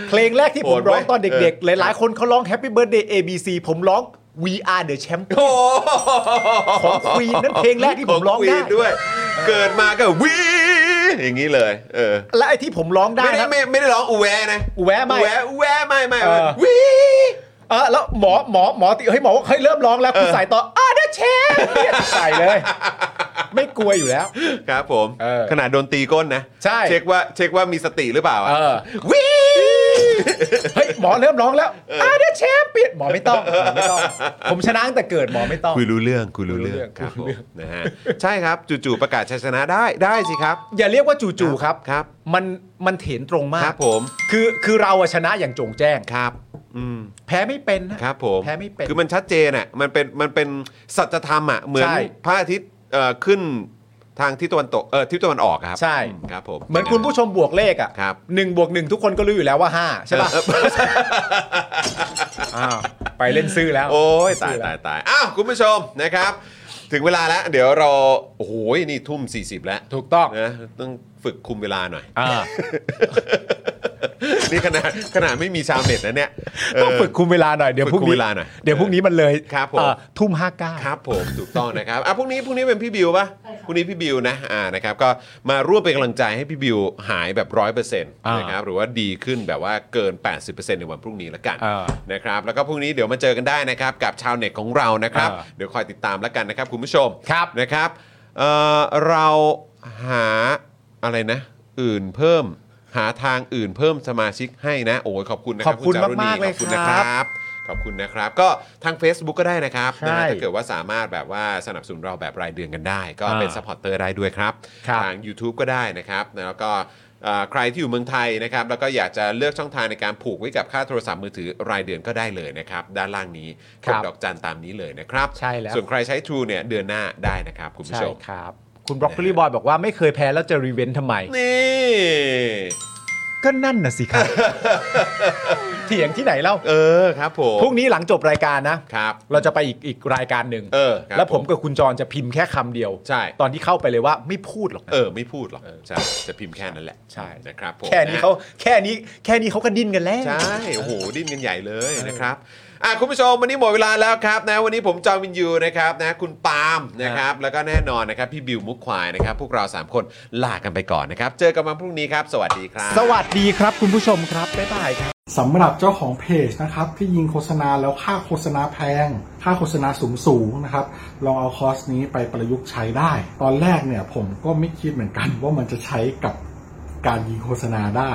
S2: เพลงแรกที่ผม
S1: โหดเว้ย
S2: ร้องตอนเด็ก
S1: เอ
S2: ๆ
S1: อ
S2: หลายๆ คนเขาร้อง Happy Birthday ABC ผมร้อง We Are the
S1: [laughs]
S2: Champion
S1: โอ้โห
S2: ของ Queen นั่นเพลงแรกที่ผมร้อง
S1: ข
S2: ได้
S1: Queen ด้วย เกิดมาก็วีอย่างนี้เลย เออ
S2: และไอ้ที่ผมร้องได้
S1: ไม่ได้
S2: นะ
S1: ไม่ไม่ได้ร้องอูแวนะ
S2: อูแวะไม่
S1: อูแวะอูแวะไม่ไม่
S2: เออ
S1: วี
S2: เออแล้วหมอหมอหมอติเฮ้ยหมอว่าเฮ้ยเริ่มร้องแล้วคุณใส่ต่อ Are the Champion ใส่เลย ไม่กลัวอยู่แล้ว
S1: ครับผม
S2: เออ
S1: ขนาดโดนตีก้นนะ
S2: ใช่
S1: เช็คว่าเช็คว่ามีสติหรือเปล่าอะ
S2: เออ
S1: วี
S2: เฮ้ยหมอเริ่มร้องแล้ว Are the Champion หมอไม่ต้องหมอไม่ต้อง ผมชนะตั้งแต่เกิดหมอไม่ต้อง
S1: คุยรู้เรื่องคุยรู้
S2: คุยรู้เรื่
S1: เรื่อ
S2: อง ง
S1: ครับผ
S2: คุยรู้
S1: ม
S2: เรื่อง
S1: นะฮะใช่ครับจู่ๆประกาศชัยชนะได้ได้สิครับ
S2: อย่าเรียกว่าจู่ๆครับ
S1: ครับ
S2: มันมันเถนตรงมา
S1: ค
S2: ก
S1: รับผม
S2: คือคือเราอะชนะอย่างโจงแจ้ง
S1: ครับ อืม
S2: แพ้ไม่เป็นนะ
S1: ครับผม
S2: แพ้ไม่เป็น
S1: คือมันชัดเจนอ่ะมันเป็นมันเป็นสัจธรรมอ่ะเหมือน
S2: ใช่
S1: พระอาทิตย์เอ่อขึ้นทางที่ตะวันตกเออที่ตะวันออกครับ
S2: ใช่
S1: อืมครับผม
S2: เหมือนคุณผู้ชมบวกเลขอ่ะ
S1: ครับ
S2: หนึ่งบวกหนึ่งทุกคนก็รู้อยู่แล้วว่าห้าใช่ป่ะอ้าวไปเล่นซื้อแล้ว
S1: [laughs] โอ้ย
S2: เล่น
S1: ตา
S2: ซื่
S1: ย
S2: อแล้ว
S1: ตายตายอ้าวคุณผู้ชมนะครับ ถึงเวลาแล้ว เดี๋ยวเราโอ้โหนี่ทุ่ม 40 แล้ว
S2: ถูกต้อง
S1: นะต้องฝึกคุมเวลาหน่อย [laughs]
S2: อ่า
S1: นี่ขนาดขนาดไม่มีชาวเน็ตนะเนี่ยเ
S2: ต้องฝึกคุมเวลาหน่อยเดี๋ยว
S1: ฝึก
S2: พรุ่ง
S1: คุม
S2: นี้
S1: เวลาหน่อย
S2: เดี๋ยวพรุ่งนี้มันเลย
S1: ครับผม
S2: เอ่อทุ่มห้าเก้า
S1: ครับผมถูกต้องนะครับอ่ะพรุ่งนี้พรุ่งนี้เป็นพี่บิวปะพรุ่งนี้พี่บิวนะอ่านะครับก็มาร่วมเป็นกำลังใจให้พี่บิวหายแบบร้อยเปอร์เซ็นต์
S2: อ่าน
S1: นะครับหรือว่าดีขึ้นแบบว่าเกิน 80%ในวันพรุ่งนี้ละกัน
S2: อ่า
S1: นะครับแล้วก็พรุ่งนี้เดี๋ยวมาเจอกันได้นะครับกับชาวเน็ตของเรานะครับ
S2: อ่า
S1: เดี๋ยวคอยติดตามละกันนะครับคุณผู้ชม
S2: ครับ
S1: นะครับเอ่อเราหาอะไรนะ อื่นเพิ่มหาทางอื่นเพิ่มสมาชิกให้นะโอ้ยขอบคุณ
S2: ขอบคุณ
S1: นะรั
S2: มากๆเลย
S1: ขอบคุณนะครับ ขอบคุณนะครับ ก็ทาง Facebook ก็ได้นะครับ
S2: ใช่
S1: นะฮะถ้าเกิดว่าสามารถแบบว่าสนับสนุนเราแบบรายเดือนกันได้ ก็
S2: อ่า
S1: เป็นสปอร์เตอร์ได้ด้วยครับ
S2: ครับ
S1: ทาง YouTube ก็ได้นะครับ แล้วก็เอ่อใครที่อยู่เมืองไทยนะครับ แล้วก็อยากจะเลือกช่องทางในการผูกไว้กับค่าโทรศัพท์มือถือรายเดือนก็ได้เลยนะครับ ด้านล่างนี้ก
S2: ครั
S1: ด
S2: บ
S1: ดอกจันตามนี้เลยนะครับ
S2: ใช่แล้ว
S1: ส่วนใครใช้ True เนี่ยเดือนหน้าได้นะครับคุณผู้
S2: ใช่
S1: ชม
S2: ครับ คุณบรอกโคลีบอยบอกว่าไม่เคยแพ้แล้วจะรีเวนทำไม
S1: นี่
S2: ก็นั่นน่ะสิครับ เถียงที่ไหนเล่า
S1: เออครับผม
S2: พรุ่งนี้หลังจบรายการนะ
S1: ครับ
S2: เราจะไปอีกอีกรายการหนึ่ง
S1: เออครับ
S2: แล้วผมกับคุณจรจะพิมพ์แค่คำเดียว
S1: ใช่
S2: ตอนที่เข้าไปเลยว่าไม่พูดหรอกนะ
S1: เออ ไม่พูดหรอกใช่จะพิมพ์แค่นั้นแหละ
S2: ใช่
S1: นะครับผม
S2: แค่นี้เขาแค่นี้แค่นี้เขาก็ดิ้นกันแล้ว
S1: ใช่โอ้โหดิ้นกันใหญ่เลยนะครับอ่ะคุณผู้ชมวันนี้หมดเวลาแล้วครับนะวันนี้ผมจอมวินยูนะครับนะคุณปาล์มนะครับแล้วก็แน่นอนนะครับพี่บิวมุกควายนะครับพวกเรา 3 คนลากันไปก่อนนะครับ เจอกันวันพรุ่งนี้ครับ สวัสดีครับ
S2: สวัสดีครับคุณผู้ชมครับ บ๊ายบายครับ
S4: สำหรับเจ้าของเพจนะครับที่ยิงโฆษณาแล้วค่าโฆษณาแพง ค่าโฆษณาสูงสูงๆนะครับ ลองเอาคอร์สนี้ไปประยุกต์ใช้ได้ ตอนแรกเนี่ยผมก็ไม่คิดเหมือนกัน ว่ามันจะใช้กับการยิงโฆษณาได้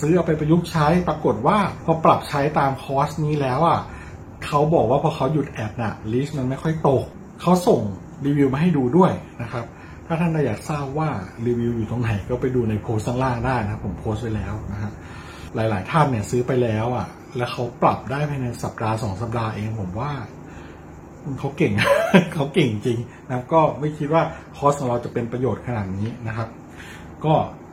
S4: ซื้อเอาไปประยุกต์ใช้ปรากฏว่าพอปรับใช้ตามคอร์สนี้แล้วอ่ะเขาบอกว่าพอเขาหยุดแอดน่ะลิสต์มันไม่ค่อยตกเขาส่งรีวิวมาให้ดูด้วยนะครับ ถ้าท่านอยากทราบว่ารีวิวอยู่ตรงไหนก็ไปดูในโพสต์ข้างล่างได้นะครับผมโพสต์ไว้แล้วนะครับ หลาย ๆ ท่านเนี่ยซื้อไปแล้วอ่ะ แล้วเขาปรับได้ภายในสัปดาห์สองสัปดาห์เองผมว่าเขาเก่ง [laughs] เขาเก่งจริงนะครับก็ไม่คิดว่าคอร์สของเราจะเป็นประโยชน์ขนาดนี้นะครับ ก็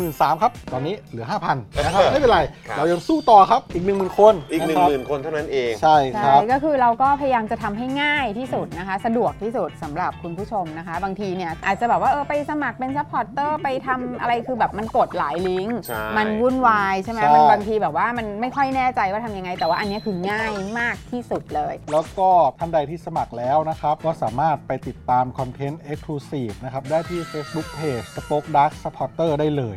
S5: มื่นสามครับ ตอนนี้เหลือ 5,000นะครับ ไม่เป็นไร
S1: ครับ
S5: เรายังสู้ต่อครับ อีก 1 0,000 คน
S1: อีก 1
S5: ะครับ
S1: 0,000 คนเท่านั้นเอง
S5: ใช่ค
S6: ใช่
S5: รับ
S6: ก็คือเราก็พยายามจะทำให้ง่ายที่สุดนะคะ สะดวกที่สุดสำหรับคุณผู้ชมนะคะ บางทีเนี่ยอาจจะแบบว่าเออไปสมัครเป็นซัพพอร์ตเตอร์ไปทำอะไรคือแบบมันกดหลายลิงก์
S1: ใช่
S6: มันวุ่นวายใช่ไหม
S5: ใช่
S6: มันบางทีแบบว่ามันไม่ค่อยแน่ใจว่าทำยังไง แต่ว่าอันเนี้ยคือง่ายมากที่สุดเลย
S5: แล้วก็ท่านใดที่สมัครแล้วนะครับ ก็สามารถไปติดตามคอนเทนต์ Exclusive นะครับ ได้ที่ Facebook Page Spoke Dark Supporter ได้เลย